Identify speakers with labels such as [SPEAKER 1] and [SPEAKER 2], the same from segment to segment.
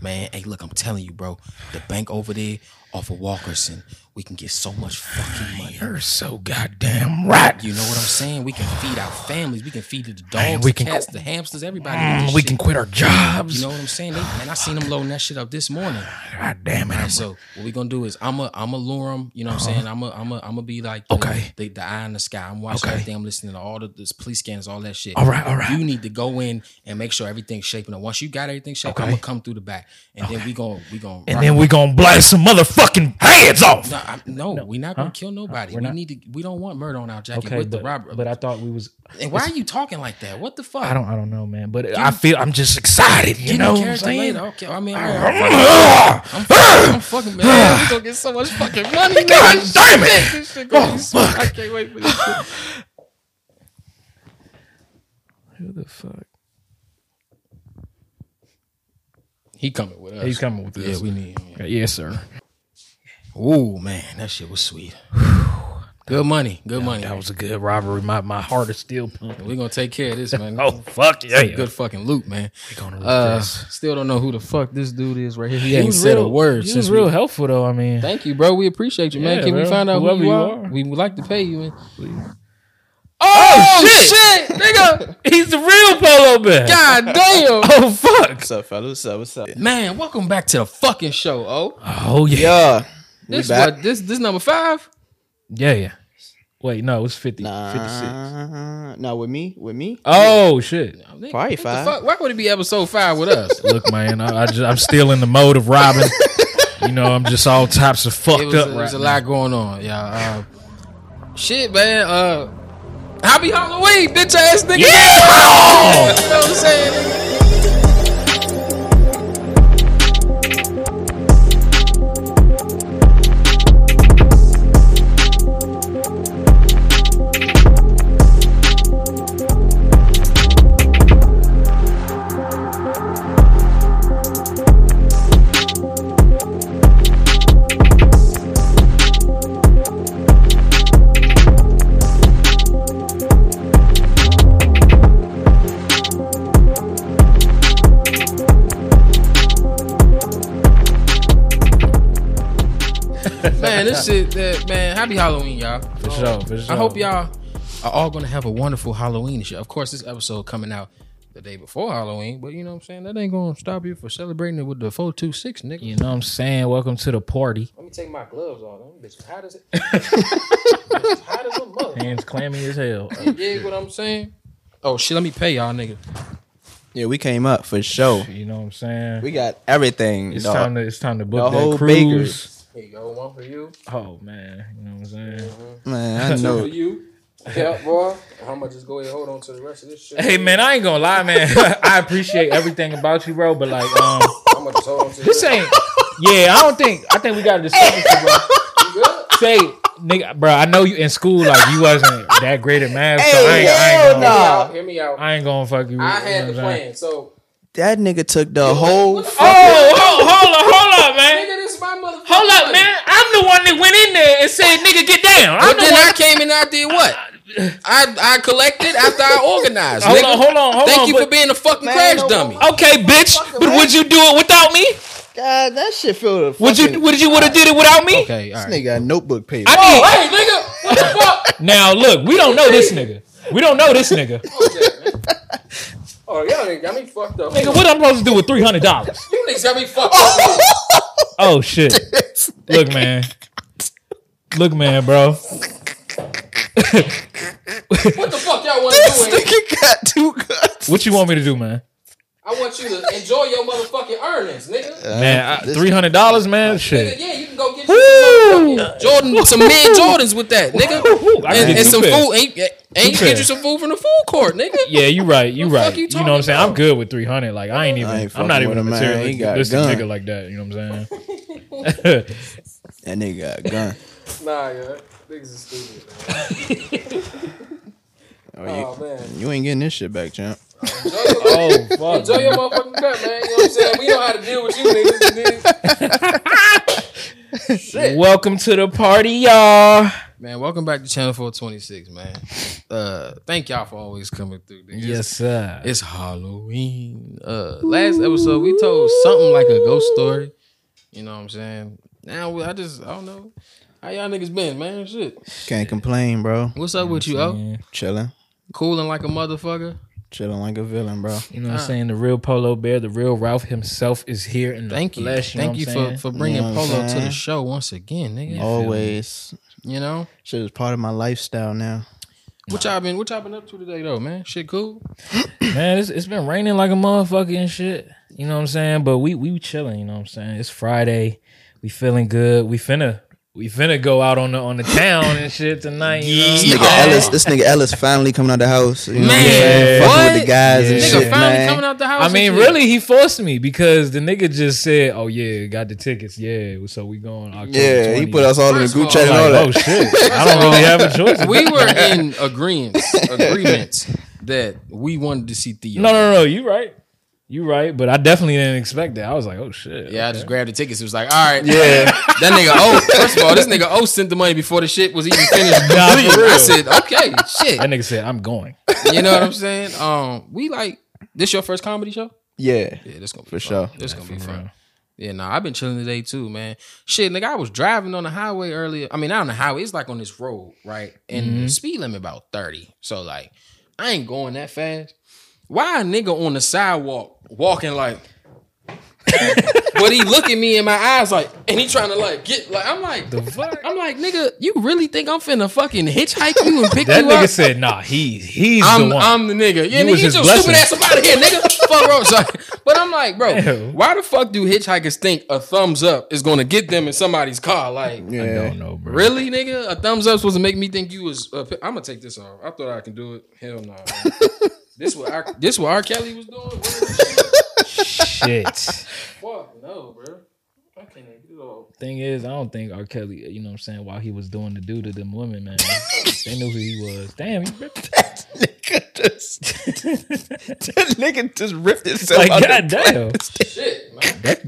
[SPEAKER 1] man, hey, look, I'm telling you, bro, the bank over there off of Walkerson, we can get so much fucking money.
[SPEAKER 2] You're so goddamn right.
[SPEAKER 1] You know what I'm saying? We can feed our families. We can feed the dogs,
[SPEAKER 2] Man, we
[SPEAKER 1] we
[SPEAKER 2] can
[SPEAKER 1] can cats,
[SPEAKER 2] qu-
[SPEAKER 1] the hamsters, everybody.
[SPEAKER 2] Mm,
[SPEAKER 1] with this
[SPEAKER 2] we
[SPEAKER 1] shit.
[SPEAKER 2] can quit our
[SPEAKER 1] You
[SPEAKER 2] jobs.
[SPEAKER 1] know what I'm saying? They, man, I seen them loading that shit up this morning.
[SPEAKER 2] God damn it. I'm-
[SPEAKER 1] And so what we gonna do is I'm a I'm a lure 'em, You know what I'm saying? I'm a I'm a I'm gonna be like the,
[SPEAKER 2] Uh-huh. Okay.
[SPEAKER 1] the, the eye in the sky. I'm watching
[SPEAKER 2] Okay.
[SPEAKER 1] everything. I'm listening to all the this police scanners, all that shit.
[SPEAKER 2] All right, all right.
[SPEAKER 1] You need to go in and make sure everything's shaping up. Once you got everything shaped, I'm
[SPEAKER 2] Okay.
[SPEAKER 1] gonna come through the back, and then we gonna we gonna
[SPEAKER 2] and then we gonna blast some motherfucking heads off.
[SPEAKER 1] No, I, no, we're not gonna kill nobody.
[SPEAKER 3] we're
[SPEAKER 1] we
[SPEAKER 3] not-
[SPEAKER 1] need to. We don't want murder on our jacket
[SPEAKER 3] Okay,
[SPEAKER 1] with
[SPEAKER 3] but,
[SPEAKER 1] the robbery.
[SPEAKER 3] but I thought we was.
[SPEAKER 1] and why are you talking like that? What the fuck?
[SPEAKER 3] I don't. I don't know, man. But
[SPEAKER 2] I feel I'm just excited. You
[SPEAKER 1] Give me
[SPEAKER 2] know what I'm
[SPEAKER 1] character
[SPEAKER 2] saying?
[SPEAKER 1] later. Okay, I mean, I'm,
[SPEAKER 2] God
[SPEAKER 1] fucking, I'm fucking man. We gonna get so much fucking money. nigga.
[SPEAKER 2] damn it!
[SPEAKER 1] This shit gonna
[SPEAKER 2] Oh,
[SPEAKER 1] be sweet. I
[SPEAKER 2] fuck.
[SPEAKER 1] can't wait for this. shit.
[SPEAKER 3] who the fuck?
[SPEAKER 1] He coming with us.
[SPEAKER 3] He's coming with this.
[SPEAKER 1] Yeah, we need him.
[SPEAKER 3] Uh, yes, sir.
[SPEAKER 1] Yeah. Ooh, man, that shit was sweet. Good money. Good money.
[SPEAKER 3] That was a good robbery. My my heart is still pumping.
[SPEAKER 1] We're gonna take care of this, man.
[SPEAKER 3] Oh fuck yeah!
[SPEAKER 1] Good fucking loot, man.
[SPEAKER 3] gonna loot
[SPEAKER 1] Uh,
[SPEAKER 3] this.
[SPEAKER 1] still don't know who the fuck this dude is right here. He,
[SPEAKER 3] He
[SPEAKER 1] ain't
[SPEAKER 3] was
[SPEAKER 1] said a
[SPEAKER 3] real-
[SPEAKER 1] word
[SPEAKER 3] He
[SPEAKER 1] since
[SPEAKER 3] was
[SPEAKER 1] we-
[SPEAKER 3] real helpful though. I mean,
[SPEAKER 1] Thank you, bro. We appreciate you, man.
[SPEAKER 3] Yeah,
[SPEAKER 1] Can we
[SPEAKER 3] bro.
[SPEAKER 1] find out
[SPEAKER 3] Whoever
[SPEAKER 1] who you
[SPEAKER 3] you
[SPEAKER 1] are?
[SPEAKER 3] are.
[SPEAKER 1] We would like to pay you. man.
[SPEAKER 2] Oh, shit.
[SPEAKER 1] nigga!
[SPEAKER 3] he's the real Polo Bear.
[SPEAKER 1] God damn,
[SPEAKER 3] Oh fuck!
[SPEAKER 4] What's up, fellas? What's up? What's up?
[SPEAKER 1] man! Welcome back to the fucking show. Oh,
[SPEAKER 3] Oh yeah,
[SPEAKER 4] Yeah. We
[SPEAKER 1] this
[SPEAKER 4] back.
[SPEAKER 1] what this this number five.
[SPEAKER 3] yeah, yeah. Wait, no, it's 50, 56.
[SPEAKER 4] Nah. No, with me? With me?
[SPEAKER 3] Oh shit!
[SPEAKER 1] Nigga,
[SPEAKER 4] Probably
[SPEAKER 1] what the
[SPEAKER 4] five.
[SPEAKER 1] fuck? Why would it be episode five with us?
[SPEAKER 3] Look, man, I, I just, I'm still in the mode of robbing. you know, I'm just all types of fucked
[SPEAKER 1] it was,
[SPEAKER 3] up
[SPEAKER 1] it
[SPEAKER 3] right
[SPEAKER 1] was a
[SPEAKER 3] now.
[SPEAKER 1] lot going on. Yeah. Uh, shit, man. Uh, happy Halloween, bitch ass nigga.
[SPEAKER 3] Yeah!
[SPEAKER 1] You know what I'm saying? Man, this shit. That, man, happy Halloween, y'all.
[SPEAKER 3] For sure, for sure.
[SPEAKER 1] I hope y'all are all gonna have a wonderful Halloween this year. Of course, this episode coming out the day before Halloween, but you know what I'm saying? That ain't gonna stop you for celebrating it with the 426, nigga.
[SPEAKER 3] You know what I'm saying? Welcome to the party.
[SPEAKER 1] Let me take my gloves off. Them bitches hot as bitches hot as a mother.
[SPEAKER 3] Hands clammy as hell.
[SPEAKER 1] You dig what I'm saying? Oh shit, let me pay y'all nigga.
[SPEAKER 4] Yeah, we came up for sure.
[SPEAKER 3] You know what I'm saying?
[SPEAKER 4] We got everything.
[SPEAKER 3] it's
[SPEAKER 4] dawg.
[SPEAKER 3] time to it's time to
[SPEAKER 4] The
[SPEAKER 3] book
[SPEAKER 4] whole
[SPEAKER 3] that cruise.
[SPEAKER 4] Bakers.
[SPEAKER 1] Here you go, one for you,
[SPEAKER 3] Oh man, you know what I'm saying?
[SPEAKER 4] Man, I
[SPEAKER 1] two for
[SPEAKER 4] know.
[SPEAKER 1] you. Yeah, boy. How much just go ahead and hold on to the rest of this shit?
[SPEAKER 3] Hey man, I ain't gonna lie, man. I appreciate everything about you, bro. But like, um,
[SPEAKER 1] I'm gonna just hold on to
[SPEAKER 3] this ain't. Yeah, I don't think. I think we gotta discuss this, bro.
[SPEAKER 1] You good?
[SPEAKER 3] Say, nigga, bro. I know you in school, like you wasn't that great at math, so I ain't, I ain't
[SPEAKER 4] hell
[SPEAKER 3] gonna.
[SPEAKER 4] nah.
[SPEAKER 1] Hear me out.
[SPEAKER 3] I ain't gonna fuck you.
[SPEAKER 1] I
[SPEAKER 3] you know
[SPEAKER 1] had the
[SPEAKER 3] what I'm saying?
[SPEAKER 1] plan, so
[SPEAKER 4] That nigga took the whole.
[SPEAKER 1] What the
[SPEAKER 4] F-
[SPEAKER 1] fuck?
[SPEAKER 3] Oh, hold, hold up, hold up,
[SPEAKER 1] Nigga,
[SPEAKER 3] man.
[SPEAKER 1] this is my motherfucking
[SPEAKER 3] Hold up,
[SPEAKER 1] money.
[SPEAKER 3] man. I'm the one that went in there and said, "Nigga, get down." I'm
[SPEAKER 1] But then
[SPEAKER 3] the one.
[SPEAKER 1] I came and I did what? I I collected after I organized.
[SPEAKER 3] Hold
[SPEAKER 1] nigga.
[SPEAKER 3] on, hold on, hold
[SPEAKER 1] Thank
[SPEAKER 3] on,
[SPEAKER 1] you
[SPEAKER 3] but-
[SPEAKER 1] for being a fucking
[SPEAKER 4] Man,
[SPEAKER 1] crash
[SPEAKER 4] no
[SPEAKER 1] dummy.
[SPEAKER 3] Okay, bitch. But would you do it without me?
[SPEAKER 4] God, that shit feel. the
[SPEAKER 3] Would you?
[SPEAKER 4] fucking-
[SPEAKER 3] Would you? Would have did it without me?
[SPEAKER 1] Okay, all
[SPEAKER 4] This nigga got notebook paper.
[SPEAKER 3] I
[SPEAKER 1] Oh,
[SPEAKER 3] need.
[SPEAKER 1] hey, nigga, what the fuck?
[SPEAKER 3] Now look, we don't know this nigga. We don't know this nigga.
[SPEAKER 1] Oh, y'all niggas got me fucked up.
[SPEAKER 3] Nigga, what I'm supposed to do with three hundred dollars?
[SPEAKER 1] You niggas got me fucked up.
[SPEAKER 3] Oh shit! Look, man. Look, man, bro.
[SPEAKER 1] What the fuck y'all want to do? in-
[SPEAKER 4] nigga got two guns.
[SPEAKER 3] What you want me to do, man?
[SPEAKER 1] I want you to enjoy your motherfucking earnings, nigga.
[SPEAKER 4] Uh,
[SPEAKER 3] Man, three hundred dollars, man.
[SPEAKER 1] Nigga,
[SPEAKER 3] Shit.
[SPEAKER 1] yeah, you can go get you some
[SPEAKER 3] Woo!
[SPEAKER 1] motherfucking Jordan, some mid Jordans with that, nigga.
[SPEAKER 3] Woo, I can
[SPEAKER 1] And, and
[SPEAKER 3] get two
[SPEAKER 1] some
[SPEAKER 3] pairs.
[SPEAKER 1] food. Ain't, eh, ain't you get you
[SPEAKER 3] pairs.
[SPEAKER 1] some food from the food court, nigga.
[SPEAKER 3] Yeah, you right. You
[SPEAKER 1] What the fuck
[SPEAKER 3] right.
[SPEAKER 1] you
[SPEAKER 3] You, know what I'm
[SPEAKER 1] talking
[SPEAKER 3] saying? I'm
[SPEAKER 1] about?
[SPEAKER 3] good with three hundred. Like I ain't even.
[SPEAKER 4] I ain't
[SPEAKER 3] I'm not
[SPEAKER 4] fucking
[SPEAKER 3] even a
[SPEAKER 4] with him, man.
[SPEAKER 3] material.
[SPEAKER 4] He got
[SPEAKER 3] This
[SPEAKER 4] gun.
[SPEAKER 3] nigga like that. You know what I'm saying?
[SPEAKER 4] That nigga got a gun.
[SPEAKER 1] Nah, yeah. Niggas is stupid, man.
[SPEAKER 4] Oh, you,
[SPEAKER 1] Oh, man.
[SPEAKER 4] you ain't getting this shit back, champ.
[SPEAKER 1] Enjoy your,
[SPEAKER 3] oh fuck.
[SPEAKER 1] enjoy your motherfucking cut, man. You know what I'm saying? We know how to deal with you niggas. niggas.
[SPEAKER 3] Welcome to the party, y'all.
[SPEAKER 1] man. Welcome back to Channel 426, man. Uh, thank y'all for always coming through. nigga.
[SPEAKER 3] Yes, sir.
[SPEAKER 1] It's Halloween. Uh, last episode we told something like a ghost story. You know what I'm saying? Now we- I just I don't know how y'all niggas been, man. Shit.
[SPEAKER 4] Can't complain, bro.
[SPEAKER 1] What's up with you? Oh,
[SPEAKER 3] Yeah.
[SPEAKER 4] Chilling,
[SPEAKER 1] cooling like a motherfucker.
[SPEAKER 4] chilling like a villain, bro.
[SPEAKER 3] You know what
[SPEAKER 1] Ah.
[SPEAKER 3] I'm saying? The real Polo Bear, the real Ralph himself is here in the
[SPEAKER 1] Thank you,
[SPEAKER 3] flesh. know
[SPEAKER 1] thank
[SPEAKER 3] what
[SPEAKER 1] you
[SPEAKER 3] I'm
[SPEAKER 1] for
[SPEAKER 3] saying?
[SPEAKER 1] for bringing
[SPEAKER 4] know what I'm
[SPEAKER 1] Polo to the
[SPEAKER 4] saying? Oh.
[SPEAKER 1] show once again, nigga.
[SPEAKER 4] Always,
[SPEAKER 1] You know
[SPEAKER 4] shit is part of my lifestyle now.
[SPEAKER 1] what y'all been what y'all been up to today though, man? Shit cool.
[SPEAKER 3] Man, it's, it's been raining like a motherfucker and shit. You know what I'm saying? But we we chilling. You know what I'm saying? It's Friday. We feeling good. We finna we finna go out on the on the town and shit tonight. You know?
[SPEAKER 4] This nigga Ellis, this nigga Ellis finally coming out the house. You know what I'm
[SPEAKER 1] Man,
[SPEAKER 4] saying? fucking with
[SPEAKER 1] what?
[SPEAKER 4] the guys and
[SPEAKER 3] Yeah.
[SPEAKER 1] Nigga
[SPEAKER 4] shit,
[SPEAKER 1] finally
[SPEAKER 4] man.
[SPEAKER 1] coming out the house.
[SPEAKER 3] I
[SPEAKER 1] and
[SPEAKER 3] mean,
[SPEAKER 1] shit.
[SPEAKER 3] really, he forced me because the nigga just said, "Oh yeah, got the tickets. Yeah, so we going." October
[SPEAKER 4] yeah, he
[SPEAKER 3] 20th."
[SPEAKER 4] put us all in the
[SPEAKER 1] First of
[SPEAKER 4] group
[SPEAKER 1] all,
[SPEAKER 4] chat and
[SPEAKER 3] Like,
[SPEAKER 4] all that.
[SPEAKER 3] oh shit! I don't really have a choice.
[SPEAKER 1] We were in agreements agreements that we wanted to see Theo.
[SPEAKER 3] no, no, no. You right. You right. But I definitely didn't expect that. I was like, "Oh shit!"
[SPEAKER 1] Yeah, I just grabbed the tickets. It was like, all right,
[SPEAKER 4] Yeah.
[SPEAKER 1] That nigga O. First of all, this nigga O sent the money before the shit was even finished.
[SPEAKER 3] Nah, for
[SPEAKER 1] completed. I
[SPEAKER 3] real.
[SPEAKER 1] said, okay,
[SPEAKER 3] That
[SPEAKER 1] shit.
[SPEAKER 3] nigga said, "I'm going."
[SPEAKER 1] You know what I'm saying? Um, we like this your first comedy show?
[SPEAKER 4] Yeah,
[SPEAKER 1] Yeah, this gonna be fun.
[SPEAKER 4] For sure.
[SPEAKER 1] This gonna be
[SPEAKER 3] for
[SPEAKER 1] fun.
[SPEAKER 3] real.
[SPEAKER 1] Yeah, nah, I've been chilling today too, man. Shit, nigga, I was driving on the highway earlier. I mean, not on the highway. It's like on this road, right? And
[SPEAKER 3] Mm-hmm.
[SPEAKER 1] the speed limit about thirty. So like, I ain't going that fast. Why a nigga on the sidewalk walking like? but he look at me in my eyes like, and he trying to like get like I'm like the
[SPEAKER 3] fuck?
[SPEAKER 1] I'm like nigga, you really think I'm finna fucking hitchhike you and pick
[SPEAKER 3] That
[SPEAKER 1] you
[SPEAKER 3] nigga
[SPEAKER 1] up?
[SPEAKER 3] said, "Nah, he he's
[SPEAKER 1] I'm,
[SPEAKER 3] the one."
[SPEAKER 1] I'm the nigga. Yeah,
[SPEAKER 3] You
[SPEAKER 1] nigga,
[SPEAKER 3] was
[SPEAKER 1] get
[SPEAKER 3] his
[SPEAKER 1] your
[SPEAKER 3] blessing.
[SPEAKER 1] stupid ass up out of here, nigga. Fuck wrong. Sorry. But I'm like, bro,
[SPEAKER 3] Ew.
[SPEAKER 1] why the fuck do hitchhikers think a thumbs up is gonna get them in somebody's car? Like,
[SPEAKER 3] I
[SPEAKER 4] yeah.
[SPEAKER 3] don't know, bro.
[SPEAKER 1] really, nigga? A thumbs up supposed to make me think you was. i am I'm gonna take this off. I thought I can do it. Hell no. man. this what R, this what R. Kelly was doing. Bro?
[SPEAKER 3] Shit.
[SPEAKER 1] Fuck no, bro. I can't do all.
[SPEAKER 3] Thing is, I don't think R. Kelly, you know what I'm saying, while he was doing the do to them women, man. they knew who he was. Damn, he ripped
[SPEAKER 4] nigga just, that nigga just ripped himself
[SPEAKER 3] like
[SPEAKER 4] out. the-
[SPEAKER 3] goddamn.
[SPEAKER 1] Shit,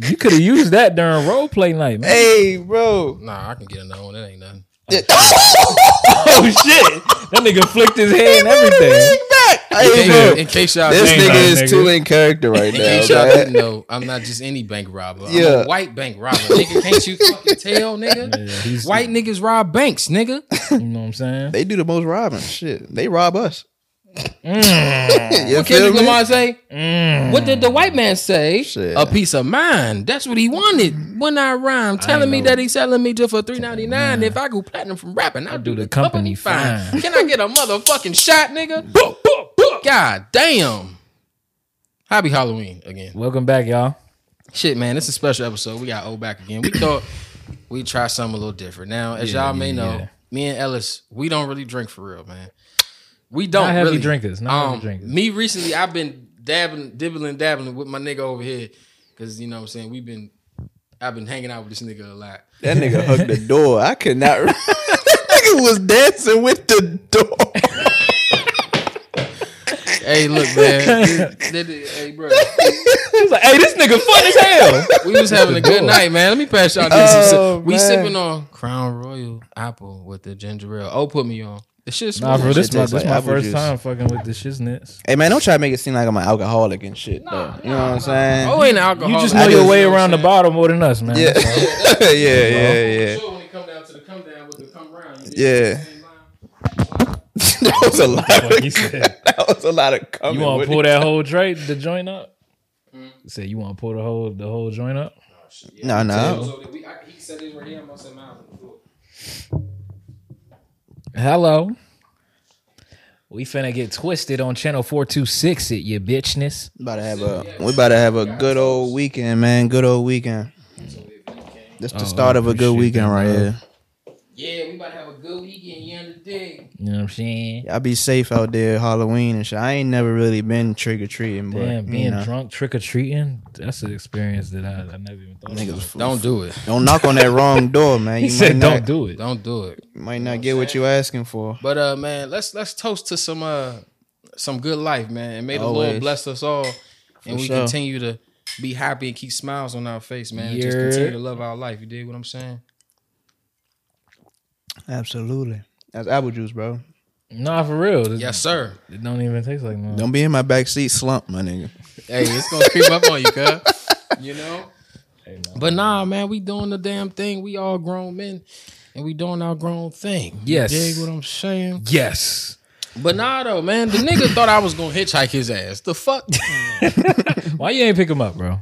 [SPEAKER 1] man.
[SPEAKER 3] You could have used that during role play night, man.
[SPEAKER 4] Hey, bro.
[SPEAKER 1] Nah, I can get another one. That ain't nothing.
[SPEAKER 3] Oh shit. That nigga flicked his head and everything.
[SPEAKER 1] In
[SPEAKER 4] Hey,
[SPEAKER 1] case,
[SPEAKER 4] bro.
[SPEAKER 1] in case y'all
[SPEAKER 4] This
[SPEAKER 1] didn't
[SPEAKER 3] Dang,
[SPEAKER 4] nigga
[SPEAKER 3] nigga.
[SPEAKER 4] is too in character
[SPEAKER 1] In
[SPEAKER 4] right
[SPEAKER 1] case
[SPEAKER 4] now.
[SPEAKER 1] y'all
[SPEAKER 4] man.
[SPEAKER 1] didn't know, I'm not just any bank robber. I'm
[SPEAKER 4] Yeah.
[SPEAKER 1] a white bank robber. Nigga, can't you fucking tell, nigga?
[SPEAKER 3] Yeah, he's,
[SPEAKER 1] White niggas rob banks, nigga.
[SPEAKER 3] you know what I'm saying?
[SPEAKER 4] They do the most robbing. Shit, they rob us. you feel
[SPEAKER 1] Kendrick
[SPEAKER 4] me?
[SPEAKER 1] Lamar say,
[SPEAKER 3] Mm.
[SPEAKER 1] what did the white man say?
[SPEAKER 4] Shit.
[SPEAKER 1] A piece of mind. That's what he wanted. When I rhyme, telling me
[SPEAKER 3] know.
[SPEAKER 1] that he's selling me just for three ninety nine. If I go platinum from rapping, I'll do, the company, fine. Can I get a motherfucking shot, nigga? Boop, boop, boop. God damn. Happy Halloween again.
[SPEAKER 3] Welcome back, y'all.
[SPEAKER 1] Shit, man, it's a special episode. We got O back again. We thought we'd try something a little different. Now, as y'all may
[SPEAKER 3] yeah,
[SPEAKER 1] know,
[SPEAKER 3] yeah.
[SPEAKER 1] me and Ellis, we don't really drink for real, man. We don't
[SPEAKER 3] Not heavy
[SPEAKER 1] really. Um,
[SPEAKER 3] drinkers, not heavy drinkers.
[SPEAKER 1] Me recently, I've been dabbing, dibbling, dabbling with my nigga over here because you know what I'm saying. We've been, I've been hanging out with this nigga a lot.
[SPEAKER 4] That nigga hugged the door. I could not. that nigga was dancing with the door.
[SPEAKER 1] Hey, look, man. hey, bro,
[SPEAKER 3] He's like, hey, this nigga fun as hell.
[SPEAKER 1] we was having a good night, man. Let me pass y'all this.
[SPEAKER 4] Oh,
[SPEAKER 1] we
[SPEAKER 4] man.
[SPEAKER 1] sipping on Crown Royal apple with the ginger ale. Oh, put me on. The shit
[SPEAKER 3] Nah,
[SPEAKER 1] smells.
[SPEAKER 3] bro, this,
[SPEAKER 4] Shit
[SPEAKER 3] my,
[SPEAKER 4] tastes
[SPEAKER 3] this
[SPEAKER 4] like
[SPEAKER 3] my
[SPEAKER 4] apple
[SPEAKER 3] first
[SPEAKER 4] juice.
[SPEAKER 3] time fucking with the shiznits.
[SPEAKER 4] Hey man, don't try to make it seem like I'm an alcoholic and shit. though. You know what I'm saying?
[SPEAKER 1] Oh, ain't alcohol.
[SPEAKER 3] You just
[SPEAKER 4] I
[SPEAKER 3] know your
[SPEAKER 4] just-
[SPEAKER 3] way around the bottle more than us, man.
[SPEAKER 4] yeah. yeah, yeah, yeah,
[SPEAKER 1] Sure, when it come down to the come down with the come round. you did
[SPEAKER 4] yeah.
[SPEAKER 1] the same line.
[SPEAKER 4] That was a lot.
[SPEAKER 3] What he
[SPEAKER 4] Of,
[SPEAKER 3] said.
[SPEAKER 4] that was a lot of coming.
[SPEAKER 3] You want to
[SPEAKER 4] with
[SPEAKER 3] pull
[SPEAKER 4] it.
[SPEAKER 3] that whole joint, the joint up? Say you want to pull the whole the whole joint up?
[SPEAKER 4] No, no.
[SPEAKER 1] So that we, I, he said this right here. I'm gonna say mine on the floor.
[SPEAKER 3] Hello. We finna get twisted on channel four two six it you bitchness.
[SPEAKER 4] About to have a. We about to have a good old weekend, man. Good old weekend. That's the
[SPEAKER 3] Oh,
[SPEAKER 4] start of a good
[SPEAKER 3] appreciate
[SPEAKER 4] weekend
[SPEAKER 3] that,
[SPEAKER 4] right
[SPEAKER 3] bro.
[SPEAKER 4] here.
[SPEAKER 1] Yeah, we about to have a good weekend. You understand?
[SPEAKER 3] You know what I'm saying?
[SPEAKER 4] Y'all be safe out there Halloween and shit. I ain't never really been trick or treating, but
[SPEAKER 3] Damn, being
[SPEAKER 4] you know,
[SPEAKER 3] drunk trick or treating, that's an experience that I, I never even thought. Niggas,
[SPEAKER 4] niggas,
[SPEAKER 1] Don't do it.
[SPEAKER 4] don't knock on that wrong door, man.
[SPEAKER 3] he
[SPEAKER 4] You
[SPEAKER 3] said,
[SPEAKER 4] might
[SPEAKER 3] "Don't
[SPEAKER 4] not,
[SPEAKER 3] do it."
[SPEAKER 1] Don't do it.
[SPEAKER 4] might not get what you asking for.
[SPEAKER 1] But uh, man, let's let's toast to some uh some good life, man, and may the Lord
[SPEAKER 4] Always.
[SPEAKER 1] bless us all, and we
[SPEAKER 4] sure.
[SPEAKER 1] continue to be happy and keep smiles on our face, man. And just
[SPEAKER 3] Yeah.
[SPEAKER 1] continue to love our life. You dig what I'm saying?
[SPEAKER 4] Absolutely. That's apple juice, bro.
[SPEAKER 3] Nah, for real. It,
[SPEAKER 1] Yes, sir.
[SPEAKER 3] it don't even taste like mine.
[SPEAKER 4] Don't be in my backseat slump, my nigga.
[SPEAKER 1] Hey, it's gonna creep up on you, cuz. You know?
[SPEAKER 3] Hey, nah.
[SPEAKER 1] But nah, man, we doing the damn thing. We all grown men and we doing our grown thing. You
[SPEAKER 3] Yes.
[SPEAKER 1] dig what I'm saying?
[SPEAKER 3] Yes.
[SPEAKER 1] But nah though, man, the nigga thought I was gonna hitchhike his ass. The fuck?
[SPEAKER 3] Why you ain't pick him up, bro?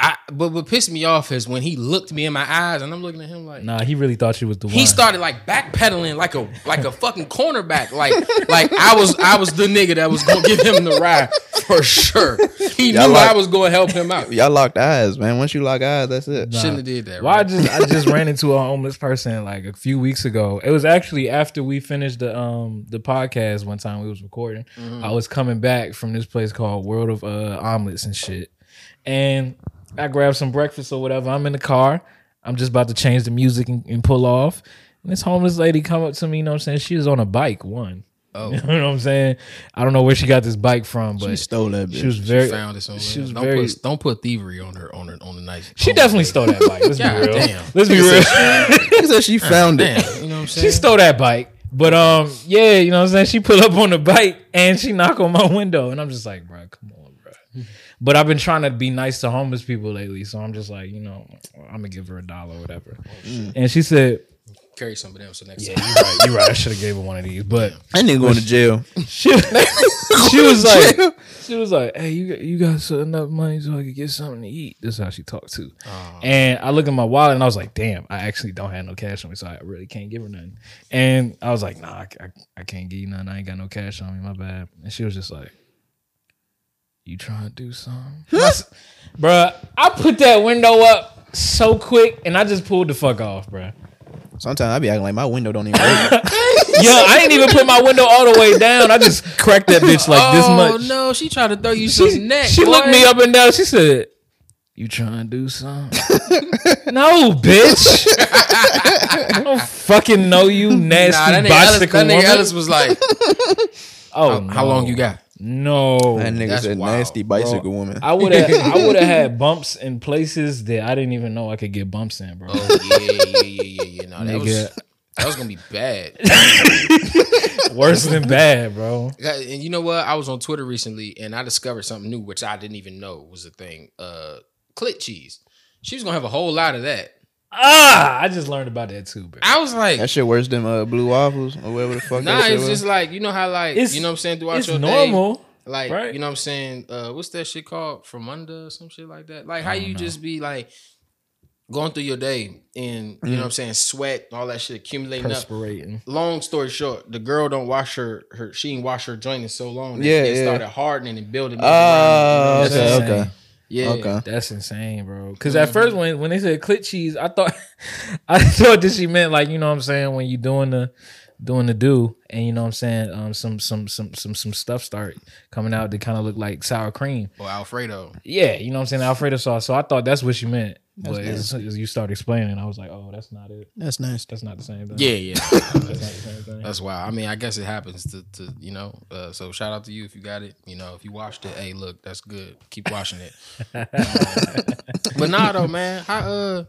[SPEAKER 1] I but what pissed me off is when he looked me in my eyes and I'm looking at him like
[SPEAKER 3] Nah, he really thought you was the one.
[SPEAKER 1] he started like backpedaling like a like a fucking cornerback. Like like I was I was the nigga that was gonna give him the ride for sure. He
[SPEAKER 4] Y'all
[SPEAKER 1] knew
[SPEAKER 4] like-
[SPEAKER 1] I was gonna help him out.
[SPEAKER 4] Y'all locked eyes, man. Once you lock eyes, that's it.
[SPEAKER 1] Shouldn't have did that.
[SPEAKER 3] Well, I
[SPEAKER 1] Right?
[SPEAKER 3] just I just ran into a homeless person like a few weeks ago. It was actually after we finished the um the podcast one time we was recording.
[SPEAKER 1] Mm-hmm.
[SPEAKER 3] I was coming back from this place called World of uh, Omelets and shit, and I grabbed some breakfast or whatever. I'm in the car. I'm just about to change the music and, and pull off. And this homeless lady come up to me. You know what I'm saying? She was on a bike. One.
[SPEAKER 1] Oh.
[SPEAKER 3] You know what I'm saying? I don't know where she got this bike from,
[SPEAKER 4] He
[SPEAKER 3] but she,
[SPEAKER 4] stole that bitch.
[SPEAKER 3] was very. She,
[SPEAKER 1] found it somewhere.
[SPEAKER 3] she was
[SPEAKER 1] don't
[SPEAKER 3] very-
[SPEAKER 1] put don't put thievery on her on her on the night.
[SPEAKER 3] definitely stole that bike. Let's be
[SPEAKER 1] God
[SPEAKER 3] real.
[SPEAKER 1] damn.
[SPEAKER 3] Let's be real.
[SPEAKER 4] He said she found it.
[SPEAKER 1] Ah, Damn, you know what I'm saying?
[SPEAKER 3] She stole that bike. But um, yeah, you know what I'm saying? She pull up on the bike and she knock on my window. And I'm just like, bro, come on, bro. But I've been trying to be nice to homeless people lately. So I'm just like, you know, I'm gonna give her a dollar or whatever. And she said,
[SPEAKER 1] carry some of them. So next
[SPEAKER 3] Yeah,
[SPEAKER 1] time,
[SPEAKER 3] you're right, you're right. I should have gave her one of these. But
[SPEAKER 4] That nigga going to jail.
[SPEAKER 3] she, she was like, she was like, hey, you got, you got enough money so I could get something to eat. This is how she talked to. And I look at my wallet and I was like, damn, I actually don't have no cash on me, so I really can't give her nothing. And I was like, nah, I, I, I can't give you nothing. I ain't got no cash on me. My bad. And she was just like, you trying to do something? I s- bruh, I put that window up so quick and I just pulled the fuck off, bruh.
[SPEAKER 4] Sometimes I be acting like my window don't even open.
[SPEAKER 3] Yeah, I ain't even put my window all the way down. I just cracked that bitch like this much.
[SPEAKER 1] Oh no, she tried to throw you
[SPEAKER 3] she,
[SPEAKER 1] some neck.
[SPEAKER 3] she
[SPEAKER 1] boy.
[SPEAKER 3] looked me up and down. She said, "You trying to do something?" no, bitch. I don't fucking know you,
[SPEAKER 1] Nah,
[SPEAKER 3] nasty
[SPEAKER 1] that nigga, Ellis, that
[SPEAKER 3] bicycle
[SPEAKER 1] nigga
[SPEAKER 3] woman.
[SPEAKER 1] Ellis was like,
[SPEAKER 3] oh,
[SPEAKER 1] "How
[SPEAKER 3] no.
[SPEAKER 1] long you got?"
[SPEAKER 3] No,
[SPEAKER 4] That nigga
[SPEAKER 1] That's
[SPEAKER 4] said
[SPEAKER 1] wild,
[SPEAKER 4] nasty bicycle woman.
[SPEAKER 3] I would have. I would have had bumps in places that I didn't even know I could get bumps in, bro.
[SPEAKER 1] Oh yeah, yeah, yeah, yeah, yeah. No, that was
[SPEAKER 3] Nigga.
[SPEAKER 1] that was gonna be bad.
[SPEAKER 3] Worse than bad, bro.
[SPEAKER 1] That- And you know what? I was on Twitter recently, and I discovered something new, which I didn't even know was a thing. Uh, clit cheese. She was gonna have a whole lot of that.
[SPEAKER 3] Ah, I just learned about that too, bro.
[SPEAKER 1] I was like,
[SPEAKER 4] that shit worse than uh, blue waffles or whatever the fuck.
[SPEAKER 1] Nah,
[SPEAKER 4] that shit
[SPEAKER 1] it's
[SPEAKER 4] was.
[SPEAKER 1] just like you know how like
[SPEAKER 3] It's-
[SPEAKER 1] you know what I'm saying throughout
[SPEAKER 3] It's
[SPEAKER 1] your day.
[SPEAKER 3] normal.
[SPEAKER 1] Like
[SPEAKER 3] Right.
[SPEAKER 1] you know what I'm saying? Uh what's that shit called? From under or some shit like that. Like how you just be like going through your day and
[SPEAKER 4] Mm-hmm.
[SPEAKER 1] you know what I'm saying, sweat, all that shit accumulating up.
[SPEAKER 3] Perspirating.
[SPEAKER 1] Long story short, the girl don't wash her her she ain't wash her joint in so long that
[SPEAKER 4] Yeah,
[SPEAKER 1] it
[SPEAKER 4] yeah.
[SPEAKER 1] started hardening and building. up
[SPEAKER 4] Oh,
[SPEAKER 1] around it, you know
[SPEAKER 4] okay,
[SPEAKER 1] what I'm saying?
[SPEAKER 4] okay,
[SPEAKER 1] Yeah.
[SPEAKER 4] okay.
[SPEAKER 3] That's insane, bro. Because at first, when when they said clit cheese, I thought I thought that she meant like you know what I'm saying when you doing the doing the do and you know what I'm saying um some some some some some stuff start coming out that kind of look like sour cream.
[SPEAKER 1] Or Oh, Alfredo.
[SPEAKER 3] Yeah, you know what I'm saying Alfredo sauce. So I thought that's what she meant, but as, as you start explaining, I was like, oh, that's not it.
[SPEAKER 4] That's nasty.
[SPEAKER 3] That's not the same thing.
[SPEAKER 1] Yeah, yeah.
[SPEAKER 3] That's not the same thing.
[SPEAKER 1] That's wild. I mean, I guess it happens to, to you know. Uh, so shout out to you if you got it. You know, if you watched it, hey, look, that's good. Keep watching it. Um, but nah, though, man. How uh,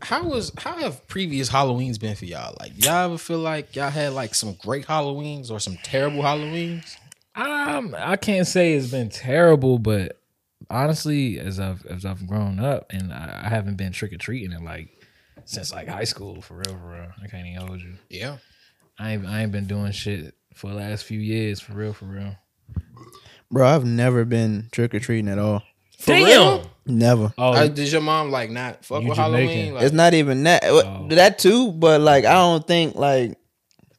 [SPEAKER 1] how was how have previous Halloweens been for y'all? Like, y'all ever feel like y'all had like some great Halloweens or some terrible Halloweens?
[SPEAKER 3] Um, I can't say it's been terrible, but honestly, as I've as I've grown up and I, I haven't been trick or treating it like since like high school for real, for real. I can't even hold you.
[SPEAKER 1] Yeah,
[SPEAKER 3] I ain't I ain't been doing shit for the last few years for real, for real.
[SPEAKER 4] Bro, I've never been trick or treating at all.
[SPEAKER 1] for real.
[SPEAKER 4] Never.
[SPEAKER 3] Oh,
[SPEAKER 1] Uh, did your mom like not fuck
[SPEAKER 3] You
[SPEAKER 1] with
[SPEAKER 3] Jamaican.
[SPEAKER 1] Halloween? Like,
[SPEAKER 4] It's not even that.
[SPEAKER 3] Oh.
[SPEAKER 4] That too, but like I don't think like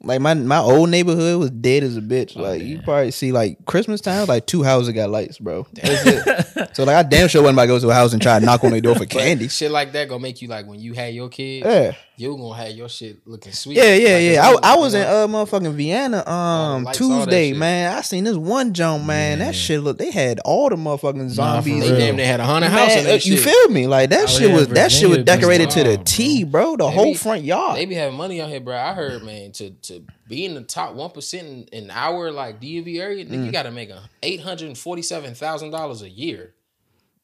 [SPEAKER 4] like my my old neighborhood was dead as a bitch.
[SPEAKER 1] Oh,
[SPEAKER 4] Like you probably see like Christmas time, like two houses got lights, bro. That's it. so like I damn sure wasn't about to go to a house and try to knock on their door for candy.
[SPEAKER 1] shit like that gonna make you like when you had your kid,
[SPEAKER 4] Yeah,
[SPEAKER 1] you gonna have your shit looking sweet.
[SPEAKER 4] yeah, yeah,
[SPEAKER 1] Like,
[SPEAKER 4] yeah.
[SPEAKER 1] it's-
[SPEAKER 4] I, I was
[SPEAKER 1] you
[SPEAKER 4] in
[SPEAKER 1] know? Oh,
[SPEAKER 4] uh motherfucking Vienna um
[SPEAKER 1] lights, all that
[SPEAKER 4] Tuesday,
[SPEAKER 1] shit.
[SPEAKER 4] man. I seen this one junk, man. That shit look. They had all the motherfucking
[SPEAKER 3] Nah, for
[SPEAKER 4] zombies.
[SPEAKER 1] They
[SPEAKER 3] real.
[SPEAKER 1] damn, they had a haunted
[SPEAKER 4] Man,
[SPEAKER 1] house. in
[SPEAKER 4] uh,
[SPEAKER 1] that
[SPEAKER 4] you
[SPEAKER 1] shit. Oh,
[SPEAKER 4] feel me? Like that
[SPEAKER 3] Out
[SPEAKER 4] shit
[SPEAKER 3] here in
[SPEAKER 4] was that shit was
[SPEAKER 3] Virginia,
[SPEAKER 4] decorated to the
[SPEAKER 3] wild,
[SPEAKER 4] T, bro. The
[SPEAKER 1] They
[SPEAKER 4] whole
[SPEAKER 1] be-
[SPEAKER 4] front yard.
[SPEAKER 1] They be having money out here, bro. I heard, man, to to be in the top one percent in in
[SPEAKER 4] Mm.
[SPEAKER 1] our like DMV area, nigga, you got to make a eight hundred and forty seven thousand dollars a year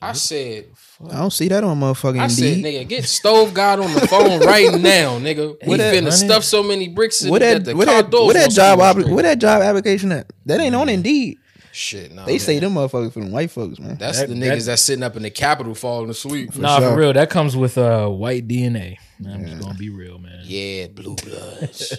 [SPEAKER 1] I said,
[SPEAKER 4] I don't see that on motherfucking
[SPEAKER 1] I said,
[SPEAKER 4] Mm-hmm. Indeed.
[SPEAKER 1] nigga, get stove god on the phone right now, nigga. We
[SPEAKER 4] What that-
[SPEAKER 1] finna
[SPEAKER 3] honey?
[SPEAKER 1] stuff so many bricks in
[SPEAKER 4] What
[SPEAKER 1] that,
[SPEAKER 4] that
[SPEAKER 1] the
[SPEAKER 4] what
[SPEAKER 1] car
[SPEAKER 4] that,
[SPEAKER 1] doors
[SPEAKER 4] what that
[SPEAKER 1] gonna
[SPEAKER 4] job
[SPEAKER 1] swing
[SPEAKER 4] app-
[SPEAKER 1] straight.
[SPEAKER 4] what that job application at? That ain't on Indeed.
[SPEAKER 1] shit. Nah,
[SPEAKER 4] They say
[SPEAKER 1] man.
[SPEAKER 4] them motherfuckers for them white folks, man.
[SPEAKER 1] that's
[SPEAKER 3] That-
[SPEAKER 1] the
[SPEAKER 3] that-
[SPEAKER 1] niggas that's sitting up in the Capitol falling asleep.
[SPEAKER 3] nah,
[SPEAKER 4] sure.
[SPEAKER 3] for real, that comes with uh white DNA. I'm just gonna be real, man.
[SPEAKER 1] Yeah, blue bloods.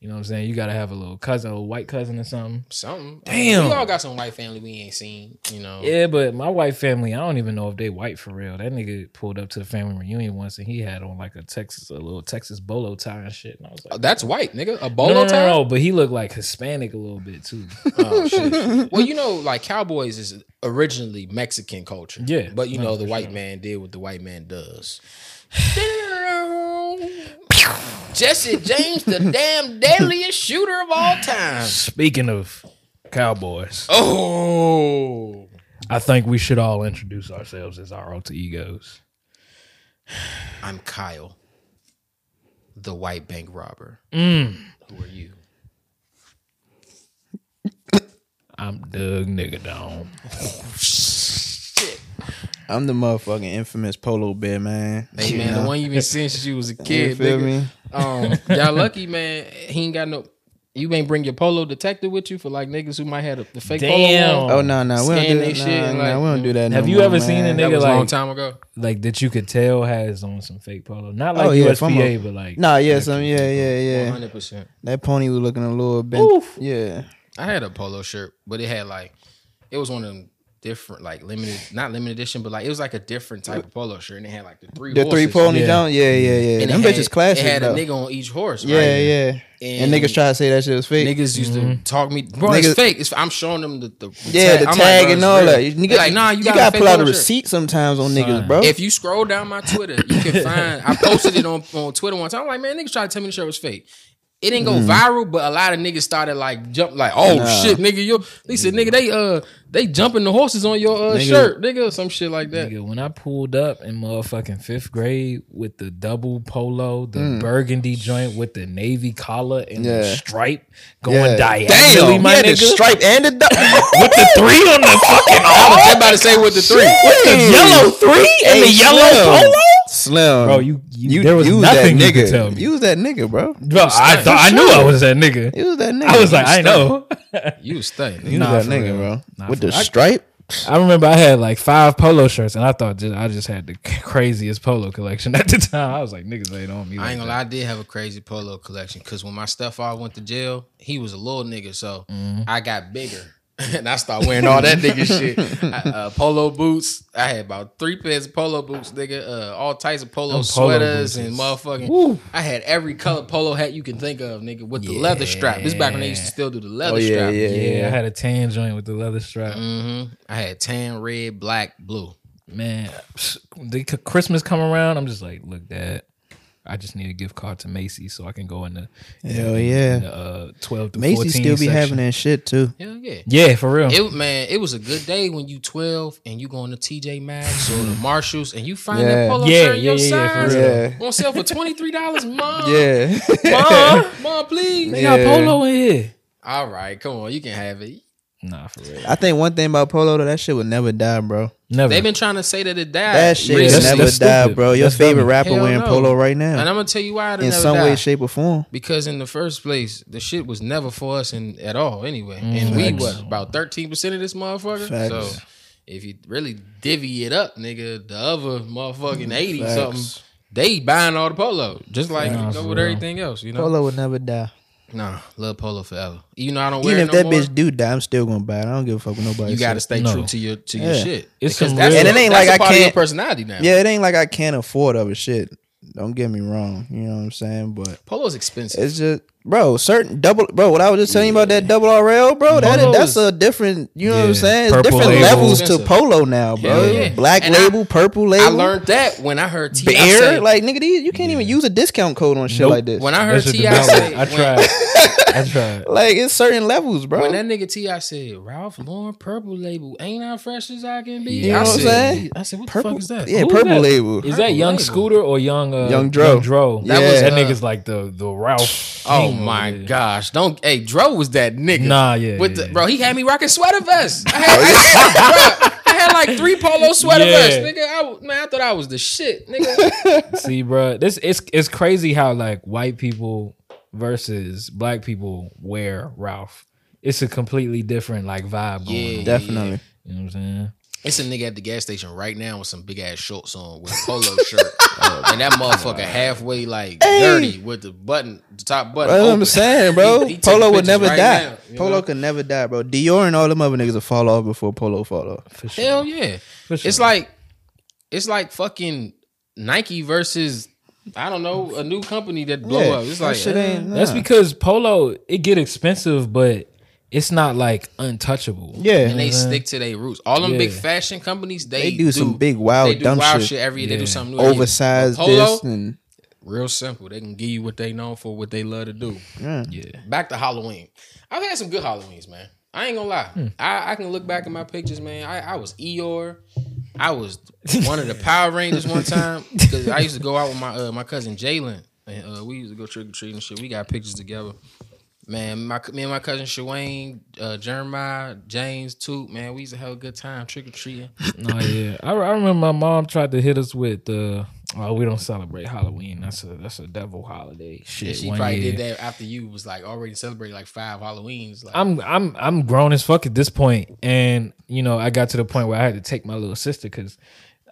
[SPEAKER 3] You know what I'm saying? You gotta have a little cousin, a little white cousin or something.
[SPEAKER 1] Something.
[SPEAKER 3] Damn.
[SPEAKER 1] we all got some white family we ain't seen. You
[SPEAKER 4] Oh.
[SPEAKER 1] know.
[SPEAKER 3] Yeah, but my white family, I don't even know if they white for real. That nigga pulled up to the family reunion once and he had on like a Texas, a little Texas bolo tie and shit. And I was like,
[SPEAKER 1] Uh, That's white, nigga. A
[SPEAKER 3] no,
[SPEAKER 1] bolo
[SPEAKER 3] no, no,
[SPEAKER 1] tie.
[SPEAKER 3] no, but he looked like Hispanic a little bit too.
[SPEAKER 1] Oh, shit. well, you know, like cowboys is originally Mexican culture.
[SPEAKER 3] Yeah,
[SPEAKER 1] But you
[SPEAKER 3] no,
[SPEAKER 1] know, the
[SPEAKER 3] for
[SPEAKER 1] white
[SPEAKER 3] sure.
[SPEAKER 1] man did what the white man does. Jesse James, the damn deadliest shooter of all time.
[SPEAKER 3] Speaking of cowboys,
[SPEAKER 1] Oh.
[SPEAKER 3] I think we should all introduce ourselves as our alter egos.
[SPEAKER 1] I'm Kyle, the white bank robber.
[SPEAKER 3] Mm.
[SPEAKER 1] Who are you?
[SPEAKER 3] I'm Doug Nigga Dome.
[SPEAKER 4] I'm the motherfucking infamous polo bear, man.
[SPEAKER 1] Hey,
[SPEAKER 4] You
[SPEAKER 1] man, the
[SPEAKER 4] know?
[SPEAKER 1] one you been seeing since you was a
[SPEAKER 4] you
[SPEAKER 1] kid.
[SPEAKER 4] feel
[SPEAKER 1] nigga.
[SPEAKER 4] me?
[SPEAKER 1] Um, y'all lucky, man. He ain't got no. You ain't bring your polo detector with you for like niggas who might have the fake
[SPEAKER 3] Damn.
[SPEAKER 1] polo. on?
[SPEAKER 4] Oh no, no, we don't
[SPEAKER 1] Scan
[SPEAKER 4] do
[SPEAKER 1] they
[SPEAKER 4] that.
[SPEAKER 1] shit
[SPEAKER 4] Nah,
[SPEAKER 1] and,
[SPEAKER 4] nah,
[SPEAKER 1] like,
[SPEAKER 4] we don't do that.
[SPEAKER 3] Have
[SPEAKER 4] no
[SPEAKER 3] you
[SPEAKER 4] more,
[SPEAKER 3] ever seen
[SPEAKER 4] man.
[SPEAKER 1] That
[SPEAKER 3] a nigga
[SPEAKER 1] was a long
[SPEAKER 3] like-
[SPEAKER 1] time ago.
[SPEAKER 3] Like that you could tell has on some fake polo. Not like
[SPEAKER 4] Oh, yeah, from
[SPEAKER 3] USPA,
[SPEAKER 4] a-
[SPEAKER 3] but like
[SPEAKER 4] Nah, yeah, some, yeah, yeah, yeah.
[SPEAKER 1] One hundred percent.
[SPEAKER 4] That pony was looking a little bent.
[SPEAKER 3] Oof.
[SPEAKER 4] Yeah,
[SPEAKER 1] I had a polo shirt, but it had like it was one of them different, like limited, not limited edition, but like it was like a different type of polo shirt, and it had like the three
[SPEAKER 4] the
[SPEAKER 1] horses.
[SPEAKER 4] three pony
[SPEAKER 3] yeah.
[SPEAKER 4] down. Yeah, yeah, yeah.
[SPEAKER 1] And
[SPEAKER 4] Them
[SPEAKER 1] it had-
[SPEAKER 4] bitches classic.
[SPEAKER 1] It had
[SPEAKER 4] though.
[SPEAKER 1] a nigga on each horse.
[SPEAKER 4] Yeah,
[SPEAKER 1] right?
[SPEAKER 4] yeah. And, niggas try to say that shit was fake.
[SPEAKER 1] Niggas used to talk me, bro.
[SPEAKER 4] Niggas-
[SPEAKER 1] it's fake. It's, I'm showing them the, the,
[SPEAKER 4] yeah, the
[SPEAKER 1] I'm like,
[SPEAKER 4] tag
[SPEAKER 1] bro,
[SPEAKER 4] and
[SPEAKER 1] it's
[SPEAKER 4] all
[SPEAKER 1] real.
[SPEAKER 4] that. Nigga,
[SPEAKER 1] They like, nah, you,
[SPEAKER 4] gotta pull out a
[SPEAKER 1] photo shirt.
[SPEAKER 4] receipt sometimes on niggas,
[SPEAKER 3] Son.
[SPEAKER 4] bro.
[SPEAKER 1] If you scroll down my Twitter, you can find I posted it on, on Twitter once. I'm like, man, niggas tried to tell me the show was fake. It didn't go viral, but a lot of niggas started like jump, like, oh
[SPEAKER 4] Mm. Nah.
[SPEAKER 1] shit, nigga, you. They said, nigga, they uh, they jumping the horses on your uh,
[SPEAKER 4] Nigga.
[SPEAKER 1] shirt, nigga, or some shit like that.
[SPEAKER 3] Nigga, when I pulled up in motherfucking fifth grade with the double polo, the burgundy joint with the navy collar and the
[SPEAKER 4] Mm. Yeah.
[SPEAKER 3] stripe
[SPEAKER 4] yeah.
[SPEAKER 3] going diagonally,
[SPEAKER 4] he
[SPEAKER 3] my
[SPEAKER 4] had the
[SPEAKER 3] nigga.
[SPEAKER 4] stripe and the dot.
[SPEAKER 3] with the three on the
[SPEAKER 1] I
[SPEAKER 3] fucking
[SPEAKER 1] was
[SPEAKER 3] arm,
[SPEAKER 1] just about to say with the three.
[SPEAKER 3] with the yellow three and the
[SPEAKER 4] Hey,
[SPEAKER 3] yellow
[SPEAKER 4] Slim.
[SPEAKER 3] polo.
[SPEAKER 4] Slim,
[SPEAKER 3] Bro, you, you,
[SPEAKER 4] you
[SPEAKER 3] there was
[SPEAKER 4] use
[SPEAKER 3] nothing
[SPEAKER 4] that
[SPEAKER 3] you could
[SPEAKER 4] nigga.
[SPEAKER 3] tell me.
[SPEAKER 4] Use that nigga, bro.
[SPEAKER 3] Bro, I thought I knew I was that nigga.
[SPEAKER 4] Use that nigga.
[SPEAKER 3] I was like, I know.
[SPEAKER 1] You was stunned. nigga.
[SPEAKER 4] use
[SPEAKER 3] nah,
[SPEAKER 4] that
[SPEAKER 3] for
[SPEAKER 4] nigga,
[SPEAKER 3] real.
[SPEAKER 4] bro.
[SPEAKER 3] Nah,
[SPEAKER 4] With
[SPEAKER 3] for
[SPEAKER 4] the
[SPEAKER 3] real. I-
[SPEAKER 4] stripe.
[SPEAKER 3] I remember I had like five polo shirts, and I thought just, I just had the craziest polo collection at the time. I was like, niggas ain't on me.
[SPEAKER 1] I
[SPEAKER 3] like
[SPEAKER 1] ain't gonna
[SPEAKER 3] that.
[SPEAKER 1] lie, I did have a crazy polo collection because when my stepfather went to jail, he was a little nigga, so I got bigger and I started wearing all that nigga shit. I- uh, polo boots, I had about three pairs of polo boots, nigga. Uh, all types of polo
[SPEAKER 3] Them polo
[SPEAKER 1] sweaters
[SPEAKER 3] boots
[SPEAKER 1] and
[SPEAKER 3] is-
[SPEAKER 1] motherfucking.
[SPEAKER 3] Woo.
[SPEAKER 1] I had every color polo hat you can think of, nigga, with the leather strap. This is back when they used to still do the leather
[SPEAKER 4] Oh, yeah,
[SPEAKER 1] strap.
[SPEAKER 4] yeah.
[SPEAKER 3] Yeah, I had a tan joint with the leather strap.
[SPEAKER 1] Mm-hmm. I had tan, red, black, blue.
[SPEAKER 3] Man, the c- Christmas come around, I'm just like, look, Dad, I just need a gift card to Macy's so I can go in the
[SPEAKER 4] Hell yeah.
[SPEAKER 3] in the, uh, twelve to
[SPEAKER 4] Macy
[SPEAKER 3] 14
[SPEAKER 4] still be
[SPEAKER 3] section.
[SPEAKER 4] having that shit too.
[SPEAKER 1] Hell yeah.
[SPEAKER 3] Yeah, for real.
[SPEAKER 1] It man, it was a good day when you twelve and you going to TJ Maxx or the Marshalls and you find
[SPEAKER 4] Yeah.
[SPEAKER 1] that polo
[SPEAKER 3] Yeah,
[SPEAKER 1] shirt
[SPEAKER 3] yeah,
[SPEAKER 1] your
[SPEAKER 3] yeah, yeah, for
[SPEAKER 1] size
[SPEAKER 4] real.
[SPEAKER 1] on sale for twenty three dollars, mom.
[SPEAKER 4] Yeah.
[SPEAKER 1] mom, mom, please.
[SPEAKER 3] they got
[SPEAKER 4] yeah.
[SPEAKER 3] polo in here.
[SPEAKER 1] All right, come on, you can have it.
[SPEAKER 3] Nah, for real.
[SPEAKER 4] I think one thing about polo though, that shit would never die, bro.
[SPEAKER 3] Never.
[SPEAKER 1] They've been trying to say that it died.
[SPEAKER 4] That shit
[SPEAKER 3] Yeah,
[SPEAKER 4] would
[SPEAKER 3] that's-
[SPEAKER 1] recently.
[SPEAKER 4] never
[SPEAKER 3] that's
[SPEAKER 4] die,
[SPEAKER 3] stupid.
[SPEAKER 4] bro. Your
[SPEAKER 3] That's
[SPEAKER 4] favorite
[SPEAKER 3] dumb.
[SPEAKER 4] rapper
[SPEAKER 1] Hell
[SPEAKER 4] wearing
[SPEAKER 1] no.
[SPEAKER 4] polo right now.
[SPEAKER 1] and I'm gonna tell you why it
[SPEAKER 4] in
[SPEAKER 1] never
[SPEAKER 4] some way,
[SPEAKER 1] died.
[SPEAKER 4] shape, or form.
[SPEAKER 1] because in the first place, the shit was never for us in, at all anyway. and we
[SPEAKER 3] Facts.
[SPEAKER 1] was about thirteen percent of this motherfucker.
[SPEAKER 4] Mm-hmm. Facts.
[SPEAKER 1] So if you really divvy it up, nigga, the other motherfucking eighty
[SPEAKER 4] Mm-hmm. Facts.
[SPEAKER 1] something, they buying all the polo, just like
[SPEAKER 3] Nah,
[SPEAKER 1] you know,
[SPEAKER 3] for
[SPEAKER 1] with
[SPEAKER 3] real.
[SPEAKER 1] everything else. You know,
[SPEAKER 4] Polo would never die.
[SPEAKER 1] nah, love polo forever. You know I don't wear it
[SPEAKER 4] Even if
[SPEAKER 1] no
[SPEAKER 4] that
[SPEAKER 1] more.
[SPEAKER 4] bitch do die, I'm still gonna buy it. I don't give a fuck what nobody.
[SPEAKER 1] you got to
[SPEAKER 4] say.
[SPEAKER 1] stay
[SPEAKER 3] No.
[SPEAKER 1] true to your to
[SPEAKER 4] Yeah.
[SPEAKER 1] your shit.
[SPEAKER 3] It's
[SPEAKER 1] Because
[SPEAKER 3] some
[SPEAKER 1] that's,
[SPEAKER 3] real-
[SPEAKER 1] and
[SPEAKER 3] And
[SPEAKER 1] it ain't like I part of your
[SPEAKER 4] can't-
[SPEAKER 1] personality now.
[SPEAKER 4] Yeah, it ain't like I can't afford other shit. Don't get me wrong. You know what I'm saying? But
[SPEAKER 1] polo's expensive.
[SPEAKER 4] it's just, bro, certain double, bro. What I was just telling you about that double RL, bro. That
[SPEAKER 3] Polo
[SPEAKER 4] that's
[SPEAKER 3] is-
[SPEAKER 4] a different. You know what I'm
[SPEAKER 3] Yeah,
[SPEAKER 4] saying? It's
[SPEAKER 3] purple
[SPEAKER 4] different
[SPEAKER 3] label.
[SPEAKER 4] levels to
[SPEAKER 1] Expensive.
[SPEAKER 4] polo now, bro.
[SPEAKER 1] Hell yeah.
[SPEAKER 4] Black
[SPEAKER 1] And I-
[SPEAKER 4] label, purple label.
[SPEAKER 1] I learned that when I heard T. I
[SPEAKER 4] bear.
[SPEAKER 1] say-
[SPEAKER 4] Like nigga, these you can't even use a discount code on shit
[SPEAKER 3] Nope.
[SPEAKER 4] like this.
[SPEAKER 1] when I heard
[SPEAKER 3] That shit
[SPEAKER 1] T.
[SPEAKER 3] did
[SPEAKER 1] I
[SPEAKER 3] not
[SPEAKER 1] say,
[SPEAKER 3] work. I tried. I tried.
[SPEAKER 4] like it's certain levels, bro.
[SPEAKER 1] When that nigga T, I said Ralph Lauren Purple Label ain't I fresh as I can be.
[SPEAKER 4] You know
[SPEAKER 1] I
[SPEAKER 4] what I'm
[SPEAKER 1] said,
[SPEAKER 4] saying?
[SPEAKER 1] I said, what
[SPEAKER 4] Purple-
[SPEAKER 1] the fuck is that?
[SPEAKER 4] yeah,
[SPEAKER 3] Who
[SPEAKER 4] purple
[SPEAKER 3] that?
[SPEAKER 4] label.
[SPEAKER 3] Is that Young
[SPEAKER 1] Label.
[SPEAKER 3] Scooter or Young uh,
[SPEAKER 4] Young Dro.
[SPEAKER 3] Dro.
[SPEAKER 4] That
[SPEAKER 3] That
[SPEAKER 4] was,
[SPEAKER 3] that
[SPEAKER 1] uh,
[SPEAKER 3] nigga's like the the Ralph.
[SPEAKER 1] Oh
[SPEAKER 3] King
[SPEAKER 1] my
[SPEAKER 3] over there.
[SPEAKER 1] gosh! Don't hey, Dro was that nigga.
[SPEAKER 3] Nah, yeah,
[SPEAKER 1] with the
[SPEAKER 3] yeah, yeah.
[SPEAKER 4] Oh,
[SPEAKER 1] bro, he had me rocking sweater vest. I had, I, bro, I had had like three polo sweater
[SPEAKER 3] Yeah.
[SPEAKER 1] vests, nigga. I, w- man, I thought I was the shit, nigga.
[SPEAKER 3] See, bro, this it's it's crazy how like white people versus black people wear Ralph. It's a completely different like vibe. going
[SPEAKER 1] Yeah.
[SPEAKER 3] on.
[SPEAKER 4] Definitely.
[SPEAKER 3] you know what I'm saying.
[SPEAKER 1] It's a nigga at the gas station right now with some big ass shorts on with a polo shirt,
[SPEAKER 4] Oh,
[SPEAKER 1] and that motherfucker halfway like dirty with the button, the top button.
[SPEAKER 4] That's what
[SPEAKER 1] open.
[SPEAKER 4] I'm saying,
[SPEAKER 1] He-
[SPEAKER 4] bro.
[SPEAKER 1] he take
[SPEAKER 4] Polo would
[SPEAKER 1] pictures
[SPEAKER 4] never
[SPEAKER 1] right
[SPEAKER 4] die.
[SPEAKER 1] now, you
[SPEAKER 4] Polo
[SPEAKER 1] know?
[SPEAKER 4] could never die, bro. Dior and all them other niggas will fall off before Polo fall off.
[SPEAKER 3] For sure.
[SPEAKER 1] Hell yeah.
[SPEAKER 3] For sure.
[SPEAKER 1] It's like it's like fucking Nike versus I don't know a new company that blow
[SPEAKER 4] Yeah,
[SPEAKER 1] up. It's
[SPEAKER 4] that
[SPEAKER 1] like
[SPEAKER 4] shit
[SPEAKER 1] eh,
[SPEAKER 4] ain't. Nah.
[SPEAKER 3] that's because polo it get expensive, but it's not like untouchable.
[SPEAKER 4] yeah.
[SPEAKER 1] and they stick to their roots. All them big
[SPEAKER 3] Yeah.
[SPEAKER 1] fashion companies, they,
[SPEAKER 4] They do some big wild
[SPEAKER 1] they do
[SPEAKER 4] dumb
[SPEAKER 1] wild
[SPEAKER 4] shit.
[SPEAKER 1] shit. every year. They
[SPEAKER 3] Yeah.
[SPEAKER 1] do something new. every year.
[SPEAKER 4] Oversized
[SPEAKER 1] Polo?
[SPEAKER 4] this and
[SPEAKER 1] Real simple. They can give you what they known for, what they love to do.
[SPEAKER 4] yeah.
[SPEAKER 3] Yeah.
[SPEAKER 1] Back to Halloween. I've had some good Halloweens, man. I ain't gonna lie.
[SPEAKER 3] Hmm.
[SPEAKER 1] I, I can look back at my pictures, man. I, I was Eeyore. I was one of the Power Rangers one time because I used to go out with my uh, my cousin Jalen, and uh, we used to go trick or treating and shit. We got pictures together. Man, my me and my cousin Shawane, uh, Jeremiah, James, Toot, man, we used to have a good time trick or treating.
[SPEAKER 3] No, yeah. I, I remember my mom tried to hit us with the oh we don't celebrate Halloween. That's a that's a devil holiday. Shit.
[SPEAKER 1] She
[SPEAKER 3] one
[SPEAKER 1] probably
[SPEAKER 3] year.
[SPEAKER 1] did that after you was like already celebrating like five Halloweens. Like,
[SPEAKER 3] I'm I'm I'm grown as fuck at this point, and you know I got to the point where I had to take my little sister because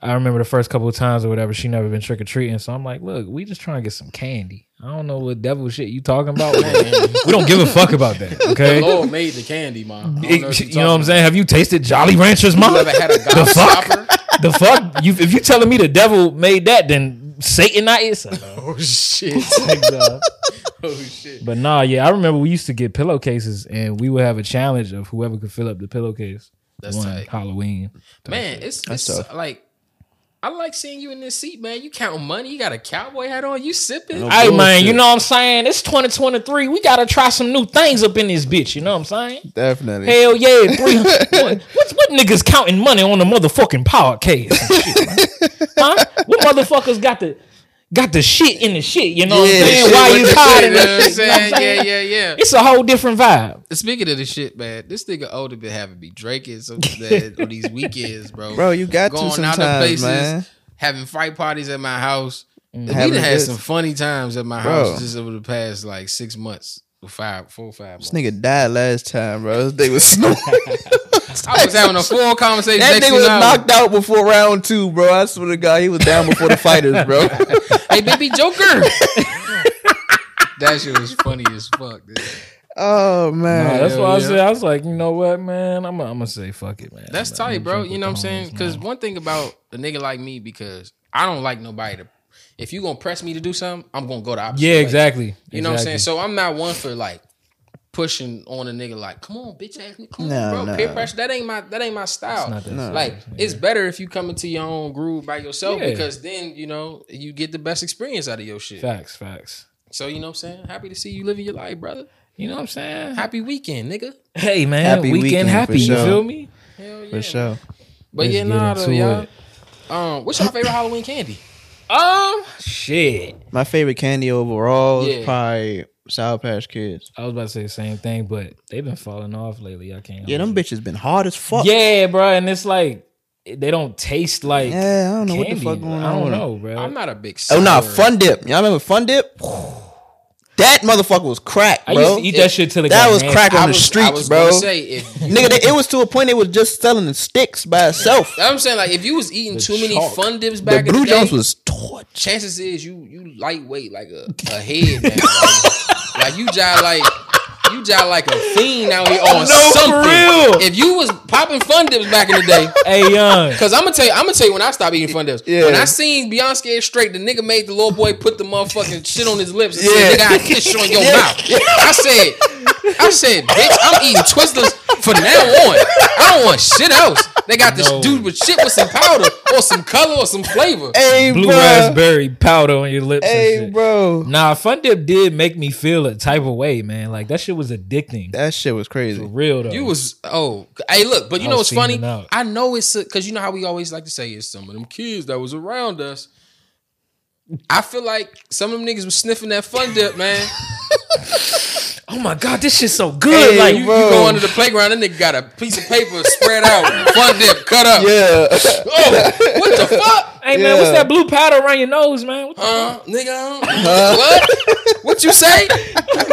[SPEAKER 3] I remember the first couple of times or whatever she never been trick or treating, so I'm like, look, we just trying to get some candy. I don't know what devil shit you talking about. but we don't give a fuck about that. Okay,
[SPEAKER 1] the Lord made the candy, mom. I don't know
[SPEAKER 3] It-
[SPEAKER 1] what
[SPEAKER 3] you
[SPEAKER 1] you're
[SPEAKER 3] know what I'm
[SPEAKER 1] talking
[SPEAKER 3] saying? Have you tasted Jolly Ranchers, mom?
[SPEAKER 1] about. You ever had a
[SPEAKER 3] the fuck?
[SPEAKER 1] gobstopper?
[SPEAKER 3] the fuck? You if you telling me the devil made that, then Satan not is.
[SPEAKER 1] Oh shit! oh shit!
[SPEAKER 3] But nah, yeah, I remember we used to get pillowcases and we would have a challenge of whoever could fill up the pillowcase.
[SPEAKER 1] That's
[SPEAKER 3] one
[SPEAKER 1] tight.
[SPEAKER 3] Halloween.
[SPEAKER 1] Man, it's, it's
[SPEAKER 4] tough.
[SPEAKER 1] like I like seeing you in this seat, man. You counting money. You got a cowboy hat on. You sipping.
[SPEAKER 4] No
[SPEAKER 3] Hey man,
[SPEAKER 4] bullshit.
[SPEAKER 3] you know what I'm saying? It's 2023. We gotta try some new things up in this bitch. You know what I'm saying?
[SPEAKER 4] Definitely.
[SPEAKER 3] Hell yeah, three. what, what, what niggas counting money on a motherfucking podcast? and shit, man? huh? What motherfuckers got the got the shit in the shit? You know what
[SPEAKER 4] Yeah,
[SPEAKER 3] I'm saying?
[SPEAKER 4] shit
[SPEAKER 3] Why
[SPEAKER 4] with
[SPEAKER 3] you
[SPEAKER 4] the
[SPEAKER 3] hiding
[SPEAKER 1] You know
[SPEAKER 3] that
[SPEAKER 1] what I'm
[SPEAKER 3] shit? You know what
[SPEAKER 1] saying?
[SPEAKER 3] I'm
[SPEAKER 1] Yeah,
[SPEAKER 3] saying?
[SPEAKER 1] yeah, yeah.
[SPEAKER 3] It's a whole different vibe.
[SPEAKER 1] Speaking of this shit, man, this nigga older been having me drinking some that on these weekends, bro.
[SPEAKER 4] Bro, you got to sometimes, man.
[SPEAKER 1] having fight parties at my house. We done
[SPEAKER 4] Having
[SPEAKER 1] had
[SPEAKER 4] good-
[SPEAKER 1] some funny times at my
[SPEAKER 4] Bro.
[SPEAKER 1] house just over the past like six months, five, four, five months.
[SPEAKER 4] This nigga died last time, bro. This nigga was snoring.
[SPEAKER 1] I was having a full conversation.
[SPEAKER 4] that
[SPEAKER 1] next
[SPEAKER 4] nigga
[SPEAKER 1] thing
[SPEAKER 4] was
[SPEAKER 1] I
[SPEAKER 4] knocked out before round two, bro. I swear to God, he was down before the fighters, bro.
[SPEAKER 1] hey, baby Joker. that shit was funny as fuck. Dude.
[SPEAKER 4] oh man,
[SPEAKER 3] Nah, that's
[SPEAKER 1] hell
[SPEAKER 3] why I
[SPEAKER 1] yeah.
[SPEAKER 3] said I was like, you know what, man? I'm I'm gonna say fuck it, man.
[SPEAKER 1] That's
[SPEAKER 3] I'm
[SPEAKER 1] tight,
[SPEAKER 3] gonna
[SPEAKER 1] bro.
[SPEAKER 3] drink
[SPEAKER 1] You
[SPEAKER 3] with
[SPEAKER 1] know what I'm
[SPEAKER 3] the
[SPEAKER 1] saying?
[SPEAKER 3] homies,
[SPEAKER 1] Because
[SPEAKER 3] man.
[SPEAKER 1] one thing about a nigga like me, because I don't like nobody to. If you gonna press me to do something, I'm gonna go the opposite.
[SPEAKER 3] yeah,
[SPEAKER 1] way.
[SPEAKER 3] exactly.
[SPEAKER 1] You know what I'm
[SPEAKER 3] Exactly.
[SPEAKER 1] saying? So I'm not one for like pushing on a nigga like, come on, bitch ass nigga, come
[SPEAKER 4] No,
[SPEAKER 1] on, bro.
[SPEAKER 4] no.
[SPEAKER 1] Peer pressure, that ain't my that ain't my style.
[SPEAKER 3] not that No.
[SPEAKER 1] Like it's better if you come into your own groove by yourself
[SPEAKER 3] Yeah.
[SPEAKER 1] because then, you know, you get the best experience out of your shit.
[SPEAKER 3] Facts, facts.
[SPEAKER 1] So you know what I'm saying? Happy to see you living your life, brother.
[SPEAKER 3] You know what I'm saying?
[SPEAKER 1] Happy weekend, nigga.
[SPEAKER 3] Hey man,
[SPEAKER 4] Happy
[SPEAKER 3] weekend,
[SPEAKER 4] weekend, for
[SPEAKER 3] happy. You
[SPEAKER 4] sure.
[SPEAKER 3] feel me?
[SPEAKER 1] Hell yeah.
[SPEAKER 4] for sure.
[SPEAKER 1] But
[SPEAKER 3] Let's
[SPEAKER 1] yeah,
[SPEAKER 3] get
[SPEAKER 1] nah,
[SPEAKER 3] into
[SPEAKER 1] though, y'all.
[SPEAKER 3] it.
[SPEAKER 1] Um, what's your favorite Halloween candy?
[SPEAKER 3] Um, shit.
[SPEAKER 4] My favorite candy overall
[SPEAKER 1] Yeah.
[SPEAKER 4] is probably Sour Patch Kids.
[SPEAKER 3] I was about to say the same thing, but they've been falling off lately. I can't.
[SPEAKER 4] Yeah, them bitches been hard as fuck.
[SPEAKER 3] Yeah, bro, and it's like they don't taste like.
[SPEAKER 4] Yeah, I don't know what the
[SPEAKER 3] candy.
[SPEAKER 4] fuck going
[SPEAKER 3] I
[SPEAKER 4] on
[SPEAKER 3] don't
[SPEAKER 4] with 'em.
[SPEAKER 3] know, bro.
[SPEAKER 1] I'm not a big.
[SPEAKER 4] Oh nah,
[SPEAKER 1] sour-
[SPEAKER 4] Fun Dip. Y'all remember Fun Dip? That motherfucker was crack,
[SPEAKER 3] I
[SPEAKER 4] bro.
[SPEAKER 3] used to eat that shit till it
[SPEAKER 4] that
[SPEAKER 3] got
[SPEAKER 4] was
[SPEAKER 3] nasty.
[SPEAKER 4] crack
[SPEAKER 1] I
[SPEAKER 4] on
[SPEAKER 1] was-
[SPEAKER 4] the
[SPEAKER 1] I
[SPEAKER 4] streets,
[SPEAKER 1] was
[SPEAKER 4] bro.
[SPEAKER 1] gonna Say if you,
[SPEAKER 4] Nigga, they, it was to a point they was just selling the sticks by itself.
[SPEAKER 1] I'm saying like if you was eating too many
[SPEAKER 3] chalk.
[SPEAKER 1] fun dips
[SPEAKER 4] the
[SPEAKER 1] back in
[SPEAKER 4] Blue
[SPEAKER 1] the day,
[SPEAKER 4] Jones was torch.
[SPEAKER 1] chances is you you lightweight like a, a head now. like, like you jive like you jive like a fiend out here
[SPEAKER 4] Oh,
[SPEAKER 1] on
[SPEAKER 3] No, for
[SPEAKER 1] something.
[SPEAKER 3] real.
[SPEAKER 1] If you was popping fun dips back in the day,
[SPEAKER 3] hey young,
[SPEAKER 1] Cause I'm gonna tell you, I'm gonna tell you when I stopped eating Fun Dips.
[SPEAKER 4] Yeah.
[SPEAKER 1] When I seen Beyond Scared Straight, the nigga made the little boy put the motherfucking shit on his lips and
[SPEAKER 4] Yeah.
[SPEAKER 1] said, "Nigga, I kiss you on your mouth." I said, "I said, bitch, I'm eating Twizzlers from now on. I don't want shit else." They got this
[SPEAKER 3] No.
[SPEAKER 1] dude with shit with some powder or some color or some flavor.
[SPEAKER 4] Hey,
[SPEAKER 3] blue
[SPEAKER 4] bro.
[SPEAKER 3] raspberry powder on your lips. and
[SPEAKER 4] Hey,
[SPEAKER 3] shit.
[SPEAKER 4] bro.
[SPEAKER 3] Nah, Fun Dip did make me feel a type of way, man. Like that shit was addicting.
[SPEAKER 4] That shit was
[SPEAKER 3] For
[SPEAKER 4] crazy.
[SPEAKER 3] real though.
[SPEAKER 1] You was oh hey look, but you
[SPEAKER 3] I
[SPEAKER 1] know
[SPEAKER 3] was
[SPEAKER 1] what's funny?
[SPEAKER 3] fiending out.
[SPEAKER 1] I know it's because you know how we always like to say it's some of them kids that was around us. I feel like some of them niggas was sniffing that fun dip, man.
[SPEAKER 3] oh my god, this shit's so good.
[SPEAKER 4] Hey,
[SPEAKER 3] like
[SPEAKER 1] You, you
[SPEAKER 4] Bro.
[SPEAKER 1] go into the playground and they got a piece of paper spread out, fun dip, cut up.
[SPEAKER 4] Yeah.
[SPEAKER 1] Oh, what the fuck?
[SPEAKER 3] Hey man, what's
[SPEAKER 4] Yeah.
[SPEAKER 3] that blue powder around your nose, man? What the-
[SPEAKER 1] Uh, nigga, what? What you say?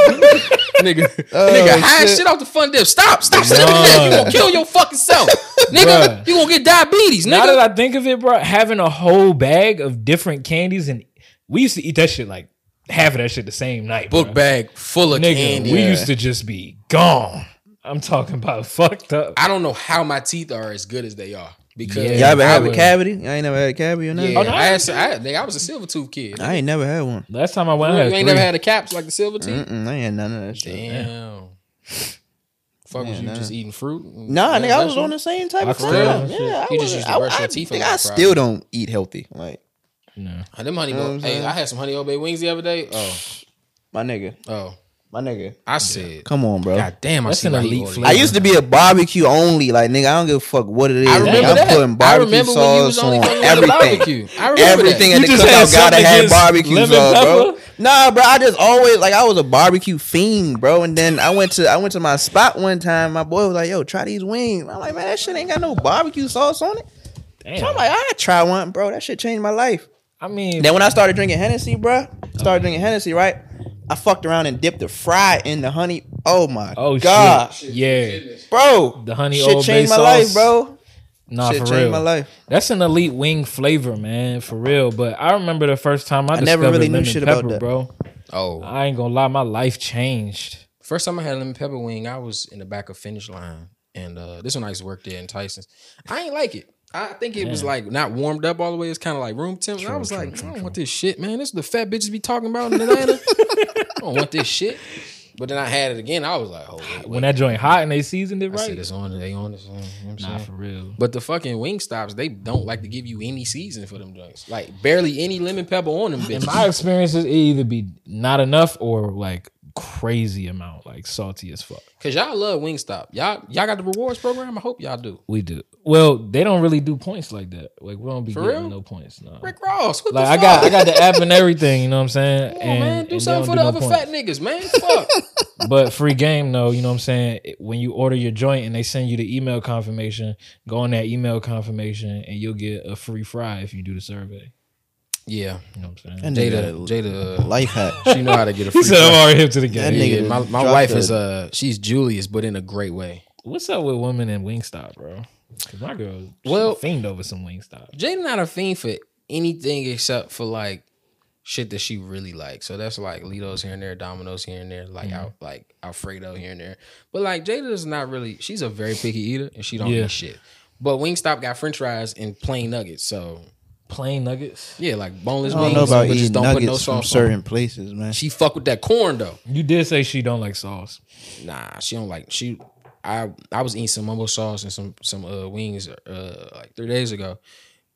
[SPEAKER 1] nigga,
[SPEAKER 3] Oh,
[SPEAKER 1] nigga, hide shit.
[SPEAKER 4] shit.
[SPEAKER 1] off the fun dip. Stop, stop sniffing that. You gonna kill your fucking self, nigga.
[SPEAKER 3] Bruh.
[SPEAKER 1] You gonna get diabetes,
[SPEAKER 3] now that
[SPEAKER 1] nigga.
[SPEAKER 3] I think of it, bro, having a whole bag of different candies and we used to eat that shit like half of that shit the same night.
[SPEAKER 1] Book
[SPEAKER 3] bruh.
[SPEAKER 1] bag full of
[SPEAKER 3] nigga,
[SPEAKER 1] candy.
[SPEAKER 3] we used to just be gone. I'm talking about fucked up.
[SPEAKER 1] I don't know how my teeth are as good as they are because
[SPEAKER 3] Yeah.
[SPEAKER 4] Y'all ever
[SPEAKER 3] I
[SPEAKER 4] have a
[SPEAKER 3] would-
[SPEAKER 4] cavity? I ain't never had a cavity or nothing.
[SPEAKER 1] Yeah,
[SPEAKER 3] Oh, no,
[SPEAKER 1] I,
[SPEAKER 3] I-
[SPEAKER 1] had, I, had- nigga, I was a silver tooth kid.
[SPEAKER 4] I ain't never had one.
[SPEAKER 3] Last time I went, I
[SPEAKER 1] you
[SPEAKER 3] had
[SPEAKER 1] ain't
[SPEAKER 3] three.
[SPEAKER 1] never had the caps like the silver teeth.
[SPEAKER 4] Mm-mm, I ain't had none of that shit.
[SPEAKER 1] Damn. Fuck, was you
[SPEAKER 4] nah.
[SPEAKER 1] just eating fruit?
[SPEAKER 4] Nah, nigga, I was on the same type of
[SPEAKER 3] Oxtail
[SPEAKER 4] thing.
[SPEAKER 3] and shit.
[SPEAKER 4] Yeah, I
[SPEAKER 1] You just
[SPEAKER 4] was.
[SPEAKER 1] used to
[SPEAKER 4] I,
[SPEAKER 1] brush your
[SPEAKER 4] I,
[SPEAKER 1] teeth a
[SPEAKER 4] think
[SPEAKER 1] lot,
[SPEAKER 4] I
[SPEAKER 1] probably.
[SPEAKER 4] still don't eat healthy. Like
[SPEAKER 3] No.
[SPEAKER 1] Oh, them honey
[SPEAKER 4] know what
[SPEAKER 1] bo-
[SPEAKER 4] I'm
[SPEAKER 1] hey,
[SPEAKER 4] saying?
[SPEAKER 1] I had some honey obey wings the other day. Oh,
[SPEAKER 4] my nigga,
[SPEAKER 1] oh,
[SPEAKER 4] my nigga.
[SPEAKER 1] I said,
[SPEAKER 4] Come on, bro.
[SPEAKER 1] God damn, I
[SPEAKER 3] That's
[SPEAKER 1] see
[SPEAKER 3] an
[SPEAKER 1] why he
[SPEAKER 3] elite
[SPEAKER 1] ordered
[SPEAKER 3] flavor.
[SPEAKER 1] that.
[SPEAKER 4] I used to be a barbecue only. Like nigga, I don't give a fuck what it is.
[SPEAKER 1] I
[SPEAKER 4] nigga.
[SPEAKER 1] remember
[SPEAKER 4] I'm
[SPEAKER 1] that.
[SPEAKER 4] putting
[SPEAKER 1] I
[SPEAKER 4] barbecue
[SPEAKER 1] remember when you was
[SPEAKER 4] sauce
[SPEAKER 1] only
[SPEAKER 4] on
[SPEAKER 1] fucking with the
[SPEAKER 4] everything.
[SPEAKER 1] barbecue. I remember
[SPEAKER 4] Everything
[SPEAKER 1] that.
[SPEAKER 4] at
[SPEAKER 3] You
[SPEAKER 4] the
[SPEAKER 3] just had
[SPEAKER 4] cookout gotta
[SPEAKER 3] something
[SPEAKER 4] have
[SPEAKER 3] against
[SPEAKER 4] barbecue
[SPEAKER 3] lemon
[SPEAKER 4] sauce, bro.
[SPEAKER 3] pepper?
[SPEAKER 4] Nah, bro, I just always like I was a barbecue fiend, bro. And then I went to I went to my spot one time. My boy was like, "Yo, try these wings." I'm like, "Man, that shit ain't got no barbecue sauce on it." So I'm
[SPEAKER 3] Damn.
[SPEAKER 4] like, "I try one, bro. That shit changed my life."
[SPEAKER 3] I mean,
[SPEAKER 4] Then when I started drinking Hennessy, bro, started drinking Hennessy, right? I fucked around and dipped the fry in the honey. Oh my
[SPEAKER 3] oh
[SPEAKER 4] god,
[SPEAKER 3] shit, yeah.
[SPEAKER 4] bro!
[SPEAKER 3] The honey
[SPEAKER 4] shit
[SPEAKER 3] Old Bay
[SPEAKER 4] changed my
[SPEAKER 3] sauce.
[SPEAKER 4] life, bro.
[SPEAKER 3] Nah,
[SPEAKER 4] shit
[SPEAKER 3] for
[SPEAKER 4] changed
[SPEAKER 3] real.
[SPEAKER 4] my life.
[SPEAKER 3] That's an elite wing flavor, man, for real. But I remember the first time I,
[SPEAKER 4] I never
[SPEAKER 3] discovered
[SPEAKER 4] really knew
[SPEAKER 3] lemon
[SPEAKER 4] shit
[SPEAKER 3] pepper,
[SPEAKER 4] about that.
[SPEAKER 3] bro.
[SPEAKER 1] Oh,
[SPEAKER 3] I ain't gonna lie, my life changed.
[SPEAKER 1] first time I had lemon pepper wing, I was in the back of finish line, and uh, this one I used to work there in Tyson's. I ain't like it. I think it was like not warmed up all the way. It's kind of like room temp. and I was like, I don't want this shit, man. This is the fat bitches be talking about in Atlanta. I don't want this shit. But then I had it again. I was like, oh, wait, wait.
[SPEAKER 3] When that joint hot and they seasoned it
[SPEAKER 1] I said
[SPEAKER 3] Ah, right.
[SPEAKER 1] it's on. They on this. You know what I'm
[SPEAKER 3] Nah,
[SPEAKER 1] saying?
[SPEAKER 3] for real.
[SPEAKER 1] But the fucking wing stops, they don't like to give you any season for them joints. Like barely any lemon pepper on them
[SPEAKER 3] In
[SPEAKER 1] bitches.
[SPEAKER 3] my experiences, it either be not enough or like crazy amount, like salty as fuck.
[SPEAKER 1] Cause y'all love Wingstop. Y'all y'all got the rewards program. I hope y'all do.
[SPEAKER 3] We do. Well, they don't really do points like that. Like we don't be
[SPEAKER 1] For
[SPEAKER 3] getting
[SPEAKER 1] real?
[SPEAKER 3] no points. No.
[SPEAKER 1] Rick Ross, what
[SPEAKER 3] Like
[SPEAKER 1] the
[SPEAKER 3] I
[SPEAKER 1] fuck?
[SPEAKER 3] got I got the app and everything, you know what I'm saying?
[SPEAKER 1] Come on,
[SPEAKER 3] and,
[SPEAKER 1] man, do
[SPEAKER 3] and they
[SPEAKER 1] something for the
[SPEAKER 3] don't
[SPEAKER 1] other
[SPEAKER 3] do no
[SPEAKER 1] fat niggas, man. Fuck.
[SPEAKER 3] But free game, though, you know what I'm saying? It- When you order your joint and they send you the email confirmation, go on that email confirmation and you'll get a free fry if you do the survey.
[SPEAKER 1] yeah,
[SPEAKER 3] You know what I'm
[SPEAKER 4] That
[SPEAKER 3] saying?
[SPEAKER 1] Jada,
[SPEAKER 4] nigga got a
[SPEAKER 1] Jada, uh,
[SPEAKER 4] life hack.
[SPEAKER 1] she know how to get a free.
[SPEAKER 3] He said, I'm
[SPEAKER 1] fry.
[SPEAKER 3] already hip to the
[SPEAKER 4] That
[SPEAKER 3] game.
[SPEAKER 1] Yeah,
[SPEAKER 4] nigga
[SPEAKER 1] my my
[SPEAKER 4] dropped
[SPEAKER 1] wife
[SPEAKER 4] the-
[SPEAKER 1] is uh she's Julius, but in a great way.
[SPEAKER 3] What's up with women in Wingstop, bro? Because my girl,
[SPEAKER 1] Well-
[SPEAKER 3] well, fiend over some Wingstop.
[SPEAKER 1] Jada not a fiend for anything except for like shit that she really likes. So that's like Litos here and there, Domino's here and there, like Al- like Alfredo here and there. But like Jada is not really. She's a very picky eater, and she don't
[SPEAKER 3] Yeah.
[SPEAKER 1] eat shit. But Wingstop got French fries and plain nuggets. So
[SPEAKER 3] Plain nuggets.
[SPEAKER 1] yeah, like boneless
[SPEAKER 4] I don't
[SPEAKER 1] wings,
[SPEAKER 4] know about
[SPEAKER 1] but
[SPEAKER 4] eating
[SPEAKER 1] just don't put no
[SPEAKER 4] nuggets from
[SPEAKER 1] sauce on.
[SPEAKER 4] certain
[SPEAKER 1] them.
[SPEAKER 4] places, man.
[SPEAKER 1] She fuck with that corn though.
[SPEAKER 3] You did say she don't like sauce.
[SPEAKER 1] Nah, she don't like she. I I was eating some mumbo sauce and some some uh, wings uh, like three days ago,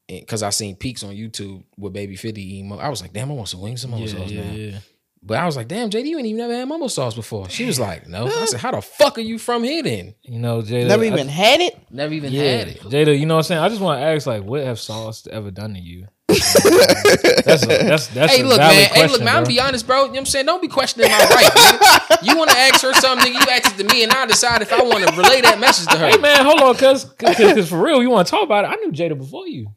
[SPEAKER 1] because I seen peaks on YouTube with Baby Fifty eating. Mumbo. I was like, damn, I want some wings, some mumbo sauce, man.
[SPEAKER 3] yeah.
[SPEAKER 1] But I was like, damn, JD, you ain't even never had mumbo sauce before. She was like, no. I said, how the fuck are you from here then?
[SPEAKER 3] You know, Jada.
[SPEAKER 4] Never
[SPEAKER 3] I-
[SPEAKER 4] even had it.
[SPEAKER 1] Never even
[SPEAKER 3] yeah.
[SPEAKER 1] had it.
[SPEAKER 3] Jada, you know what I'm saying? I just want to ask, like, what have sauce ever done to you? that's a, that's that's
[SPEAKER 1] Hey,
[SPEAKER 3] a
[SPEAKER 1] look,
[SPEAKER 3] valid
[SPEAKER 1] man.
[SPEAKER 3] Question,
[SPEAKER 1] hey, look, man. I'm
[SPEAKER 3] bro.
[SPEAKER 1] be honest, bro. You know what I'm saying? Don't be questioning my right. nigga. You want to ask her something, nigga, you ask it to me, and I decide if I want to relay that message to her.
[SPEAKER 3] Hey man, hold on, cuz because for real, you want to talk about it. I knew Jada before you.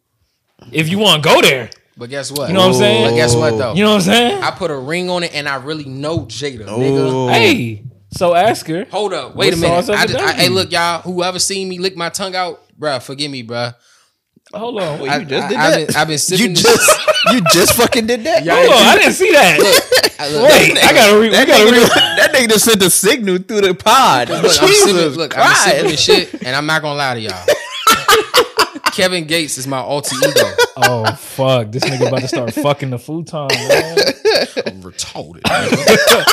[SPEAKER 3] If you want to go there,
[SPEAKER 1] But guess what?
[SPEAKER 3] You know what I'm saying?
[SPEAKER 1] But guess what, though?
[SPEAKER 3] you know what I'm saying.
[SPEAKER 1] I put a ring on it, and I really know Jada, nigga.
[SPEAKER 4] Oh.
[SPEAKER 3] hey, so ask her.
[SPEAKER 1] Hold up, wait
[SPEAKER 3] What
[SPEAKER 1] a minute.
[SPEAKER 3] sauce of
[SPEAKER 1] I
[SPEAKER 3] it
[SPEAKER 1] just,
[SPEAKER 3] does
[SPEAKER 1] I, hey,
[SPEAKER 3] you?
[SPEAKER 1] look, y'all. Whoever seen me lick my tongue out, bruh, forgive me, bruh.
[SPEAKER 3] Hold on, wait,
[SPEAKER 4] You
[SPEAKER 1] I-
[SPEAKER 4] just
[SPEAKER 1] I-
[SPEAKER 4] did
[SPEAKER 1] I've
[SPEAKER 4] that.
[SPEAKER 1] been- I've been sipping
[SPEAKER 4] You
[SPEAKER 1] this-
[SPEAKER 4] just, you just fucking did that.
[SPEAKER 1] Y'all-
[SPEAKER 3] hold on. I didn't see that.
[SPEAKER 1] I look,
[SPEAKER 3] Wait, I gotta read. I
[SPEAKER 4] That
[SPEAKER 3] gotta
[SPEAKER 4] nigga,
[SPEAKER 3] read.
[SPEAKER 4] just, that nigga just sent a signal through the pod.
[SPEAKER 1] Look, I'm
[SPEAKER 4] Jesus
[SPEAKER 1] sipping, look, I'm
[SPEAKER 4] Christ.
[SPEAKER 1] sipping this shit, and I'm not gonna lie to y'all. Kevin Gates is my alter ego.
[SPEAKER 3] Oh fuck, this nigga about to start fucking the futon. Man.
[SPEAKER 1] I'm retarded. man.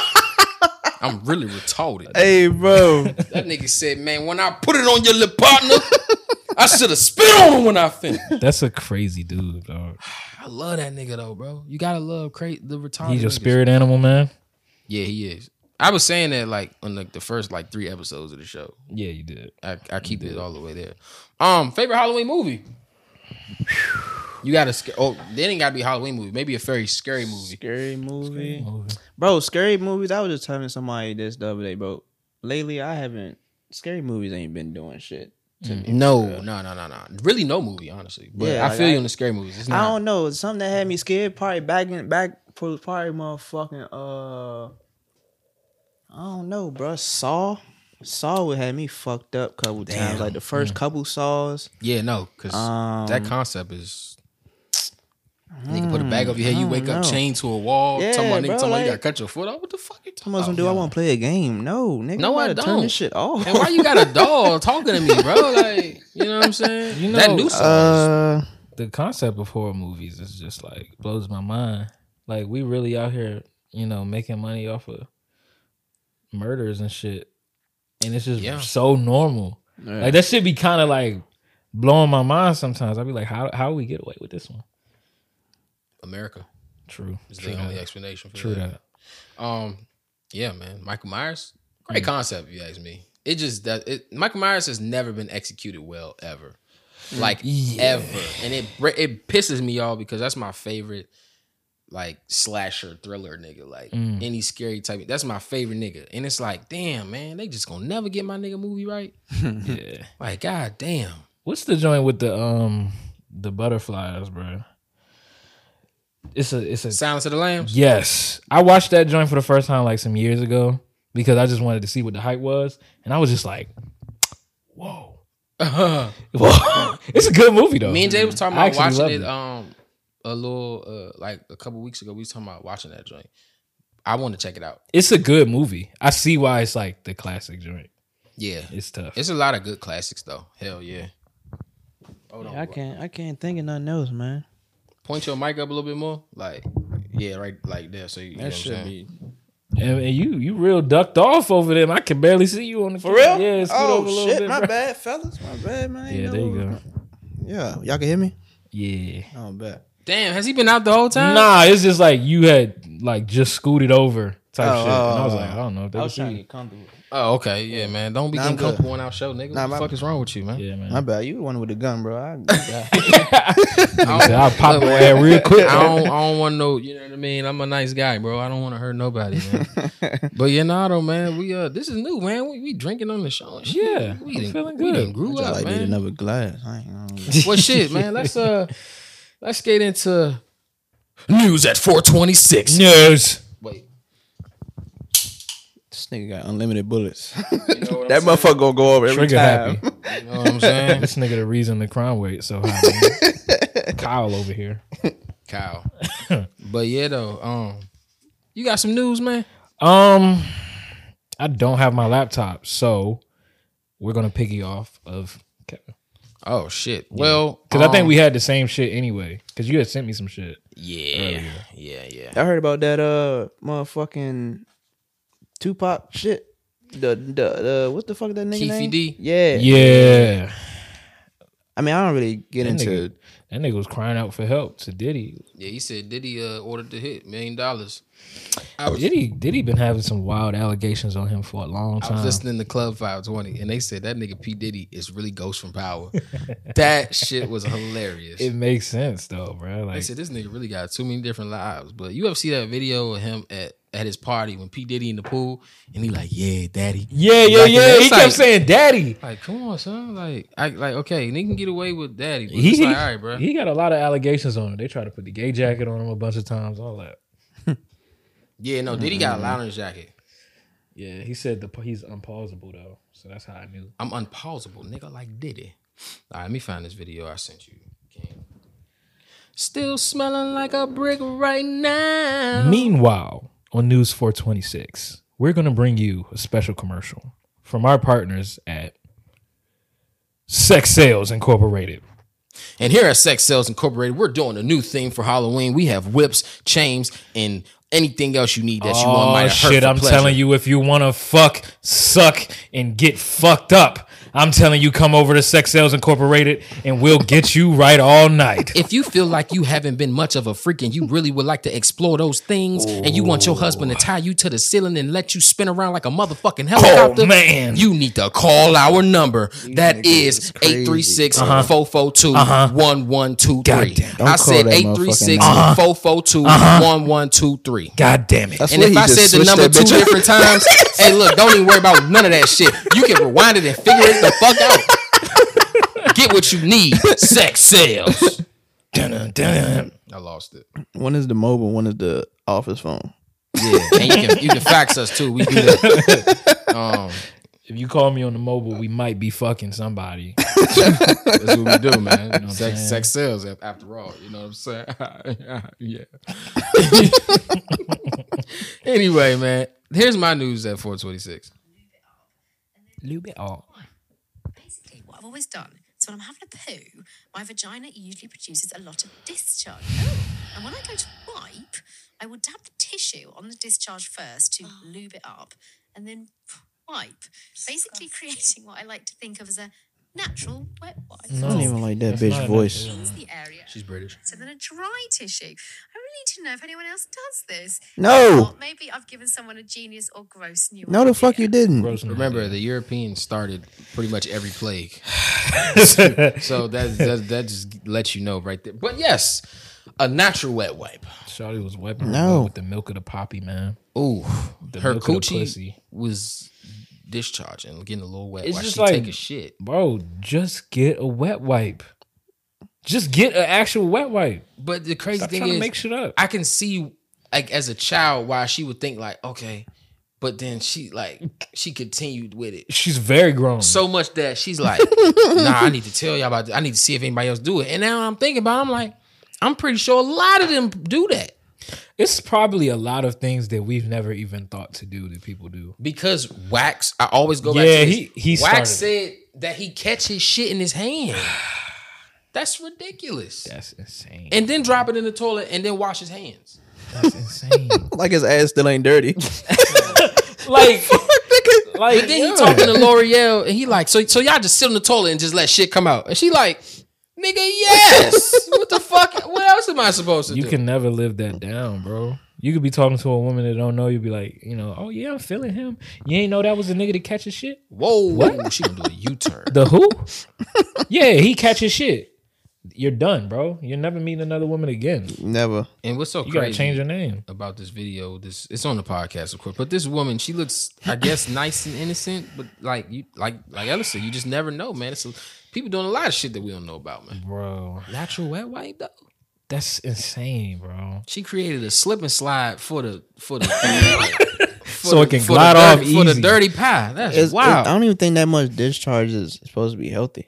[SPEAKER 1] I'm really retarded.
[SPEAKER 4] Hey, bro.
[SPEAKER 1] That nigga said, man, when I put it on your lip partner, I should have spit on him when I finished.
[SPEAKER 3] That's a crazy dude, dog.
[SPEAKER 1] I love that nigga though, bro. You gotta love cra- the retarded.
[SPEAKER 3] He's your
[SPEAKER 1] niggas.
[SPEAKER 3] spirit animal, man.
[SPEAKER 1] Yeah, he is. I was saying that like on like the first like three episodes of the show.
[SPEAKER 3] Yeah, you did.
[SPEAKER 1] I, I keep it all the way there. Um, favorite Halloween movie? You got to oh, they didn't got to be a Halloween movie. Maybe a very scary movie.
[SPEAKER 4] Scary movie. Bro, scary movies. I was just telling somebody this the other day, bro. Lately, I haven't. Scary movies ain't been doing shit. To me.
[SPEAKER 1] No, no, no, no, no. Really, no movie, honestly. But
[SPEAKER 4] Mm, Yeah,
[SPEAKER 1] I
[SPEAKER 4] like,
[SPEAKER 1] feel
[SPEAKER 4] I-
[SPEAKER 1] you on the scary movies. It's
[SPEAKER 4] I
[SPEAKER 1] not.
[SPEAKER 4] don't know. Something that had me scared. Probably back in back. Probably motherfucking. Uh, I don't know, bro. Saw. Saw would had me fucked up couple times. Like the first couple saws.
[SPEAKER 1] yeah, no, because
[SPEAKER 4] Um,
[SPEAKER 1] that concept is. You can put a bag over your head. You
[SPEAKER 4] I
[SPEAKER 1] wake up
[SPEAKER 4] don't know.
[SPEAKER 1] chained to a wall.
[SPEAKER 4] Mm, Yeah,
[SPEAKER 1] talking about nigga,
[SPEAKER 4] bro,
[SPEAKER 1] talking about you
[SPEAKER 4] like-
[SPEAKER 1] gotta cut your foot off. What the fuck you
[SPEAKER 4] Some
[SPEAKER 1] talking
[SPEAKER 4] of
[SPEAKER 1] about?
[SPEAKER 4] them do. I want to play a game. No,
[SPEAKER 1] oh,
[SPEAKER 4] nigga.
[SPEAKER 1] No,
[SPEAKER 4] I'm
[SPEAKER 1] I
[SPEAKER 4] about to Turn
[SPEAKER 1] don't.
[SPEAKER 4] this shit off.
[SPEAKER 1] And why you got a dog talking to me, bro? Like, you know what I'm saying?
[SPEAKER 3] You
[SPEAKER 1] that
[SPEAKER 3] know,
[SPEAKER 1] new song.
[SPEAKER 4] Uh,
[SPEAKER 3] the concept of horror movies is just like blows my mind. Like we really out here, you know, making money off of murders and shit, and it's just
[SPEAKER 1] Yeah.
[SPEAKER 3] so normal. Like that should be kind of like blowing my mind sometimes. I'd be like, how how we get away with this one?
[SPEAKER 1] America
[SPEAKER 3] True,
[SPEAKER 1] is
[SPEAKER 3] true
[SPEAKER 1] the only
[SPEAKER 3] that.
[SPEAKER 1] explanation for
[SPEAKER 3] True
[SPEAKER 1] that.
[SPEAKER 3] that. Mm.
[SPEAKER 1] Um, yeah, man, Michael Myers, great concept. If you ask me, it just does. It, Michael Myers has never been executed well ever,
[SPEAKER 3] Mm.
[SPEAKER 1] like ever, and it br- it pisses me off because that's my favorite. Like slasher thriller nigga, like
[SPEAKER 3] Mm.
[SPEAKER 1] any scary type. That's my favorite nigga, and it's like, damn man, they just gonna never get my nigga movie right.
[SPEAKER 3] Yeah.
[SPEAKER 1] Like, god damn,
[SPEAKER 3] What's the joint with the um the butterflies, bro? It's a it's a
[SPEAKER 1] Silence of the Lambs.
[SPEAKER 3] Yes. I watched that joint for the first time like some years ago because I just wanted to see what the hype was. And I was just like, whoa. Whoa. it's a good movie though.
[SPEAKER 1] Me and Jay was talking
[SPEAKER 3] I
[SPEAKER 1] about
[SPEAKER 3] actually love
[SPEAKER 1] watching it
[SPEAKER 3] it.
[SPEAKER 1] um a little uh, like a couple weeks ago. We was talking about watching that joint. I want to check it out.
[SPEAKER 3] it's a good movie. I see why it's like the classic joint.
[SPEAKER 1] Yeah,
[SPEAKER 3] It's tough.
[SPEAKER 1] it's a lot of good classics though. Hell yeah. Hold on.
[SPEAKER 4] I can't. I can't think of nothing else, man.
[SPEAKER 1] Point your mic up a little bit more. Like yeah, right like there. So you, you know
[SPEAKER 4] That
[SPEAKER 1] what I'm
[SPEAKER 4] should
[SPEAKER 1] saying?
[SPEAKER 4] be.
[SPEAKER 3] and, and you you real ducked off over them. I can barely see you on the
[SPEAKER 4] For real?
[SPEAKER 3] Yeah, scoot
[SPEAKER 4] oh
[SPEAKER 3] over a little
[SPEAKER 4] shit!
[SPEAKER 3] bit,
[SPEAKER 4] my
[SPEAKER 3] bro.
[SPEAKER 4] bad, fellas. My bad, man. I ain't
[SPEAKER 3] Yeah,
[SPEAKER 4] know
[SPEAKER 3] there you
[SPEAKER 4] what-
[SPEAKER 3] go.
[SPEAKER 4] Yeah, y'all can hear me.
[SPEAKER 3] Yeah.
[SPEAKER 4] Oh, bet.
[SPEAKER 1] Damn, has he been out the whole time?
[SPEAKER 3] Nah, it's just like you had like just scooted over type
[SPEAKER 4] Oh,
[SPEAKER 3] shit. And I was
[SPEAKER 4] oh,
[SPEAKER 3] like, I don't know if that
[SPEAKER 4] I
[SPEAKER 3] was
[SPEAKER 4] was trying to
[SPEAKER 3] you.
[SPEAKER 4] get comfortable.
[SPEAKER 1] Oh, okay. Yeah, man. Don't be
[SPEAKER 4] Nah,
[SPEAKER 1] getting
[SPEAKER 4] I'm good.
[SPEAKER 1] comfortable on our show, nigga.
[SPEAKER 4] Nah,
[SPEAKER 1] what the
[SPEAKER 4] my-
[SPEAKER 1] fuck is wrong with you, man?
[SPEAKER 3] Yeah, man.
[SPEAKER 4] My bad. You the one with the gun, bro. I,
[SPEAKER 1] I don't,
[SPEAKER 3] I'll pop your head real quick.
[SPEAKER 1] I don't, I don't want no, you know what I mean? I'm a nice guy, bro. I don't want to hurt nobody, man. but you know, though, man, we uh this is new, man. We, we drinking on the show. and shit.
[SPEAKER 3] Yeah,
[SPEAKER 1] we
[SPEAKER 3] I'm
[SPEAKER 1] done-
[SPEAKER 3] feeling
[SPEAKER 1] We
[SPEAKER 3] good.
[SPEAKER 1] done grew
[SPEAKER 4] I
[SPEAKER 1] up,
[SPEAKER 4] like need
[SPEAKER 1] man.
[SPEAKER 4] another glass. I ain't, I don't-
[SPEAKER 1] Well, shit, man. Let's uh, let's get into news at 4:26.
[SPEAKER 3] News.
[SPEAKER 1] Wait,
[SPEAKER 4] this nigga got unlimited bullets.
[SPEAKER 1] you know what
[SPEAKER 4] that
[SPEAKER 1] I'm saying?
[SPEAKER 4] motherfucker gonna go over every
[SPEAKER 3] Trigger
[SPEAKER 4] time.
[SPEAKER 3] happy.
[SPEAKER 1] You know what I'm saying?
[SPEAKER 3] This nigga the reason the crime rate so high. Man. Kyle over here.
[SPEAKER 1] Kyle. but yeah, though, um, you got some news, man.
[SPEAKER 3] Um, I don't have my laptop, so we're gonna piggy off of Kevin
[SPEAKER 1] Oh shit. Well,
[SPEAKER 3] because I
[SPEAKER 1] um,
[SPEAKER 4] Oh.
[SPEAKER 3] think we had the same shit anyway. Because you had sent me some shit.
[SPEAKER 1] yeah, yeah, yeah.
[SPEAKER 4] I heard about that uh motherfucking Tupac shit. The the, the what the fuck that nigga
[SPEAKER 1] Keefy
[SPEAKER 4] name?
[SPEAKER 1] E D.
[SPEAKER 4] Yeah.
[SPEAKER 3] Yeah,
[SPEAKER 4] I mean, I don't really get
[SPEAKER 3] That
[SPEAKER 4] into.
[SPEAKER 3] nigga- that nigga was crying out for help to Diddy.
[SPEAKER 1] Yeah, he said Diddy uh, ordered the hit million dollars. I was,
[SPEAKER 3] Diddy, Diddy been having some wild allegations on him for a long
[SPEAKER 1] I was
[SPEAKER 3] time.
[SPEAKER 1] listening to Club 520, and they said that nigga P Diddy is really Ghost from Power. that shit was hilarious.
[SPEAKER 3] it makes sense though, bro.
[SPEAKER 1] they
[SPEAKER 3] Like,
[SPEAKER 1] said this nigga really got too many different lives. But you ever see that video of him at at his party when P Diddy in the pool, and he like, yeah, daddy.
[SPEAKER 3] yeah, yeah,
[SPEAKER 1] Like,
[SPEAKER 3] yeah. He
[SPEAKER 1] it's like-
[SPEAKER 3] kept saying, "Daddy."
[SPEAKER 1] Like, come on, son. Like, I like okay, and he can get away with daddy. But
[SPEAKER 3] He,
[SPEAKER 1] it's
[SPEAKER 3] he,
[SPEAKER 1] like, all right, bro.
[SPEAKER 3] he got a lot of allegations on him. They tried to put the gay jacket on him a bunch of times, all that.
[SPEAKER 1] Yeah, no, Diddy got a lot on his jacket.
[SPEAKER 3] Yeah, he said the he's unpausable though, so that's how I knew.
[SPEAKER 1] I'm unpausable, nigga, like Diddy. All right, let me find this video I sent you. Gang. Still smelling like a brick right now.
[SPEAKER 3] Meanwhile, on News 426, we're gonna bring you a special commercial from our partners at Sex Sales Incorporated.
[SPEAKER 1] And here at Sex Sales Incorporated, we're doing a new thing for Halloween. We have whips, chains, and anything else you need that you want might
[SPEAKER 3] Oh
[SPEAKER 1] have hurt
[SPEAKER 3] shit!
[SPEAKER 1] for
[SPEAKER 3] I'm
[SPEAKER 1] pleasure.
[SPEAKER 3] telling you, if you want to fuck, suck, and get fucked up, I'm telling you, come over to Sex Sales Incorporated, and we'll get you right all night.
[SPEAKER 1] If you feel like you haven't been much of a freak and you really would like to explore those things and you want your husband to tie you to the ceiling and let you spin around like a motherfucking helicopter,
[SPEAKER 3] man.
[SPEAKER 1] you need to call our number. That is
[SPEAKER 4] crazy.
[SPEAKER 1] 836 442 1123. I
[SPEAKER 4] Don't call
[SPEAKER 1] said
[SPEAKER 4] that
[SPEAKER 1] 836
[SPEAKER 4] motherfucking
[SPEAKER 1] 442 1123.
[SPEAKER 3] God damn it!
[SPEAKER 4] That's
[SPEAKER 1] And
[SPEAKER 4] what
[SPEAKER 1] if
[SPEAKER 4] he
[SPEAKER 1] I
[SPEAKER 4] just
[SPEAKER 1] said the
[SPEAKER 4] switched
[SPEAKER 1] number
[SPEAKER 4] that
[SPEAKER 1] two
[SPEAKER 4] bitch up.
[SPEAKER 1] different times, hey, look, don't even worry about none of that shit. You can rewind it and figure it the fuck out. Get what you need. Sex sales.
[SPEAKER 3] Dun, dun, dun.
[SPEAKER 1] I lost it.
[SPEAKER 4] One is the mobile, one is the office phone.
[SPEAKER 1] Yeah, and you can, you can fax us too. We do that. Um,
[SPEAKER 3] If you call me on the mobile, we might be fucking somebody.
[SPEAKER 1] that's what we do, man.
[SPEAKER 3] I'm
[SPEAKER 1] sex,
[SPEAKER 3] saying?
[SPEAKER 1] sex sells af- after all. You know what I'm saying? yeah. anyway, man, here's my news at 426.
[SPEAKER 5] basically what I've always done is when I'm having a poo, my vagina usually produces a lot of discharge. And when I go to wipe, I will dab the tissue on the discharge first to lube it up and then wipe, basically creating what I like to think of as a natural wet wipe.
[SPEAKER 4] I
[SPEAKER 1] Oh,
[SPEAKER 4] don't even like that
[SPEAKER 3] That's not
[SPEAKER 4] bitch
[SPEAKER 3] a
[SPEAKER 4] voice.
[SPEAKER 5] Cleans the area.
[SPEAKER 1] She's British.
[SPEAKER 5] So then a dry tissue. I really need to know if anyone else does this.
[SPEAKER 4] No,
[SPEAKER 5] Or maybe I've given someone a genius or gross new
[SPEAKER 4] no, the fuck you
[SPEAKER 5] idea.
[SPEAKER 4] didn't.
[SPEAKER 3] Gross
[SPEAKER 1] Remember, the Europeans started pretty much every plague.
[SPEAKER 3] idea.
[SPEAKER 1] So that, that, that just lets you know right there. But yes, a natural wet wipe.
[SPEAKER 3] Shawty was wiping
[SPEAKER 4] No.
[SPEAKER 3] no. with the milk of the poppy, man.
[SPEAKER 1] Ooh, her
[SPEAKER 3] milk of the
[SPEAKER 1] coochie
[SPEAKER 3] pussy.
[SPEAKER 1] was discharging, getting a little wet
[SPEAKER 3] It's
[SPEAKER 1] while
[SPEAKER 3] just
[SPEAKER 1] she
[SPEAKER 3] like-
[SPEAKER 1] take a shit.
[SPEAKER 3] Bro, just get a wet wipe. Just get an actual wet wipe.
[SPEAKER 1] But the crazy
[SPEAKER 3] Stop
[SPEAKER 1] thing
[SPEAKER 3] trying
[SPEAKER 1] is,
[SPEAKER 3] to make shit up.
[SPEAKER 1] I can see like as a child why she would think like okay, but then she like she continued with it
[SPEAKER 3] She's very grown.
[SPEAKER 1] so much that she's like, nah, I need to tell y'all about. This. I need to see if anybody else do it. And now I'm thinking about, it, I'm like, I'm pretty sure a lot of them do that
[SPEAKER 3] it's probably a lot of things that we've never even thought to do that people do.
[SPEAKER 1] because Wax. I always go back.
[SPEAKER 3] Yeah,
[SPEAKER 1] to this.
[SPEAKER 3] he- he
[SPEAKER 1] Wax
[SPEAKER 3] started
[SPEAKER 1] said that he catch his shit in his hand. That's ridiculous.
[SPEAKER 3] That's insane.
[SPEAKER 1] and then drop it in the toilet and then wash his hands.
[SPEAKER 3] That's insane.
[SPEAKER 4] Like his ass still ain't dirty.
[SPEAKER 3] like, like
[SPEAKER 1] But then he
[SPEAKER 3] yeah.
[SPEAKER 1] talking to L'Oreal and he like, so so y'all just sit in the toilet and just let shit come out. And she like, nigga, yes. what the fuck? What else am I supposed to
[SPEAKER 3] You
[SPEAKER 1] do?
[SPEAKER 3] can never live that down, bro. You could be talking to a woman that don't know. You'd be like, you know, oh yeah, I'm feeling him. You ain't know that was a nigga that catches shit.
[SPEAKER 1] Whoa, she gonna do a U turn.
[SPEAKER 3] The who? yeah, he catches shit. You're done, bro. You're never meeting another woman again.
[SPEAKER 4] Never.
[SPEAKER 1] And what's so
[SPEAKER 3] You gotta
[SPEAKER 1] crazy
[SPEAKER 3] change your name.
[SPEAKER 1] about this video? This it's on the podcast, of course. But this woman, she looks, I guess, nice and innocent. But like you, like like Ella said, you just never know, man. It's a, people doing a lot of shit that we don't know about, man.
[SPEAKER 3] Bro,
[SPEAKER 1] Natural wet wipe though.
[SPEAKER 3] that's insane, bro.
[SPEAKER 1] She created a slip and slide for the for the. for
[SPEAKER 3] So it can
[SPEAKER 1] for
[SPEAKER 3] glide
[SPEAKER 1] the
[SPEAKER 3] off
[SPEAKER 1] dirty, for the
[SPEAKER 3] easy.
[SPEAKER 1] dirty pie. That's
[SPEAKER 4] It's,
[SPEAKER 1] wow.
[SPEAKER 4] I don't even think that much discharge is supposed to be healthy.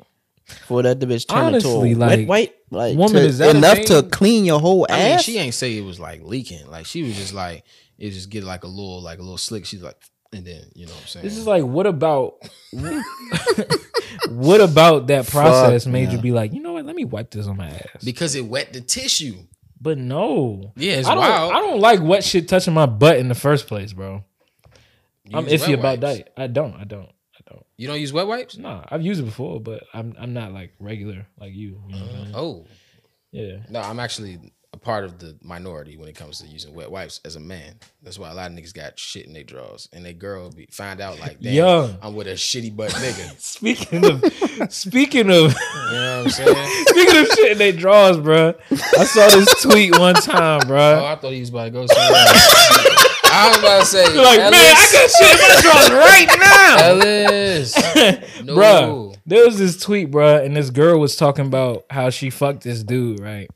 [SPEAKER 4] For that the bitch turn
[SPEAKER 3] Honestly,
[SPEAKER 4] into a
[SPEAKER 3] like,
[SPEAKER 4] wet white, like
[SPEAKER 3] woman,
[SPEAKER 4] to-
[SPEAKER 3] is that a
[SPEAKER 4] enough to
[SPEAKER 3] thing?
[SPEAKER 4] clean your whole
[SPEAKER 1] I mean,
[SPEAKER 4] ass?
[SPEAKER 1] she ain't say it was like leaking. Like she was just like it just get like a little like a little slick. She's like, and then you know what I'm saying.
[SPEAKER 3] This is like, what about, what about that process made you
[SPEAKER 4] yeah.
[SPEAKER 3] be like, you know what? Let me wipe this on my ass.
[SPEAKER 1] because it wet the tissue.
[SPEAKER 3] But no,
[SPEAKER 1] Yeah, it's
[SPEAKER 3] I don't.
[SPEAKER 1] wild.
[SPEAKER 3] I don't like wet shit touching my butt in the first place, bro. I'm
[SPEAKER 1] use
[SPEAKER 3] iffy
[SPEAKER 1] wet
[SPEAKER 3] about
[SPEAKER 1] wipes.
[SPEAKER 3] that. I don't. I don't. I don't.
[SPEAKER 1] You don't use wet wipes?
[SPEAKER 3] Nah, I've used it before, but I'm I'm not like regular like you. you know what I'm saying?
[SPEAKER 1] Oh
[SPEAKER 3] Yeah,
[SPEAKER 1] no, I'm actually a part of the minority when it comes to using wet wipes as a man. That's why a lot of niggas got shit in their drawers, and they girl be, find out like, damn,
[SPEAKER 3] Yo.
[SPEAKER 1] I'm with a shitty butt nigga.
[SPEAKER 3] Speaking of speaking of
[SPEAKER 1] You know what I'm saying?
[SPEAKER 3] speaking of shit in they draws, bro. I saw this tweet one time,
[SPEAKER 1] Oh,
[SPEAKER 3] bro.
[SPEAKER 1] I thought he was about to go somewhere. else. I was about to say,
[SPEAKER 3] Like man, I
[SPEAKER 1] Ellis,
[SPEAKER 3] got shit in my drawers right now,
[SPEAKER 1] Ellis, no.
[SPEAKER 3] bro. There was this tweet, bro, and this girl was talking about how she fucked this dude, right?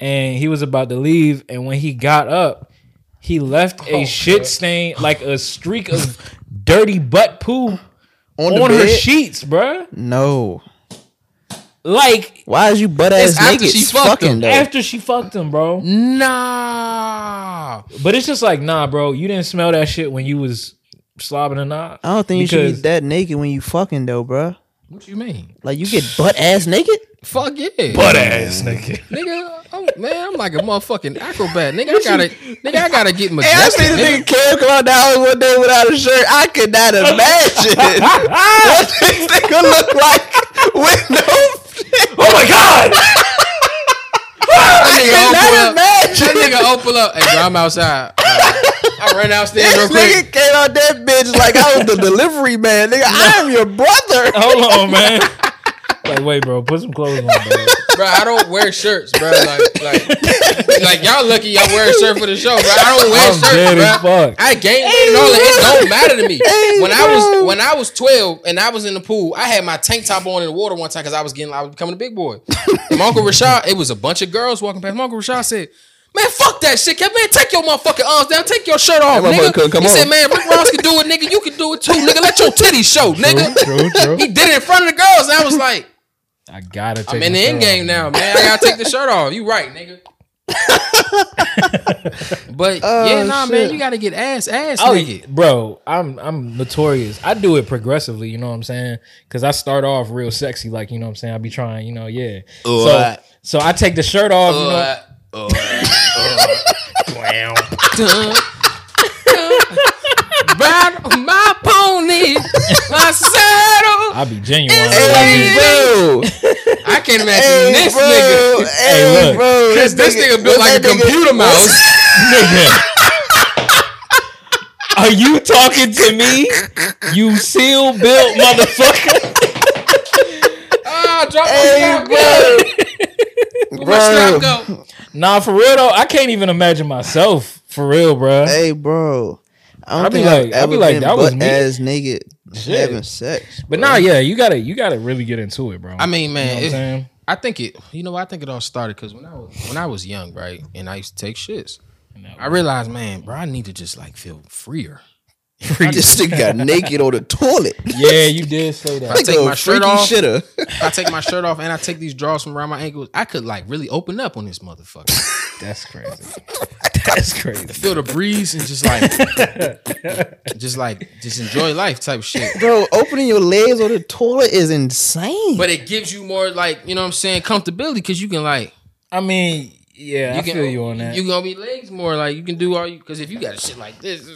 [SPEAKER 3] And he was about to leave, and when he got up, he left a
[SPEAKER 1] Oh,
[SPEAKER 3] shit
[SPEAKER 1] God.
[SPEAKER 3] stain, like a streak of dirty butt poo
[SPEAKER 4] on
[SPEAKER 3] on,
[SPEAKER 4] the
[SPEAKER 3] her
[SPEAKER 4] bed?
[SPEAKER 3] sheets, bro.
[SPEAKER 4] No.
[SPEAKER 3] Like
[SPEAKER 4] Why is you butt
[SPEAKER 1] It's
[SPEAKER 4] ass
[SPEAKER 1] after
[SPEAKER 4] naked?
[SPEAKER 1] she fucked him.
[SPEAKER 4] fucking though.
[SPEAKER 3] after she fucked him, bro.
[SPEAKER 1] Nah.
[SPEAKER 3] But it's just like, nah, bro, you didn't smell that shit when you was slobbing or not.
[SPEAKER 4] I don't think you should
[SPEAKER 3] Because-
[SPEAKER 4] be that naked when you fucking though, bruh.
[SPEAKER 1] What you mean?
[SPEAKER 4] Like you get butt ass naked.
[SPEAKER 1] Fuck yeah.
[SPEAKER 3] butt ass nigga.
[SPEAKER 1] nigga, I'm, man, I'm like a motherfucking acrobat. Nigga, I gotta nigga, I gotta get majestic. nigga.
[SPEAKER 4] Cam come out the house one day without a shirt. I could not imagine what this nigga look like with no.
[SPEAKER 3] Oh my god!
[SPEAKER 1] That nigga
[SPEAKER 4] cannot
[SPEAKER 1] open up. That nigga open
[SPEAKER 4] imagine.
[SPEAKER 1] up. Hey, bro, I'm outside. Uh, I ran downstairs real
[SPEAKER 4] This
[SPEAKER 1] quick.
[SPEAKER 4] nigga came out that bitch like I was the delivery man. Nigga, I am your brother.
[SPEAKER 3] Hold on, man. Like, wait, bro, put some clothes on, bro.
[SPEAKER 1] bro. I don't wear shirts, bro. Like, like, like y'all lucky y'all wear a shirt for the show, bro. I don't wear
[SPEAKER 3] I'm
[SPEAKER 1] shirts,
[SPEAKER 3] dead
[SPEAKER 1] bro.
[SPEAKER 3] as fuck.
[SPEAKER 1] I gained weight and all that. It don't matter to me. When I was when I was twelve and I was in the pool, I had my tank top on in the water one time because I was getting I was becoming a big boy. My uncle Rashad, it was a bunch of girls walking past. My uncle Rashad said. Man, fuck that shit, Kev. Man, take your motherfucking arms down. Take your shirt off,
[SPEAKER 4] That motherfucker
[SPEAKER 1] nigga.
[SPEAKER 4] couldn't come
[SPEAKER 1] he
[SPEAKER 4] on.
[SPEAKER 1] said, "Man, Rick Ross can do it, nigga. You can do it too, nigga. Let your titties show, nigga."
[SPEAKER 3] True, true.
[SPEAKER 1] He did it in front of the girls, and I was like,
[SPEAKER 3] I gotta take.
[SPEAKER 1] I'm in
[SPEAKER 3] my
[SPEAKER 1] the
[SPEAKER 3] shirt
[SPEAKER 1] end game
[SPEAKER 3] off.
[SPEAKER 1] now, man. I gotta take the shirt off. You right, nigga. but
[SPEAKER 4] Oh,
[SPEAKER 1] yeah, nah, man, you gotta get ass ass
[SPEAKER 3] Oh,
[SPEAKER 1] naked.
[SPEAKER 3] bro, I'm I'm notorious. I do it progressively, you know what I'm saying? Because I start off real sexy, like you know what I'm saying. I be trying, you know, yeah. So,
[SPEAKER 4] Alright.
[SPEAKER 3] so I take the shirt off, you know,
[SPEAKER 1] Ride on my pony, my saddle.
[SPEAKER 3] I be genuine.
[SPEAKER 1] Hey,
[SPEAKER 3] I
[SPEAKER 4] bro.
[SPEAKER 1] I can't imagine
[SPEAKER 4] Hey,
[SPEAKER 1] this
[SPEAKER 4] bro.
[SPEAKER 1] nigga.
[SPEAKER 4] Hey,
[SPEAKER 3] look.
[SPEAKER 4] bro.
[SPEAKER 1] Cause this nigga built
[SPEAKER 4] what
[SPEAKER 1] like a
[SPEAKER 4] that nigga-
[SPEAKER 1] computer mouse.
[SPEAKER 3] be genuine. Are you talking to me? You seal built motherfucker.
[SPEAKER 1] Ah, drop
[SPEAKER 4] Hey,
[SPEAKER 1] my strap,
[SPEAKER 4] bro.
[SPEAKER 1] go. Where
[SPEAKER 4] Bro.
[SPEAKER 1] strap go?
[SPEAKER 3] Nah, for real though, I can't even imagine myself. For real, bro.
[SPEAKER 4] Hey, bro. I don't
[SPEAKER 3] I'd be
[SPEAKER 4] think I've
[SPEAKER 3] like- I'd be
[SPEAKER 4] ever
[SPEAKER 3] like,
[SPEAKER 4] been
[SPEAKER 3] that was me.
[SPEAKER 4] ass naked
[SPEAKER 3] Shit.
[SPEAKER 4] having sex.
[SPEAKER 3] But nah, yeah, you gotta you gotta really get into it, bro.
[SPEAKER 1] I mean, man,
[SPEAKER 3] You know what I'm
[SPEAKER 1] it-
[SPEAKER 3] saying?
[SPEAKER 1] I think it. You know, I think it all started because when I was when I was young, right, and I used to take shits. I realized, man, bro, I need to just like feel freer.
[SPEAKER 4] this nigga got naked on the toilet.
[SPEAKER 3] Yeah, you did say that.
[SPEAKER 1] I take
[SPEAKER 4] Nigga,
[SPEAKER 1] my shirt
[SPEAKER 4] freaky
[SPEAKER 1] off.
[SPEAKER 4] Shitter.
[SPEAKER 1] I take my shirt off and I take these drawers from around my ankles. I could like really open up on this motherfucker.
[SPEAKER 3] That's crazy. That's crazy.
[SPEAKER 1] Feel the breeze and just like, just like, just enjoy life type shit.
[SPEAKER 4] Bro, opening your legs on the toilet is insane.
[SPEAKER 1] But it gives you more like, you know what I'm saying, comfortability because you can like,
[SPEAKER 3] I mean, yeah,
[SPEAKER 1] you
[SPEAKER 3] I
[SPEAKER 1] can
[SPEAKER 3] feel you on that.
[SPEAKER 1] You gonna be legs more like you can do all you because if you got shit like this,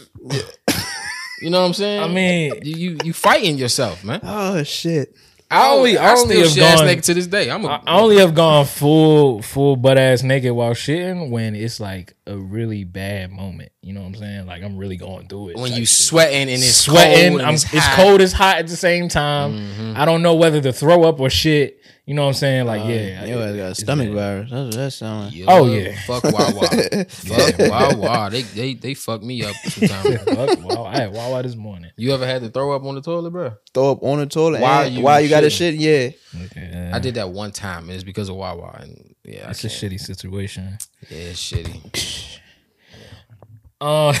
[SPEAKER 1] you know what I'm saying.
[SPEAKER 3] I mean,
[SPEAKER 1] you you, you fighting yourself, man.
[SPEAKER 4] oh shit.
[SPEAKER 1] I
[SPEAKER 3] only- I only
[SPEAKER 1] still
[SPEAKER 3] have
[SPEAKER 1] shit ass
[SPEAKER 3] gone-
[SPEAKER 1] naked to this day. I'm a,
[SPEAKER 3] I I only have gone full full butt ass naked while shitting when it's like a really bad moment. You know what I'm saying? Like I'm really going through it.
[SPEAKER 1] when
[SPEAKER 3] type
[SPEAKER 1] you
[SPEAKER 3] shit.
[SPEAKER 1] sweating and it's
[SPEAKER 3] sweating,
[SPEAKER 1] cold and
[SPEAKER 3] I'm,
[SPEAKER 1] it's,
[SPEAKER 3] it's,
[SPEAKER 1] hot. Mm-hmm.
[SPEAKER 3] cold, it's hot at the same time. I don't know whether to throw up or shit. You know what I'm saying? Like
[SPEAKER 1] Uh,
[SPEAKER 3] yeah,
[SPEAKER 4] You always got a stomach virus. That's, that's something.
[SPEAKER 1] Yo,
[SPEAKER 3] Oh, yeah.
[SPEAKER 1] fuck Wawa, fuck Wawa. They they they fuck me up sometimes.
[SPEAKER 3] Fuck, wow, I had Wawa this morning.
[SPEAKER 1] you ever had to throw up on the toilet, bro?
[SPEAKER 4] Throw up on the toilet.
[SPEAKER 1] Why
[SPEAKER 4] Why
[SPEAKER 1] you
[SPEAKER 4] you, why you got a shit?
[SPEAKER 1] shitting?
[SPEAKER 4] Yeah.
[SPEAKER 1] I did that one time, and it's because of Wawa, and yeah, I
[SPEAKER 3] That's a
[SPEAKER 1] can't.
[SPEAKER 3] shitty situation.
[SPEAKER 1] yeah, it's shitty.
[SPEAKER 3] Um,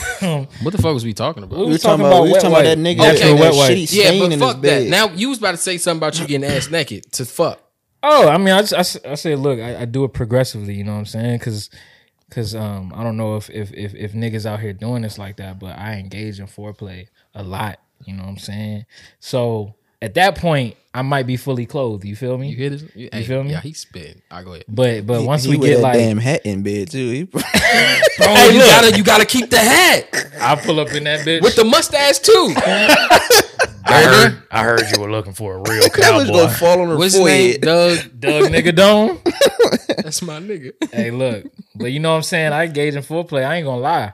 [SPEAKER 1] What the fuck was we talking about?
[SPEAKER 4] We were talking about, we were talking about that nigga.
[SPEAKER 1] Okay.
[SPEAKER 4] that had
[SPEAKER 3] wet
[SPEAKER 4] that
[SPEAKER 3] wipe.
[SPEAKER 4] shitty
[SPEAKER 1] Yeah,
[SPEAKER 4] stain
[SPEAKER 1] but
[SPEAKER 4] in
[SPEAKER 1] fuck
[SPEAKER 4] his
[SPEAKER 1] that.
[SPEAKER 4] bed.
[SPEAKER 1] Now you was about to say something about you getting ass naked to fuck.
[SPEAKER 3] Oh, I mean, I, just- I, s- I say, look, I, I do it progressively. You know what I'm saying? Because, um, I don't know if, if if if niggas out here doing this like that, but I engage in foreplay a lot. You know what I'm saying? So at that point, I might be fully clothed. You feel me?
[SPEAKER 1] You hear this? You,
[SPEAKER 3] feel me?
[SPEAKER 1] Yeah, he spit. I go ahead.
[SPEAKER 3] but but once
[SPEAKER 4] He
[SPEAKER 3] we
[SPEAKER 4] wear
[SPEAKER 3] get
[SPEAKER 4] that
[SPEAKER 3] like,
[SPEAKER 4] damn hat in bed too. He-
[SPEAKER 1] Bro,
[SPEAKER 3] Hey,
[SPEAKER 1] you
[SPEAKER 3] look.
[SPEAKER 1] gotta you gotta keep the hat
[SPEAKER 3] I pull up in that bitch.
[SPEAKER 1] with the mustache too.
[SPEAKER 3] I heard, I heard you were looking for a real
[SPEAKER 4] that was
[SPEAKER 3] cowboy,
[SPEAKER 4] gonna fall on her
[SPEAKER 1] What's his name?
[SPEAKER 4] forehead.
[SPEAKER 1] Doug.
[SPEAKER 3] Doug nigga dome.
[SPEAKER 1] That's my nigga.
[SPEAKER 3] hey, look, but you know what I'm saying? I engage in foreplay. I ain't gonna lie.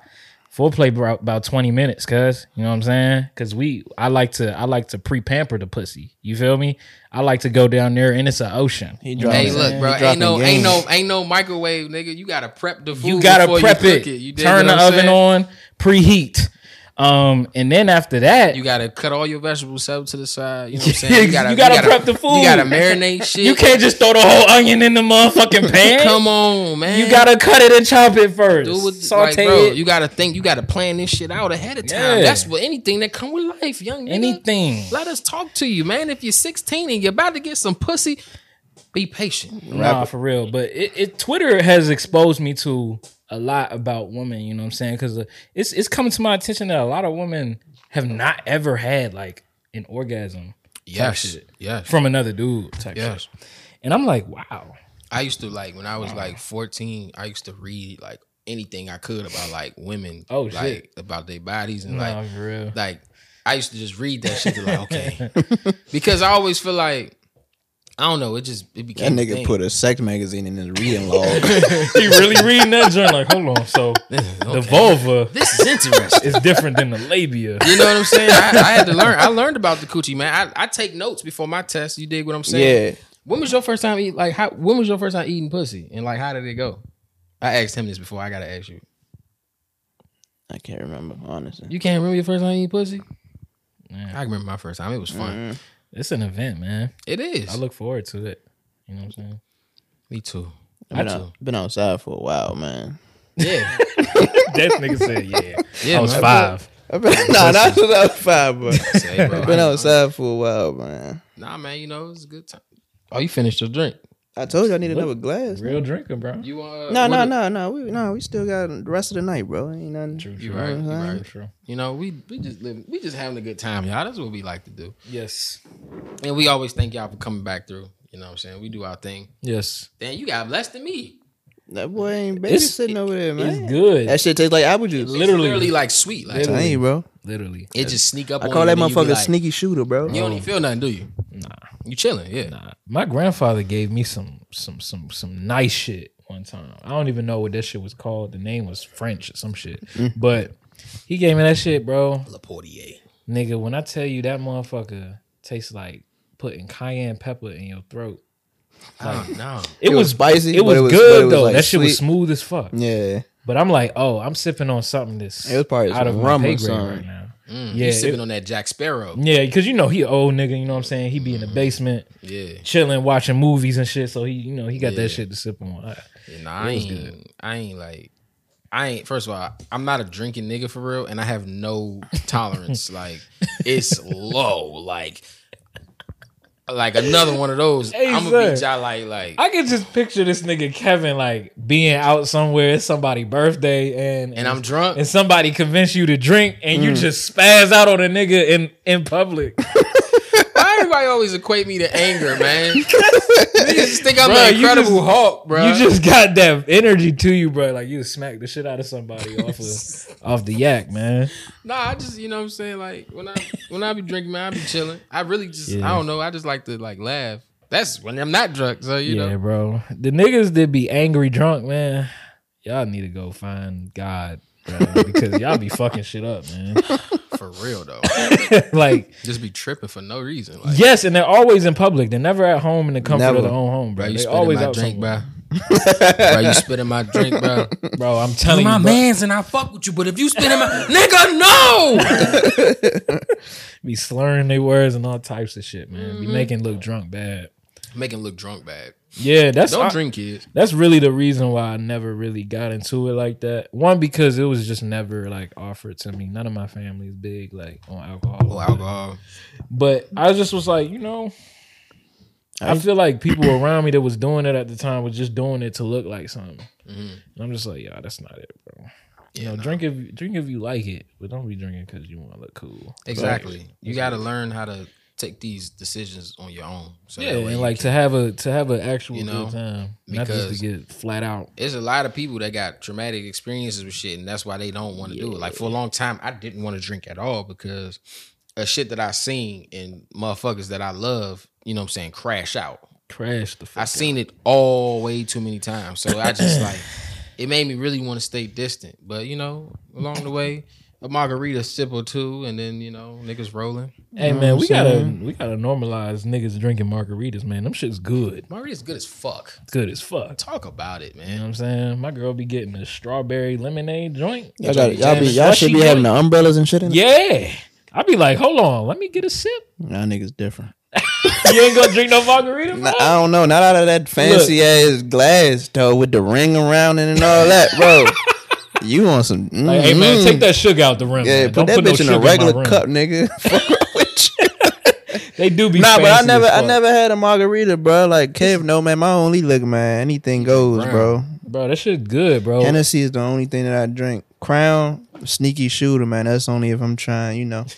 [SPEAKER 3] Foreplay about about 20 minutes, cuz. You know what I'm saying? Cause we I like to I like to pre-pamper the pussy. You feel me? I like to go down there and it's an ocean.
[SPEAKER 4] He
[SPEAKER 3] You
[SPEAKER 4] dropped
[SPEAKER 3] know
[SPEAKER 1] Hey,
[SPEAKER 3] what I'm
[SPEAKER 1] look,
[SPEAKER 3] saying?
[SPEAKER 1] bro.
[SPEAKER 4] dropping
[SPEAKER 1] Ain't no,
[SPEAKER 4] game.
[SPEAKER 1] ain't no, ain't no microwave, nigga. You gotta prep the food.
[SPEAKER 3] You gotta
[SPEAKER 1] before
[SPEAKER 3] prep
[SPEAKER 1] you
[SPEAKER 3] it.
[SPEAKER 1] cook You dig
[SPEAKER 3] Turn
[SPEAKER 1] what
[SPEAKER 3] the
[SPEAKER 1] I'm
[SPEAKER 3] oven
[SPEAKER 1] saying?
[SPEAKER 3] on, preheat. Um, and then after that,
[SPEAKER 1] You
[SPEAKER 3] you,
[SPEAKER 1] gotta cut all your vegetables up to the side. You know what I'm saying?
[SPEAKER 3] You gotta prep the food.
[SPEAKER 1] You gotta marinate shit.
[SPEAKER 3] can't just throw the whole onion in the motherfucking pan.
[SPEAKER 1] Come on, man.
[SPEAKER 3] You gotta cut it and chop it first.
[SPEAKER 1] do what,
[SPEAKER 3] Saute
[SPEAKER 1] like, bro,
[SPEAKER 3] it.
[SPEAKER 1] You gotta think. You gotta plan this shit out ahead of time.
[SPEAKER 3] Yeah.
[SPEAKER 1] That's what anything that come with life, young. Nigga.
[SPEAKER 3] Anything.
[SPEAKER 1] Let us talk to you, man. If you're 16 and you're about to get some pussy, be patient.
[SPEAKER 3] Nah, for real. But it, it Twitter has exposed me to a lot about women. You know what I'm saying? Because it's it's coming to my attention that a lot of women have not ever had like an orgasm
[SPEAKER 1] Yes, yes,
[SPEAKER 3] from another dude. Type
[SPEAKER 1] yes.
[SPEAKER 3] shit. And I'm like, wow.
[SPEAKER 1] I used to like when I was like 14, I used to read like anything I could about like women.
[SPEAKER 3] Oh,
[SPEAKER 1] like,
[SPEAKER 3] shit.
[SPEAKER 1] about their bodies and
[SPEAKER 3] Nah,
[SPEAKER 1] like
[SPEAKER 3] for real.
[SPEAKER 1] like I used to just read that shit to like, okay. because I always feel like I don't know, it just it
[SPEAKER 4] That
[SPEAKER 1] became a
[SPEAKER 4] nigga
[SPEAKER 1] thing.
[SPEAKER 4] put a sex magazine in his reading log.
[SPEAKER 3] he really reading that joint. Like, hold on. So the vulva
[SPEAKER 1] this is interesting.
[SPEAKER 3] is different than the labia.
[SPEAKER 1] You know what I'm saying? I, I had to learn. I learned about the coochie, man. I, I take notes before my test. You dig what I'm saying?
[SPEAKER 4] yeah.
[SPEAKER 1] When was your first time eat like how when was your first time eating pussy? And like how did it go? I asked him this before. I gotta ask you.
[SPEAKER 4] I can't remember, honestly.
[SPEAKER 1] You can't remember your first time eating pussy?
[SPEAKER 3] Yeah.
[SPEAKER 1] I can remember my first time. It was fun.
[SPEAKER 3] It's an event, man.
[SPEAKER 1] It is.
[SPEAKER 3] I look forward to it. You know what I'm saying?
[SPEAKER 1] Me too.
[SPEAKER 4] I've been, out, been outside for a while, man.
[SPEAKER 1] Yeah.
[SPEAKER 3] That nigga said, yeah.
[SPEAKER 1] Yeah.
[SPEAKER 3] I was
[SPEAKER 1] man.
[SPEAKER 3] five.
[SPEAKER 4] I've been, nah, not since I was five, but
[SPEAKER 1] Say, bro,
[SPEAKER 4] I've been
[SPEAKER 1] I-
[SPEAKER 4] outside for a while, man.
[SPEAKER 1] Nah, man. You know, it was a good time. Oh, you finished your drink.
[SPEAKER 4] I told you I need another glass.
[SPEAKER 3] Real drinker, bro.
[SPEAKER 1] You uh,
[SPEAKER 4] No,
[SPEAKER 1] what
[SPEAKER 4] no,
[SPEAKER 1] do-
[SPEAKER 4] no, no. We no, we still got the rest of the night, bro. Ain't nothing.
[SPEAKER 3] True,
[SPEAKER 1] You
[SPEAKER 3] true,
[SPEAKER 1] right. You
[SPEAKER 3] true,
[SPEAKER 1] right.
[SPEAKER 3] true.
[SPEAKER 1] You know, we we just living, we just having a good time, y'all. That's what we like to do.
[SPEAKER 3] Yes.
[SPEAKER 1] And we always thank y'all for coming back through. You know what I'm saying? We do our thing.
[SPEAKER 3] Yes.
[SPEAKER 1] Damn, you got less than me.
[SPEAKER 4] That boy ain't
[SPEAKER 3] It's-
[SPEAKER 4] babysitting over there, man.
[SPEAKER 3] It's good.
[SPEAKER 4] That shit tastes like apple juice.
[SPEAKER 1] It's
[SPEAKER 3] Literally.
[SPEAKER 1] literally like sweet. Like
[SPEAKER 3] Literally.
[SPEAKER 4] Dang, bro.
[SPEAKER 3] Literally.
[SPEAKER 1] it just sneak up.
[SPEAKER 4] I
[SPEAKER 1] on
[SPEAKER 4] call
[SPEAKER 1] you
[SPEAKER 4] that
[SPEAKER 1] and you be
[SPEAKER 4] motherfucker
[SPEAKER 1] like,
[SPEAKER 4] sneaky shooter, bro.
[SPEAKER 1] You don't even feel nothing, do you?
[SPEAKER 3] Nah.
[SPEAKER 1] You chilling? Yeah.
[SPEAKER 3] Nah. My grandfather gave me some some some some nice shit one time. I don't even know what that shit was called. The name was French or some shit.
[SPEAKER 4] Mm-hmm.
[SPEAKER 3] But he gave me that shit, bro.
[SPEAKER 1] Laportier.
[SPEAKER 3] Nigga, when I tell you that motherfucker tastes like putting cayenne pepper in your throat.
[SPEAKER 1] Oh, no.
[SPEAKER 3] It,
[SPEAKER 4] was spicy,
[SPEAKER 3] It
[SPEAKER 4] but
[SPEAKER 3] was
[SPEAKER 4] it was- but
[SPEAKER 3] good
[SPEAKER 4] it was,
[SPEAKER 3] though.
[SPEAKER 4] like,
[SPEAKER 3] that shit was
[SPEAKER 4] sweet.
[SPEAKER 3] smooth as fuck.
[SPEAKER 4] Yeah.
[SPEAKER 3] But I'm like, oh, I'm sipping on something that's
[SPEAKER 4] It was probably
[SPEAKER 3] out of
[SPEAKER 4] some
[SPEAKER 3] my
[SPEAKER 4] rum or
[SPEAKER 3] pay grade
[SPEAKER 4] something.
[SPEAKER 3] right now.
[SPEAKER 1] You
[SPEAKER 3] yeah,
[SPEAKER 1] Mm, sipping
[SPEAKER 3] it- Mm.
[SPEAKER 1] on that Jack Sparrow.
[SPEAKER 3] yeah, because you know he old nigga. You know what I'm saying? He be in the basement
[SPEAKER 1] Yeah.
[SPEAKER 3] chilling, watching movies and shit. So he, you know, he got
[SPEAKER 1] Yeah.
[SPEAKER 3] that shit to sip on. I-
[SPEAKER 1] And I
[SPEAKER 3] was
[SPEAKER 1] ain't, I ain't like, I ain't. First of all, I'm not a drinking nigga for real, and I have no tolerance. like, it's low. Like, like another one of those.
[SPEAKER 3] Hey,
[SPEAKER 1] I'm gonna be
[SPEAKER 3] sir.
[SPEAKER 1] y'all like, like,
[SPEAKER 3] I can just picture this nigga Kevin like being out somewhere. It's somebody's birthday, and
[SPEAKER 1] and I'm Mm. drunk.
[SPEAKER 3] and somebody convince you to drink, and you just spaz out on a nigga in in public.
[SPEAKER 1] Why everybody always equate me to anger, man? Niggas just think I'm
[SPEAKER 3] Bruh,
[SPEAKER 1] an
[SPEAKER 3] you
[SPEAKER 1] incredible
[SPEAKER 3] just-
[SPEAKER 1] Hulk, bro.
[SPEAKER 3] You just got that energy to you, bro. Like you smack the shit out of somebody off of, off the yak, man.
[SPEAKER 1] Nah, I just you know what I'm saying. Like when I when I be drinking, man, I be chilling. I really just
[SPEAKER 3] Yeah.
[SPEAKER 1] I don't know. I just like to like laugh. That's when I'm not drunk. So you
[SPEAKER 3] yeah,
[SPEAKER 1] know,
[SPEAKER 3] bro. The niggas that be angry drunk, man. Y'all need to go find God, bro, because y'all be fucking shit up, man.
[SPEAKER 1] for real though,
[SPEAKER 3] like,
[SPEAKER 1] just be tripping for no reason. Like,
[SPEAKER 3] yes, and they're always in public. They're never at home in the comfort
[SPEAKER 4] Never.
[SPEAKER 3] of their own home, bro.
[SPEAKER 1] Bro, you
[SPEAKER 3] they
[SPEAKER 1] spitting
[SPEAKER 3] always
[SPEAKER 1] my
[SPEAKER 3] out
[SPEAKER 1] drink,
[SPEAKER 3] somewhere.
[SPEAKER 1] bro. bro, you spitting my drink, bro.
[SPEAKER 3] bro. I'm telling
[SPEAKER 1] My
[SPEAKER 3] you, bro,
[SPEAKER 1] man's and I fuck with you, but if you spitting my nigga, no.
[SPEAKER 3] be slurring their words and all types of shit, man.
[SPEAKER 1] Mm-hmm.
[SPEAKER 3] Be making look drunk bad.
[SPEAKER 1] Make him look drunk bad.
[SPEAKER 3] Yeah, that's
[SPEAKER 1] Don't
[SPEAKER 3] I-
[SPEAKER 1] drink, kids.
[SPEAKER 3] that's really the reason why I never really got into it like that. One because it was just never like offered to me. None of my family is big like on alcohol.
[SPEAKER 1] Oh, alcohol.
[SPEAKER 3] But I just was like, you know, I feel like people around me that was doing it at the time was just doing it to look like something.
[SPEAKER 1] Mm-hmm.
[SPEAKER 3] And I'm just like, yeah, that's not it, bro. you know, drink if you drink if you like it, but don't be drinking because you want to look cool.
[SPEAKER 1] Exactly. You got to learn how to take these decisions on your own. So
[SPEAKER 3] Yeah,
[SPEAKER 1] that way
[SPEAKER 3] and
[SPEAKER 1] you
[SPEAKER 3] like to have a to have an actual
[SPEAKER 1] You know,
[SPEAKER 3] good time, not just
[SPEAKER 1] because-
[SPEAKER 3] to get flat out.
[SPEAKER 1] there's a lot of people that got traumatic experiences with shit, and that's why they don't want to do it. Like for a long time, I didn't want to drink at all because of shit that I seen and motherfuckers that I love, you know what I'm saying, crash out.
[SPEAKER 3] Crash the. Fuck
[SPEAKER 1] I seen it all way too many times. So I just like it made me really want to stay distant. But you know, along the way, a margarita sip or two, and then you know, niggas rolling.
[SPEAKER 3] Hey man, we gotta we gotta normalize niggas drinking margaritas, man. Them shit's good.
[SPEAKER 1] Margarita's good as fuck.
[SPEAKER 3] Good as fuck.
[SPEAKER 1] Talk about it,
[SPEAKER 3] You know
[SPEAKER 1] man.
[SPEAKER 3] what I'm saying? My girl be getting a strawberry lemonade joint.
[SPEAKER 4] Y'all, got, y'all, be, y'all should be having the umbrellas and shit in it.
[SPEAKER 3] Yeah. I be like, hold on, let me get a sip.
[SPEAKER 4] Y'all niggas different.
[SPEAKER 3] You ain't gonna drink no margarita, bro?
[SPEAKER 4] Nah, I don't know. Not out of that fancy ass glass though, with the ring around it and all that, bro. you want some? Mm,
[SPEAKER 3] Like, hey man, take that sugar out the rim.
[SPEAKER 4] Yeah,
[SPEAKER 3] man. Don't
[SPEAKER 4] put that
[SPEAKER 3] put no
[SPEAKER 4] bitch
[SPEAKER 3] sugar
[SPEAKER 4] in a regular
[SPEAKER 3] my rim.
[SPEAKER 4] cup, nigga. Fuck with you.
[SPEAKER 3] They do be
[SPEAKER 4] Nah, but I
[SPEAKER 3] fancy
[SPEAKER 4] never,
[SPEAKER 3] as
[SPEAKER 4] I
[SPEAKER 3] fuck.
[SPEAKER 4] never had a margarita, bro. Like Kev, no man, my only liquor, man. Anything goes, bro.
[SPEAKER 3] bro. That shit good, bro.
[SPEAKER 4] Hennessy is the only thing that I drink. Crown, sneaky shooter, man. That's only if I'm trying, you know.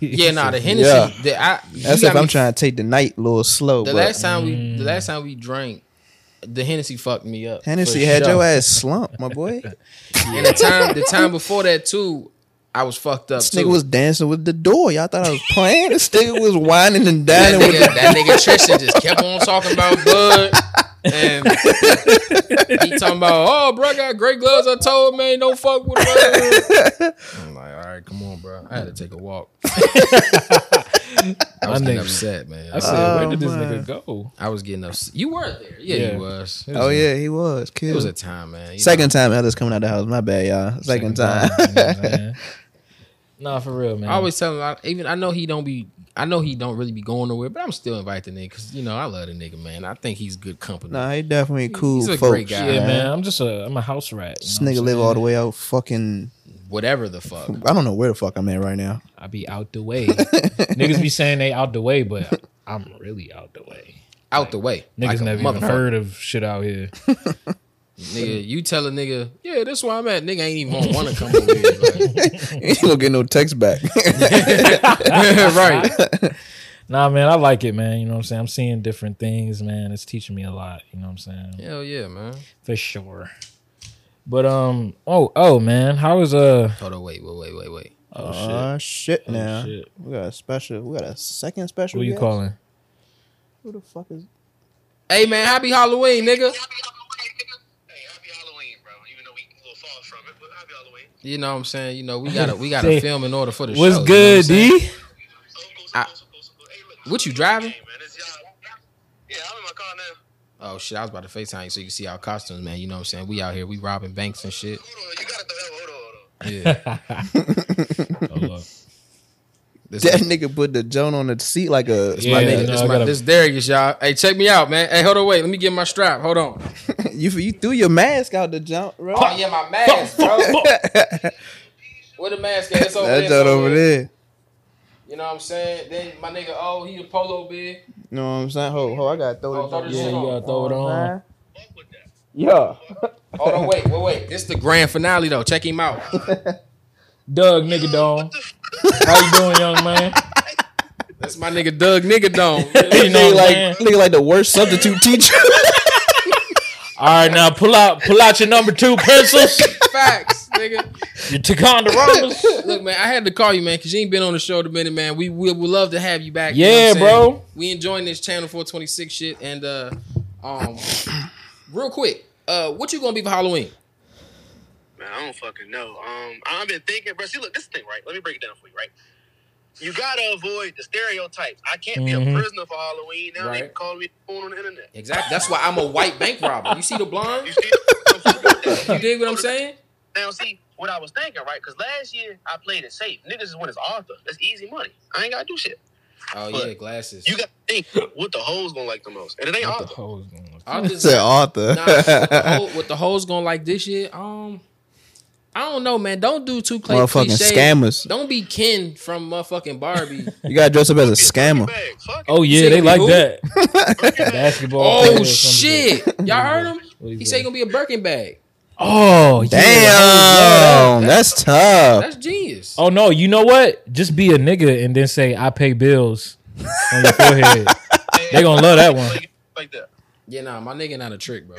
[SPEAKER 1] Yeah, nah, the Hennessy.
[SPEAKER 4] Yeah.
[SPEAKER 1] The, I, you
[SPEAKER 4] That's
[SPEAKER 1] got
[SPEAKER 4] if
[SPEAKER 1] me
[SPEAKER 4] I'm trying to take the night a little slow.
[SPEAKER 1] The
[SPEAKER 4] but
[SPEAKER 1] last time we, the
[SPEAKER 3] Mm.
[SPEAKER 1] last time we drank, the Hennessy fucked me up. for
[SPEAKER 4] Hennessy had
[SPEAKER 1] sure.
[SPEAKER 4] your ass slumped, my boy.
[SPEAKER 1] And the time, the time before that too, I was fucked up
[SPEAKER 4] This
[SPEAKER 1] too.
[SPEAKER 4] nigga was dancing with the door. Y'all thought I was playing. This nigga was whining and
[SPEAKER 1] that
[SPEAKER 4] dining with
[SPEAKER 1] nigga, that nigga Tristan just kept on talking about Bud. And he talking about, oh, bro, I got great gloves. I told man, don't fuck with Bud. I'm like, all right, come on, bro. I had to take a walk. I was
[SPEAKER 3] My
[SPEAKER 1] getting
[SPEAKER 3] nigga-
[SPEAKER 1] upset, man.
[SPEAKER 3] I said,
[SPEAKER 4] Oh,
[SPEAKER 3] where did this nigga go?
[SPEAKER 1] I was getting upset. You were there. Yeah,
[SPEAKER 3] Yeah.
[SPEAKER 1] you was. It was
[SPEAKER 4] Oh
[SPEAKER 1] a-
[SPEAKER 4] yeah, he was. Kid.
[SPEAKER 1] It was a time, man. You
[SPEAKER 4] second time Ellis coming out of the house. My bad, y'all. Second, time.
[SPEAKER 3] man. Nah, for real, man.
[SPEAKER 1] I always tell him, I, even I know he don't be, I know he don't really be going nowhere, but I'm still inviting the nigga because you know I love the nigga, man. I think he's good company.
[SPEAKER 4] nah, he definitely cool.
[SPEAKER 1] He's a
[SPEAKER 4] folks.
[SPEAKER 1] great guy.
[SPEAKER 3] yeah,
[SPEAKER 1] Yeah.
[SPEAKER 3] man. I'm just a I'm a house rat.
[SPEAKER 4] This nigga live all the way out. Fucking,
[SPEAKER 1] Whatever the fuck.
[SPEAKER 4] I don't know where the fuck I'm at right now.
[SPEAKER 3] I be out the way. Niggas be saying they out the way, but I'm really out the way.
[SPEAKER 1] Out the way.
[SPEAKER 3] Niggas
[SPEAKER 1] Like a
[SPEAKER 3] never even
[SPEAKER 1] motherfucker.
[SPEAKER 3] heard of shit out here.
[SPEAKER 1] Nigga, you tell a nigga, yeah, that's where I'm at. Nigga ain't even gonna wanna come over here. Like,
[SPEAKER 4] You ain't gonna get no text back.
[SPEAKER 1] right.
[SPEAKER 3] Nah, man, I like it, man. You know what I'm saying? I'm seeing different things, man. It's teaching me a lot. You know what I'm saying?
[SPEAKER 1] Hell yeah, man.
[SPEAKER 3] For sure. But um, oh oh man, how is uh?
[SPEAKER 1] Hold on, wait, wait, wait, wait, wait.
[SPEAKER 3] Oh shit,
[SPEAKER 4] Oh shit! now
[SPEAKER 3] shit.
[SPEAKER 4] we got a special. We got a second special.
[SPEAKER 3] who you
[SPEAKER 4] guest?
[SPEAKER 3] calling?
[SPEAKER 4] Who the fuck is?
[SPEAKER 1] Hey man, happy Halloween, nigga.
[SPEAKER 6] Hey, happy Halloween, bro. Even though we a little far from it, but happy Halloween.
[SPEAKER 1] You know what I'm saying? You know, we gotta we gotta
[SPEAKER 3] Say,
[SPEAKER 1] film in order for the
[SPEAKER 3] What's
[SPEAKER 1] show.
[SPEAKER 3] good,
[SPEAKER 1] you know what I'm saying?
[SPEAKER 3] D?
[SPEAKER 1] I-
[SPEAKER 6] Ah.
[SPEAKER 1] What you driving?
[SPEAKER 6] Hey, man, it's y'all. Yeah, I'm in my car now.
[SPEAKER 1] Oh shit, I was about to FaceTime you so you can see our costumes, man. You know what I'm saying? We out here, we robbing banks and shit.
[SPEAKER 6] Hold on, you gotta throw hold on, hold on.
[SPEAKER 1] Yeah.
[SPEAKER 3] Oh,
[SPEAKER 1] This
[SPEAKER 4] That nigga put the Joan on the seat like a. It's my
[SPEAKER 3] Yeah,
[SPEAKER 4] nigga.
[SPEAKER 3] no.
[SPEAKER 1] This,
[SPEAKER 3] I
[SPEAKER 1] my,
[SPEAKER 3] gotta-
[SPEAKER 1] this Darius, y'all. Hey, check me out, man. Hey, hold on, wait. Let me get my strap. Hold on.
[SPEAKER 4] You you threw your mask out the jump, bro.
[SPEAKER 1] Oh yeah, my mask, bro. Where the mask at? It's over
[SPEAKER 4] That's
[SPEAKER 1] there.
[SPEAKER 4] out over
[SPEAKER 1] somewhere.
[SPEAKER 4] there.
[SPEAKER 1] You know what I'm saying? Then my nigga, oh, he a polo big.
[SPEAKER 4] You know what I'm saying? Ho, ho, I gotta throw
[SPEAKER 1] Oh,
[SPEAKER 4] the
[SPEAKER 1] throw
[SPEAKER 4] joint.
[SPEAKER 1] this
[SPEAKER 3] yeah,
[SPEAKER 1] shit
[SPEAKER 3] you gotta
[SPEAKER 1] on.
[SPEAKER 3] throw it on.
[SPEAKER 6] Fuck with that.
[SPEAKER 4] Yeah.
[SPEAKER 1] Hold on, wait, wait, wait. This the grand finale though. Check him out.
[SPEAKER 3] Doug, nigga, dong. How you doing, young man?
[SPEAKER 1] That's my nigga Doug Nigga Dome.
[SPEAKER 3] You know,
[SPEAKER 4] nigga like
[SPEAKER 3] man.
[SPEAKER 4] nigga like the worst substitute teacher.
[SPEAKER 3] All right, now pull out, pull out your number two pencils,
[SPEAKER 1] Facts, nigga.
[SPEAKER 3] your Ticonderogas.
[SPEAKER 1] Look, man, I had to call you, man, because you ain't been on the show in a minute, man. We we would love to have you back. you know what
[SPEAKER 3] Yeah,
[SPEAKER 1] I'm saying?
[SPEAKER 3] bro.
[SPEAKER 1] We enjoying this Channel 426 shit. And uh, um, real quick, uh, what you gonna be for Halloween?
[SPEAKER 6] Man, I don't fucking know. Um, I've been thinking, bro. See, look, this thing, right? Let me break it down for you, right? You gotta avoid the stereotypes. I can't be a
[SPEAKER 3] Mhm.
[SPEAKER 6] prisoner for Halloween. Now they
[SPEAKER 1] Mm-hmm. Right.
[SPEAKER 6] calling me a fool on the internet.
[SPEAKER 1] Exactly. That's why I'm a white bank robber. You see the blonde?
[SPEAKER 6] You see? Don't fuck with that.
[SPEAKER 1] You dig what I'm saying?
[SPEAKER 6] Now, see what I was thinking, right? Because last year I played it safe. Niggas is when it's Arthur. That's easy money. I ain't gotta do shit.
[SPEAKER 1] Oh yeah, glasses.
[SPEAKER 6] You gotta think what the hoes gonna like the most, and it ain't
[SPEAKER 3] What the
[SPEAKER 6] Arthur.
[SPEAKER 3] hell is going on?
[SPEAKER 1] I'll
[SPEAKER 4] Said Arthur.
[SPEAKER 1] Nah, what the hoe- what the hoes gonna like this year? Um, I don't know, man. Don't do too cl-
[SPEAKER 4] Motherfucking
[SPEAKER 1] cliche.
[SPEAKER 4] scammers.
[SPEAKER 1] Don't be Ken from motherfucking Barbie.
[SPEAKER 4] You gotta dress up as a scammer.
[SPEAKER 6] Bag, fuck it.
[SPEAKER 3] Oh yeah, they
[SPEAKER 1] Who?
[SPEAKER 3] like that basketball. player
[SPEAKER 1] oh
[SPEAKER 3] or some
[SPEAKER 1] shit! Y'all heard him?
[SPEAKER 3] What he
[SPEAKER 1] He
[SPEAKER 3] say?
[SPEAKER 1] say he gonna be a Birkin bag.
[SPEAKER 3] Oh yeah.
[SPEAKER 4] Damn, that's tough.
[SPEAKER 1] That's genius.
[SPEAKER 3] Oh no, you know what? Just be a nigga and then say I pay bills on your forehead. they gonna love that one.
[SPEAKER 6] Like, like that.
[SPEAKER 1] Yeah, nah, my nigga not a trick, bro.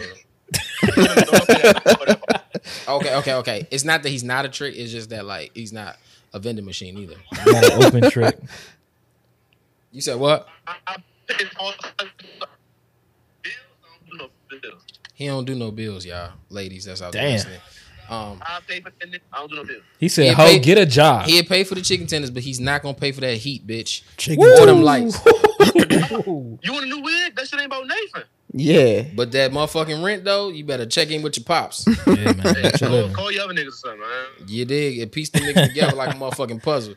[SPEAKER 6] Don't play that. Whatever.
[SPEAKER 1] Okay, okay, okay. It's not that he's not a trick. It's just that like he's not a vending machine either.
[SPEAKER 3] Not an open trick.
[SPEAKER 1] You said what?
[SPEAKER 6] I- I- it's all- Bills don't do no bills.
[SPEAKER 1] He don't do no bills, y'all, ladies. That's out there
[SPEAKER 3] Damn.
[SPEAKER 1] listening. Um,
[SPEAKER 6] I pay for ten. I don't do no bills.
[SPEAKER 3] He
[SPEAKER 1] Yeah,
[SPEAKER 3] said, "Ho,
[SPEAKER 1] pay-
[SPEAKER 3] get a job."
[SPEAKER 1] he'd pay for the chicken tenders, but he's not gonna pay for that heat, bitch.
[SPEAKER 4] Chicken
[SPEAKER 1] Or them lights.
[SPEAKER 6] You want a new wig? That shit ain't about Nathan.
[SPEAKER 4] Yeah.
[SPEAKER 1] But that motherfucking rent though, you better check in with your pops.
[SPEAKER 3] Yeah, man. Chill out,
[SPEAKER 6] Call,
[SPEAKER 3] man.
[SPEAKER 6] call your other niggas or something, man.
[SPEAKER 1] You dig? And piece the niggas together like a motherfucking puzzle.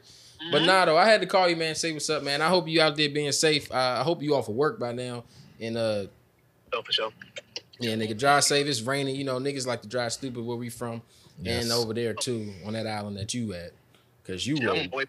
[SPEAKER 1] But nah, though, I had to call you, man. Say what's up, man. I hope you out there being safe. Uh, I hope you off of work by now. And uh,
[SPEAKER 6] Oh, for sure.
[SPEAKER 1] yeah, nigga, drive safe. It's raining. You know, niggas like to drive stupid where we from,
[SPEAKER 3] Yes.
[SPEAKER 1] and over there too on that island that you at, cause you
[SPEAKER 6] Yeah, I'm a
[SPEAKER 1] were.
[SPEAKER 6] boy.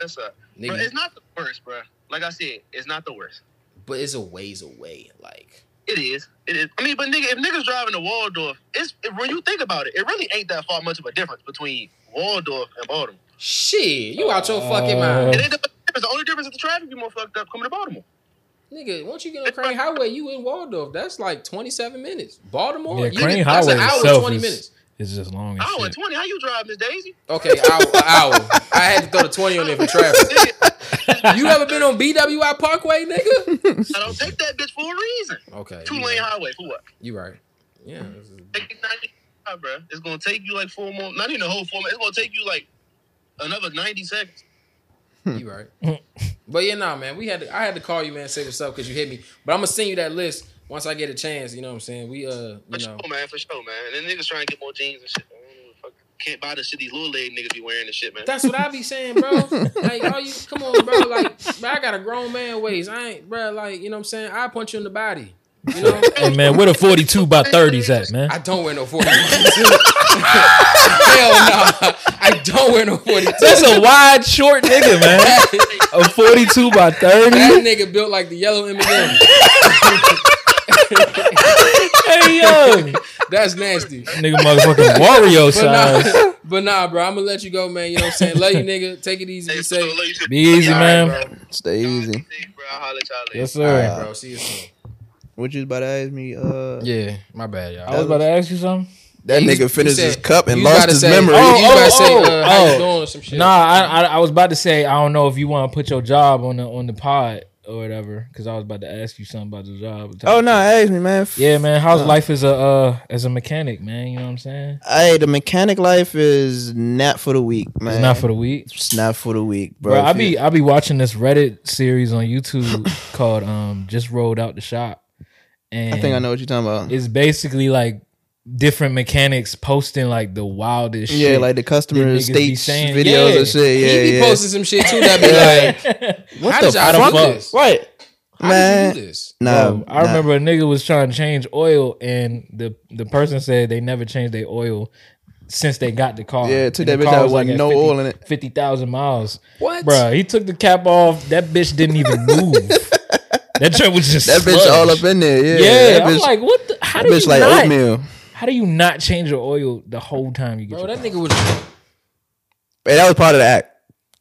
[SPEAKER 6] That's up. Bro,
[SPEAKER 1] Nigga.
[SPEAKER 6] it's not the worst, bro. Like I said, it's not the worst.
[SPEAKER 1] But it's a ways away. Like,
[SPEAKER 6] It is. It is. I mean, but nigga, if niggas driving to Waldorf, it's it, when you think about it, it really ain't that far much of a difference between Waldorf and Baltimore.
[SPEAKER 1] Shit, you out your fucking mind.
[SPEAKER 6] And it, the only difference is the traffic be more fucked up coming to Baltimore.
[SPEAKER 3] Oh.
[SPEAKER 1] Nigga, once you get on Crane Highway, you in Waldorf. That's like 27 minutes. Baltimore,
[SPEAKER 3] Yeah,
[SPEAKER 1] you
[SPEAKER 3] Crane
[SPEAKER 1] get-
[SPEAKER 3] Highway
[SPEAKER 1] that's an hour
[SPEAKER 3] itself
[SPEAKER 1] 20
[SPEAKER 3] is,
[SPEAKER 1] minutes.
[SPEAKER 3] is just long as
[SPEAKER 6] Hour
[SPEAKER 3] shit.
[SPEAKER 6] and 20, how you drive, Miss Daisy?
[SPEAKER 1] Okay, hour, a hour. I had to throw the 20 on there for traffic.
[SPEAKER 6] I
[SPEAKER 1] You ever been on BWI Parkway, nigga?
[SPEAKER 6] don't take that bitch for a reason.
[SPEAKER 1] Okay.
[SPEAKER 6] Two
[SPEAKER 1] you
[SPEAKER 6] lane
[SPEAKER 1] right.
[SPEAKER 6] highway for what?
[SPEAKER 1] You right. Yeah. this is-
[SPEAKER 6] Take it 95, bro. It's gonna take you like four more, not even the whole four. It's gonna take you like another 90 seconds.
[SPEAKER 1] You right. but yeah, nah, man. We had to, I had to call you, man, say what's up because you hit me. But I'm gonna send you that list once I get a chance. You know what I'm saying? We uh,
[SPEAKER 6] For
[SPEAKER 1] you know,
[SPEAKER 6] sure, man. For sure, man. And then niggas trying to get more jeans and shit. Man. I don't know what the fuck- Can't buy the shit these little leg niggas be wearing and shit, man.
[SPEAKER 1] that's what I be saying, bro. like, all you come on, bro. Like, bro, I got a grown man waist. I ain't, bro. Like, you know what I'm saying? I punch you in the body. You know,
[SPEAKER 3] Hey man, where the forty two by thirties at, man?
[SPEAKER 1] I don't wear no 42. Hell no, I don't wear no 42.
[SPEAKER 3] That's a wide short nigga, man.
[SPEAKER 1] that
[SPEAKER 3] A forty two by thirty.
[SPEAKER 1] nigga built like the yellow M&M.
[SPEAKER 3] Hey yo,
[SPEAKER 1] That's nasty.
[SPEAKER 3] nigga, motherfucking Wario
[SPEAKER 1] But
[SPEAKER 3] size.
[SPEAKER 1] nah, but nah, bro. I'm gonna let you go, man. You know what I'm saying? Love you, nigga. Take it easy.
[SPEAKER 6] Hey,
[SPEAKER 1] Be
[SPEAKER 6] for
[SPEAKER 1] safe,
[SPEAKER 6] sure, love you too.
[SPEAKER 3] Be easy,
[SPEAKER 6] All right,
[SPEAKER 3] man.
[SPEAKER 6] bro.
[SPEAKER 4] Stay easy.
[SPEAKER 6] Be safe, bro. I'll holler at y'all later.
[SPEAKER 3] Yes sir.
[SPEAKER 4] Alright.
[SPEAKER 1] bro. See you soon.
[SPEAKER 4] What you was about to ask me? Uh,
[SPEAKER 1] Yeah, my bad, y'all.
[SPEAKER 3] I was about to ask you something.
[SPEAKER 4] that
[SPEAKER 1] He was- he
[SPEAKER 4] nigga finished
[SPEAKER 1] said-
[SPEAKER 4] his cup and
[SPEAKER 1] he was about
[SPEAKER 4] lost
[SPEAKER 1] to
[SPEAKER 4] his
[SPEAKER 1] say-
[SPEAKER 4] memory.
[SPEAKER 1] he was
[SPEAKER 3] Oh,
[SPEAKER 1] about to
[SPEAKER 3] oh,
[SPEAKER 1] say,
[SPEAKER 3] oh,
[SPEAKER 1] uh, how you
[SPEAKER 3] oh.
[SPEAKER 1] doing or some shit.
[SPEAKER 3] Nah, I, I I was about to say I don't know if you want to put your job on the on the pod or whatever because I was about to ask you something about the job.
[SPEAKER 4] Oh no, ask me, man. F-
[SPEAKER 3] Yeah, man. How's life as a uh, as a mechanic, man? You know what I'm saying?
[SPEAKER 4] Hey, the mechanic life is not for the weak, man.
[SPEAKER 3] It's not for the week.
[SPEAKER 4] It's not for the weak, bro.
[SPEAKER 3] Bro, I
[SPEAKER 4] If you-
[SPEAKER 3] be I be watching this Reddit series on YouTube called um Just Rolled Out the Shop. And
[SPEAKER 4] I think I know what you're talking about.
[SPEAKER 3] It's basically like different mechanics posting like the wildest
[SPEAKER 4] Yeah,
[SPEAKER 3] shit.
[SPEAKER 4] like the customer
[SPEAKER 3] That niggas be
[SPEAKER 4] state
[SPEAKER 3] saying,
[SPEAKER 4] videos
[SPEAKER 3] yeah.
[SPEAKER 4] and shit. Yeah,
[SPEAKER 1] he be
[SPEAKER 4] yeah.
[SPEAKER 1] posting some shit too that be like,
[SPEAKER 4] what
[SPEAKER 1] how
[SPEAKER 4] the
[SPEAKER 1] did y'all
[SPEAKER 4] fuck?
[SPEAKER 1] do
[SPEAKER 3] fuck?
[SPEAKER 1] this?
[SPEAKER 4] Right,
[SPEAKER 1] How
[SPEAKER 4] man.
[SPEAKER 1] did you do this?
[SPEAKER 4] Nah,
[SPEAKER 3] Bro, I
[SPEAKER 4] nah.
[SPEAKER 3] remember a nigga was trying to change oil, and the the person said they never changed their oil since they got the car.
[SPEAKER 4] Yeah, it took
[SPEAKER 3] And the
[SPEAKER 4] that bitch
[SPEAKER 3] car
[SPEAKER 4] out
[SPEAKER 3] was,
[SPEAKER 4] with
[SPEAKER 3] at
[SPEAKER 4] no oil in it.
[SPEAKER 3] fifty thousand miles.
[SPEAKER 1] What?
[SPEAKER 3] Bro, he took the cap off. That bitch didn't even move. that truck was just
[SPEAKER 4] That bitch
[SPEAKER 3] sludge.
[SPEAKER 4] all up in there.
[SPEAKER 3] Yeah,
[SPEAKER 4] Yeah, that
[SPEAKER 3] I'm
[SPEAKER 4] bitch,
[SPEAKER 3] like, what? The, how
[SPEAKER 4] that
[SPEAKER 3] do
[SPEAKER 4] bitch
[SPEAKER 3] you
[SPEAKER 4] like
[SPEAKER 3] not?
[SPEAKER 4] oatmeal.
[SPEAKER 3] How do you not change your oil the whole time you get?
[SPEAKER 1] Bro,
[SPEAKER 3] your
[SPEAKER 1] that
[SPEAKER 3] car?
[SPEAKER 1] nigga was.
[SPEAKER 4] Hey, that was part of the act.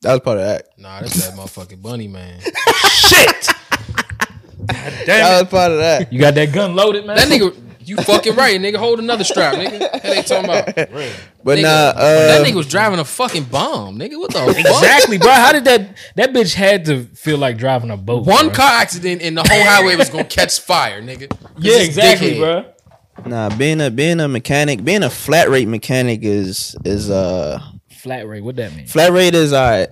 [SPEAKER 4] That was part of the act.
[SPEAKER 1] Nah, that's that motherfucking bunny, man.
[SPEAKER 3] shit. God damn
[SPEAKER 4] That
[SPEAKER 3] it.
[SPEAKER 4] was part of that.
[SPEAKER 3] You got that gun loaded, man.
[SPEAKER 1] That nigga, you fucking right, nigga. Hold another strap, nigga. That ain't talking about. Nigga,
[SPEAKER 4] But nah, uh,
[SPEAKER 1] that nigga was driving a fucking bomb, nigga. What the fuck?
[SPEAKER 3] Exactly, bro. How did that? That bitch had to feel like driving a boat.
[SPEAKER 1] One
[SPEAKER 3] bro.
[SPEAKER 1] car accident and the whole highway was gonna catch fire, nigga. 'Cause
[SPEAKER 3] Yeah,
[SPEAKER 1] this
[SPEAKER 3] exactly,
[SPEAKER 1] dickhead-
[SPEAKER 3] bro.
[SPEAKER 4] nah, being a being a mechanic, being a flat rate mechanic is is uh
[SPEAKER 3] Flat rate. What that mean?
[SPEAKER 4] flat rate is all right.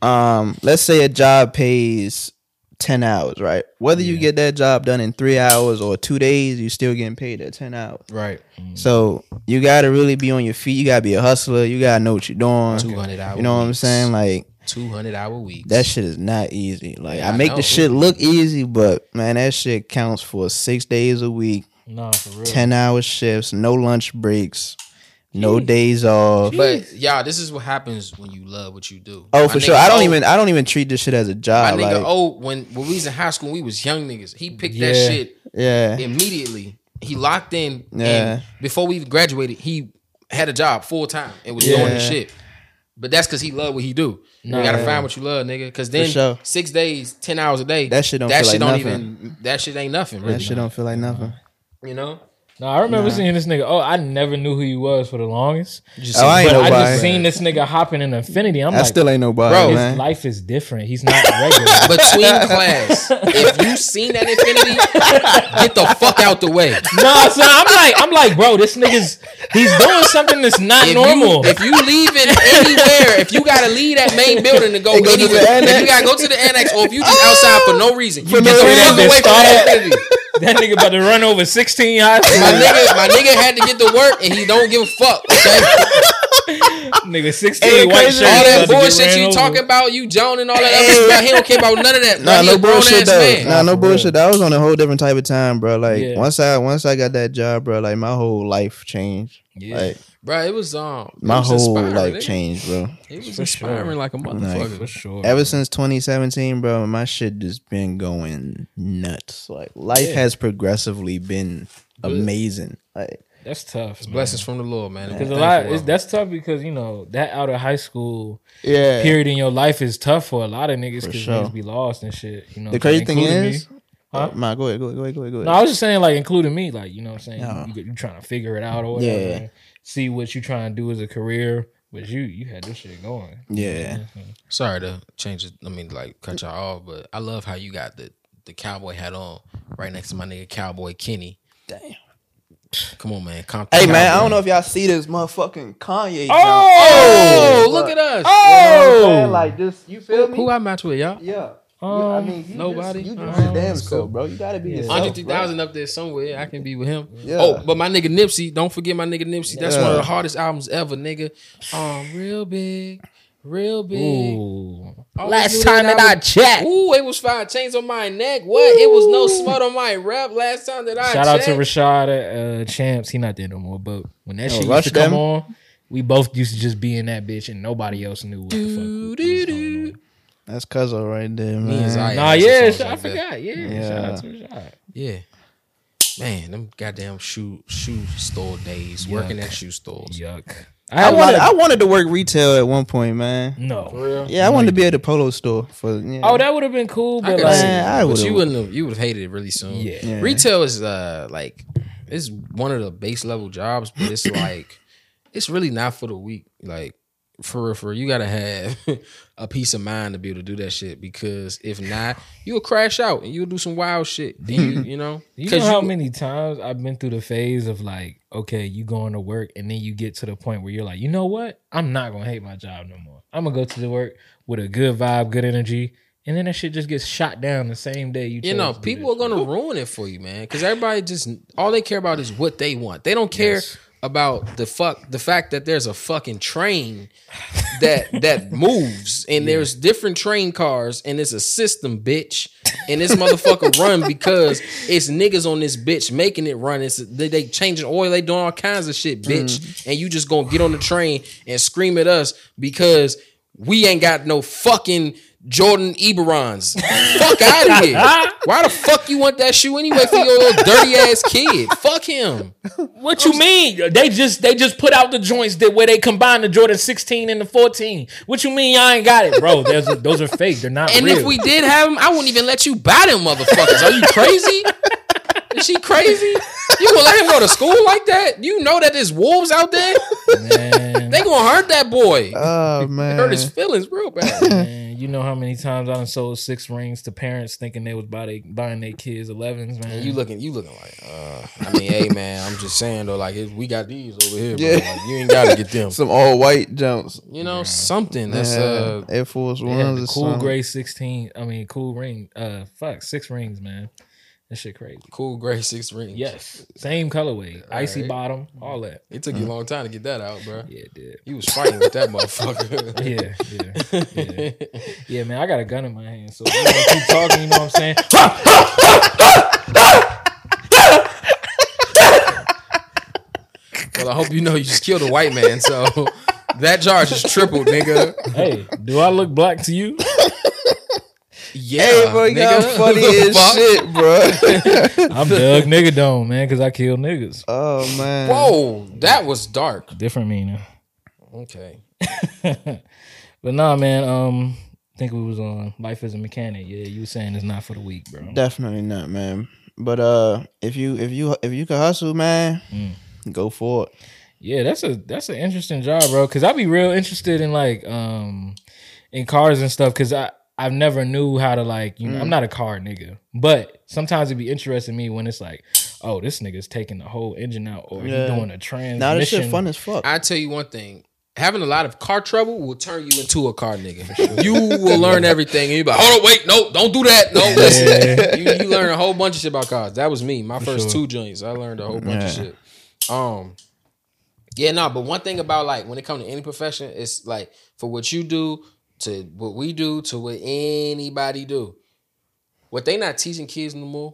[SPEAKER 4] Um, let's say a job pays ten hours, right? Whether you get that job done in three hours or two days, you still getting paid that ten hours.
[SPEAKER 1] Right.
[SPEAKER 4] So you gotta really be on your feet. You gotta be a hustler. You gotta know what you're doing.
[SPEAKER 1] 200 hour
[SPEAKER 4] You know what I'm
[SPEAKER 1] weeks.
[SPEAKER 4] saying? Like
[SPEAKER 1] 200 hour weeks.
[SPEAKER 4] that shit is not easy. Like
[SPEAKER 1] Yeah,
[SPEAKER 4] I
[SPEAKER 1] I
[SPEAKER 4] make
[SPEAKER 1] know.
[SPEAKER 4] the shit look easy, but man, that shit counts for six days a week,
[SPEAKER 3] Nah, for real.
[SPEAKER 4] ten hour shifts, no lunch breaks, no days off.
[SPEAKER 1] But y'all, this is what happens when you love what you do.
[SPEAKER 4] Oh,
[SPEAKER 1] My
[SPEAKER 4] for
[SPEAKER 1] nigga
[SPEAKER 4] sure. I don't
[SPEAKER 1] O-
[SPEAKER 4] even I don't even treat this shit as a
[SPEAKER 1] My
[SPEAKER 4] job.
[SPEAKER 1] nigga,
[SPEAKER 4] Like,
[SPEAKER 1] oh, when when we was in high school, we was young niggas. He picked that
[SPEAKER 3] Yeah.
[SPEAKER 1] shit
[SPEAKER 4] yeah.
[SPEAKER 1] immediately. He locked in.
[SPEAKER 4] Yeah.
[SPEAKER 1] And before we even graduated, he had a job full time and was doing his
[SPEAKER 4] Yeah.
[SPEAKER 1] shit. But that's because he loved what he do.
[SPEAKER 3] Nah.
[SPEAKER 1] you gotta find what you love, nigga. Because then
[SPEAKER 4] sure.
[SPEAKER 1] six days, ten hours a day,
[SPEAKER 4] That shit don't
[SPEAKER 1] that
[SPEAKER 4] feel
[SPEAKER 1] shit don't
[SPEAKER 4] like nothing.
[SPEAKER 1] even that shit ain't nothing. Really,
[SPEAKER 4] That shit don't feel like nothing.
[SPEAKER 1] you know.
[SPEAKER 3] Nah, I remember seeing this nigga. Oh, I never knew who he was for the longest.
[SPEAKER 4] Oh, I ain't
[SPEAKER 3] but I
[SPEAKER 4] nobody.
[SPEAKER 3] just seen this nigga hopping in Infinity. I'm
[SPEAKER 4] I
[SPEAKER 3] like,
[SPEAKER 4] still ain't nobody,
[SPEAKER 1] Bro,
[SPEAKER 3] his
[SPEAKER 4] man.
[SPEAKER 3] life is different. He's not regular.
[SPEAKER 1] Between class, if you seen that infinity, get the fuck out the way.
[SPEAKER 3] nah, son. I'm like, I'm like, bro. This nigga's he's doing something that's not
[SPEAKER 1] if
[SPEAKER 3] normal.
[SPEAKER 1] You, if you leaving anywhere, if you gotta leave that main building to go,
[SPEAKER 4] And go to
[SPEAKER 1] anywhere, if
[SPEAKER 4] the annex. Oh!
[SPEAKER 1] you gotta go to the annex, or if you just outside for no reason, you
[SPEAKER 4] no
[SPEAKER 1] get the
[SPEAKER 4] reason.
[SPEAKER 1] fuck away from that
[SPEAKER 3] Stop.
[SPEAKER 1] infinity.
[SPEAKER 3] that nigga about to run over 16 high
[SPEAKER 1] My
[SPEAKER 3] school
[SPEAKER 1] nigga, my nigga had to get to work, and he don't give a fuck. okay?
[SPEAKER 3] nigga. 16
[SPEAKER 4] Hey,
[SPEAKER 3] white
[SPEAKER 4] crazy.
[SPEAKER 3] shirt.
[SPEAKER 1] All that
[SPEAKER 3] about to get
[SPEAKER 1] bullshit
[SPEAKER 3] ran
[SPEAKER 1] you
[SPEAKER 3] over.
[SPEAKER 1] talking about, you Joan and all that other stuff, he don't care about none of that.
[SPEAKER 4] Nah,
[SPEAKER 1] Nah, he
[SPEAKER 4] no
[SPEAKER 1] a grown ass
[SPEAKER 4] bullshit though.
[SPEAKER 1] man.
[SPEAKER 4] Nah, no
[SPEAKER 3] Nah, for real.
[SPEAKER 4] bullshit. I was on a whole different type of time, bro. Like
[SPEAKER 3] Yeah.
[SPEAKER 4] once I once I got that job, bro, like my whole life changed.
[SPEAKER 3] Yeah.
[SPEAKER 4] Like
[SPEAKER 1] Bro, it was um, it
[SPEAKER 4] my
[SPEAKER 1] was
[SPEAKER 4] whole
[SPEAKER 1] inspiring,
[SPEAKER 4] life
[SPEAKER 1] nigga.
[SPEAKER 4] changed, bro.
[SPEAKER 1] It was
[SPEAKER 3] For sure.
[SPEAKER 1] inspiring like a motherfucker.
[SPEAKER 3] for sure.
[SPEAKER 4] Ever since 2017, bro, my shit just been going nuts. Like life has progressively been amazing. Like
[SPEAKER 3] that's tough. man.
[SPEAKER 1] Blessings from the Lord, man.
[SPEAKER 3] Because a
[SPEAKER 1] Thank
[SPEAKER 3] lot
[SPEAKER 1] you,
[SPEAKER 3] it's,
[SPEAKER 1] Lord.
[SPEAKER 3] that's tough because you know that out of high school
[SPEAKER 4] Yeah.
[SPEAKER 3] period in your life is tough for a lot of niggas
[SPEAKER 4] For
[SPEAKER 3] because
[SPEAKER 4] sure.
[SPEAKER 3] niggas be lost and shit. You know,
[SPEAKER 4] The crazy thing
[SPEAKER 3] including me.
[SPEAKER 4] is,
[SPEAKER 3] Huh?
[SPEAKER 4] oh, man, go ahead, go ahead, go ahead, go ahead, go ahead.
[SPEAKER 3] No, I was just saying, like, including me, like, you know what I'm saying?
[SPEAKER 4] Yeah.
[SPEAKER 3] You, you, trying to figure it out or whatever.
[SPEAKER 4] Yeah.
[SPEAKER 3] and See what you trying to do as a career. But you, you had this shit going.
[SPEAKER 4] yeah,
[SPEAKER 1] Sorry to change it. I mean, like cut y'all off, but I love how you got the the cowboy hat on right next to my nigga Cowboy Kenny.
[SPEAKER 4] damn.
[SPEAKER 1] Come on, man. Compton
[SPEAKER 4] Hey man, I
[SPEAKER 1] Cowboy.
[SPEAKER 4] don't know if y'all see this motherfucking Kanye. Oh,
[SPEAKER 1] Oh, look at us.
[SPEAKER 4] oh, like this. You feel me?
[SPEAKER 1] Who I match with, y'all?
[SPEAKER 4] Yeah.
[SPEAKER 3] Um,
[SPEAKER 4] I mean, you
[SPEAKER 1] nobody?
[SPEAKER 4] Just,
[SPEAKER 3] Oh,
[SPEAKER 4] you
[SPEAKER 1] Alright,
[SPEAKER 4] just your damn
[SPEAKER 1] that's cool.
[SPEAKER 4] self, bro. You gotta be yourself.
[SPEAKER 1] Andre
[SPEAKER 4] bro.
[SPEAKER 1] 3000 up there somewhere. I can be with him.
[SPEAKER 4] Yeah.
[SPEAKER 1] Oh, but my nigga Nipsey, don't forget my nigga Nipsey. That's
[SPEAKER 4] Yeah.
[SPEAKER 1] one of the hardest albums ever, nigga. Um, real big, real big.
[SPEAKER 3] Ooh.
[SPEAKER 1] Always knew was-
[SPEAKER 2] checked.
[SPEAKER 1] Ooh, it was five chains on my neck. What? It was no smut on my rap last time that I
[SPEAKER 3] Shout out to
[SPEAKER 1] checked.
[SPEAKER 3] Rashad uh, Champs. He not there no more, but when that shit
[SPEAKER 4] Rush
[SPEAKER 3] used to come
[SPEAKER 4] them.
[SPEAKER 3] on, we both used to just be in that bitch and nobody else knew what the fuck. was going on.
[SPEAKER 4] That's Cuzzo right there,
[SPEAKER 1] Me and Zion
[SPEAKER 3] Nah,
[SPEAKER 1] had some
[SPEAKER 3] yeah,
[SPEAKER 1] songs
[SPEAKER 3] sh- I
[SPEAKER 1] like that.
[SPEAKER 3] forgot. Yeah, shout out to Rashad.
[SPEAKER 1] Yeah. Man, them goddamn shoe shoe store days, working at shoe stores.
[SPEAKER 3] Yuck.
[SPEAKER 4] I
[SPEAKER 3] I,
[SPEAKER 4] wanted,
[SPEAKER 3] wanna
[SPEAKER 4] I wanted to work retail at one point, man.
[SPEAKER 3] no.
[SPEAKER 4] Yeah, I wanted to be at the polo store for. Yeah.
[SPEAKER 3] Oh, that would have been cool,
[SPEAKER 1] I
[SPEAKER 3] but
[SPEAKER 1] could
[SPEAKER 3] like,
[SPEAKER 1] see it,
[SPEAKER 4] I
[SPEAKER 1] but
[SPEAKER 4] would've-
[SPEAKER 1] you wouldn't have you would have hated it really soon.
[SPEAKER 3] Yeah.
[SPEAKER 4] Yeah.
[SPEAKER 1] Retail is uh like it's one of the base level jobs, but it's like it's really not for the weak. Like for real, for real, you gotta have a peace of mind to be able to do that shit because if not, you'll crash out and you'll do some wild shit. And you you know
[SPEAKER 3] You
[SPEAKER 1] 'Cause
[SPEAKER 3] know how many times I've been through the phase of like, okay, you going to work, and then you get to the point where you're like, you know what? I'm not gonna hate my job no more. I'm gonna go to the work with a good vibe, good energy, and then that shit just gets shot down the same day. You,
[SPEAKER 1] You know, people are
[SPEAKER 3] going.
[SPEAKER 1] gonna ruin it for you, man. Because everybody just all they care about is what they want. They don't care
[SPEAKER 3] Yes.
[SPEAKER 1] about the fuck the fact that there's a fucking train that that moves and there's different train cars and it's a system, bitch. And this motherfucker run because it's niggas on this bitch making it run. It's they, they changing oil, they doing all kinds of shit, bitch. And you just gonna get on the train and scream at us because we ain't got no fucking Jordan Eberons. fuck out of here. Why the fuck you want that shoe anyway for your little dirty ass kid? Fuck him.
[SPEAKER 3] What you mean? They just they just put out the joints that where they combine the Jordan 16 and the 14. What you mean y'all ain't got it, bro? There's those are fake. They're not
[SPEAKER 1] And
[SPEAKER 3] real.
[SPEAKER 1] if we did have him, I wouldn't even let you buy them motherfuckers. Are you crazy? Is she crazy? You gonna let him go to school like that? You know that there's wolves out there.
[SPEAKER 3] man,
[SPEAKER 1] They gonna hurt that boy.
[SPEAKER 4] Oh man.
[SPEAKER 1] hurt his feelings real bad.
[SPEAKER 3] man, you know how many times I done sold six rings to parents thinking they was buy they, buying their kids 11s, man.
[SPEAKER 1] You looking, you looking like. Uh, I mean, hey man, I'm just saying though, like if we got these over here. bro,
[SPEAKER 4] Yeah.
[SPEAKER 1] like, you ain't gotta get them.
[SPEAKER 4] Some all white jumps.
[SPEAKER 1] You know something that's
[SPEAKER 4] Yeah,
[SPEAKER 1] uh
[SPEAKER 4] Air Force
[SPEAKER 3] They had
[SPEAKER 4] Ones.
[SPEAKER 3] the
[SPEAKER 4] or
[SPEAKER 3] cool
[SPEAKER 4] something.
[SPEAKER 3] gray 16. I mean, cool ring. Uh, fuck, six rings, man. That shit crazy.
[SPEAKER 1] cool gray six rings.
[SPEAKER 3] Yes, same colorway, icy
[SPEAKER 1] Alright.
[SPEAKER 3] bottom, all that.
[SPEAKER 1] It took you
[SPEAKER 4] Uh-huh.
[SPEAKER 1] a long time to get that out, bro.
[SPEAKER 3] Yeah, it did.
[SPEAKER 1] You was fighting with that motherfucker.
[SPEAKER 3] Yeah, yeah, yeah. Yeah, man, I got a gun in my hand, so I'm gonna keep talking. You know what I'm saying?
[SPEAKER 1] Well, I hope you know you just killed a white man, so that charge is tripled, nigga.
[SPEAKER 3] hey, do I look black to you?
[SPEAKER 1] Yeah,
[SPEAKER 4] Hey, bro, you got funny as
[SPEAKER 1] Fuck.
[SPEAKER 4] shit, bro.
[SPEAKER 3] I'm Doug Nigga Dome, man, because I kill niggas.
[SPEAKER 4] oh man.
[SPEAKER 1] Whoa, that was dark.
[SPEAKER 3] Different meaning.
[SPEAKER 1] Okay.
[SPEAKER 3] But nah, man, um, I think we was on Life as a Mechanic. Yeah, you were saying it's not for the weak, bro.
[SPEAKER 4] Definitely not, man. But uh, if you if you if you can hustle, man,
[SPEAKER 1] Mm.
[SPEAKER 4] go for it.
[SPEAKER 3] Yeah, that's a that's an interesting job, bro. Cause I'd be real interested in like um in cars and stuff. Cause I I've never knew how to like you know
[SPEAKER 4] Mm.
[SPEAKER 3] I'm not a car nigga, but sometimes it'd be interesting to me when it's like, oh, this nigga's taking the whole engine out, or
[SPEAKER 4] Yeah.
[SPEAKER 3] he doing a transmission.
[SPEAKER 4] Now this shit fun as fuck.
[SPEAKER 1] I tell you one thing. Having a lot of car trouble will turn you into a car nigga. You will learn everything, and you be like, "Hold on, wait, no, don't do that." No, listen. You, you learn a whole bunch of shit about cars. That was me. My first
[SPEAKER 3] sure.
[SPEAKER 1] two joints, I learned a whole bunch of
[SPEAKER 4] Yeah.
[SPEAKER 1] shit. Um, yeah, no, but one thing about like when it comes to any profession, it's like for what you do to what we do to what anybody do. What they not teaching kids no more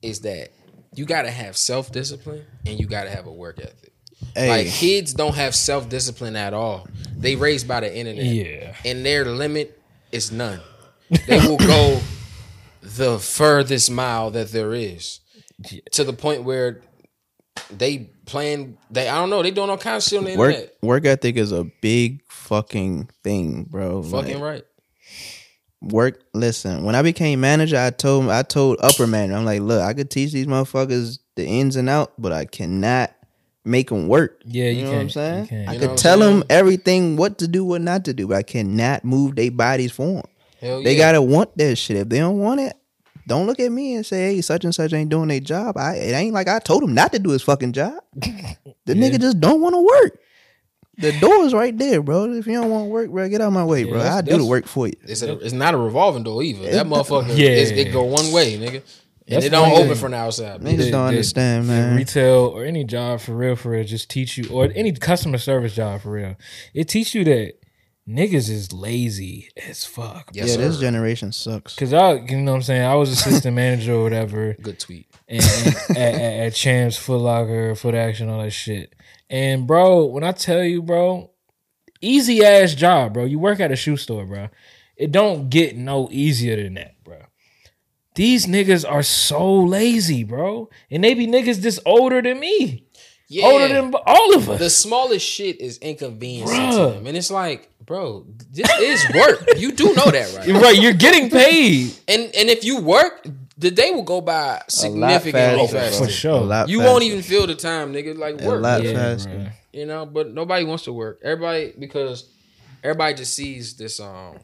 [SPEAKER 1] is that you gotta have self discipline and you gotta have a work ethic.
[SPEAKER 4] hey,
[SPEAKER 1] Like kids don't have self discipline at all. They raised by the internet.
[SPEAKER 3] Yeah.
[SPEAKER 1] And their limit is none. They will go the furthest mile that there is. To the point where They playing. They I don't know. They doing all kinds of shit on the
[SPEAKER 4] Work
[SPEAKER 1] internet.
[SPEAKER 4] work ethic is a big fucking thing, bro.
[SPEAKER 1] Fucking
[SPEAKER 4] Like,
[SPEAKER 1] right.
[SPEAKER 4] Work. Listen, when I became manager, I told I told upper manager, I'm like, look, I could teach these motherfuckers the ins and out, but I cannot make them work.
[SPEAKER 3] Yeah, you,
[SPEAKER 4] You know
[SPEAKER 3] can't,
[SPEAKER 4] what I'm saying?
[SPEAKER 3] You can't.
[SPEAKER 4] I
[SPEAKER 1] You know what I'm
[SPEAKER 4] could tell
[SPEAKER 1] saying?
[SPEAKER 4] them everything, what to do, what not to do, but I cannot move their bodies for them.
[SPEAKER 1] Hell
[SPEAKER 4] They
[SPEAKER 1] Oh, yeah.
[SPEAKER 4] gotta want that shit. If they don't want it, don't look at me and say, "Hey, such and such ain't doing their job." I it ain't like I told him not to do his fucking job. The nigga just don't want to work. The door is right there, bro. If you don't want to work, bro, get out of my way, bro.
[SPEAKER 1] that's-
[SPEAKER 4] I do the
[SPEAKER 1] that's-
[SPEAKER 4] work for you.
[SPEAKER 1] It's, a, it's not a revolving door either. that motherfucker,
[SPEAKER 3] Yeah.
[SPEAKER 1] is, it go one way, nigga, and
[SPEAKER 3] That's
[SPEAKER 1] it don't
[SPEAKER 3] one
[SPEAKER 1] open
[SPEAKER 3] thing.
[SPEAKER 1] from the outside.
[SPEAKER 4] Niggas
[SPEAKER 1] bitch.
[SPEAKER 4] don't
[SPEAKER 3] they-
[SPEAKER 4] understand,
[SPEAKER 3] Yeah,
[SPEAKER 4] man.
[SPEAKER 3] Retail or any job for real, for real, just teach you, or any customer service job for real. It teach you that niggas is lazy as fuck.
[SPEAKER 1] Yes,
[SPEAKER 4] yeah,
[SPEAKER 1] sir.
[SPEAKER 4] this generation sucks.
[SPEAKER 3] Cause I, you know what I'm saying? I was assistant manager or whatever
[SPEAKER 1] Good tweet.
[SPEAKER 3] and, and at, at, at Champs, Foot Locker, Foot Action, all that shit. And bro, when I tell you, bro, easy ass job, bro. You work at a shoe store, bro. It don't get no easier than that, bro. These niggas are so lazy, bro. And they be niggas this older than me.
[SPEAKER 1] Yeah.
[SPEAKER 3] Older than b- all of us.
[SPEAKER 1] the smallest shit is inconveniencing to
[SPEAKER 3] Bruh.
[SPEAKER 1] them, and it's like, bro, this is work. you do know that, right?
[SPEAKER 3] You're right, you're getting paid.
[SPEAKER 1] And and if you work, the day will go by significantly
[SPEAKER 4] faster,
[SPEAKER 1] faster.
[SPEAKER 4] bro.
[SPEAKER 3] Oh, For sure.
[SPEAKER 4] A lot
[SPEAKER 1] You won't
[SPEAKER 4] faster.
[SPEAKER 1] even feel the time, nigga. Like
[SPEAKER 4] a
[SPEAKER 1] work,
[SPEAKER 4] lot
[SPEAKER 3] Yeah,
[SPEAKER 4] faster.
[SPEAKER 3] bro.
[SPEAKER 1] you know. But nobody wants to work. Everybody because everybody just sees this um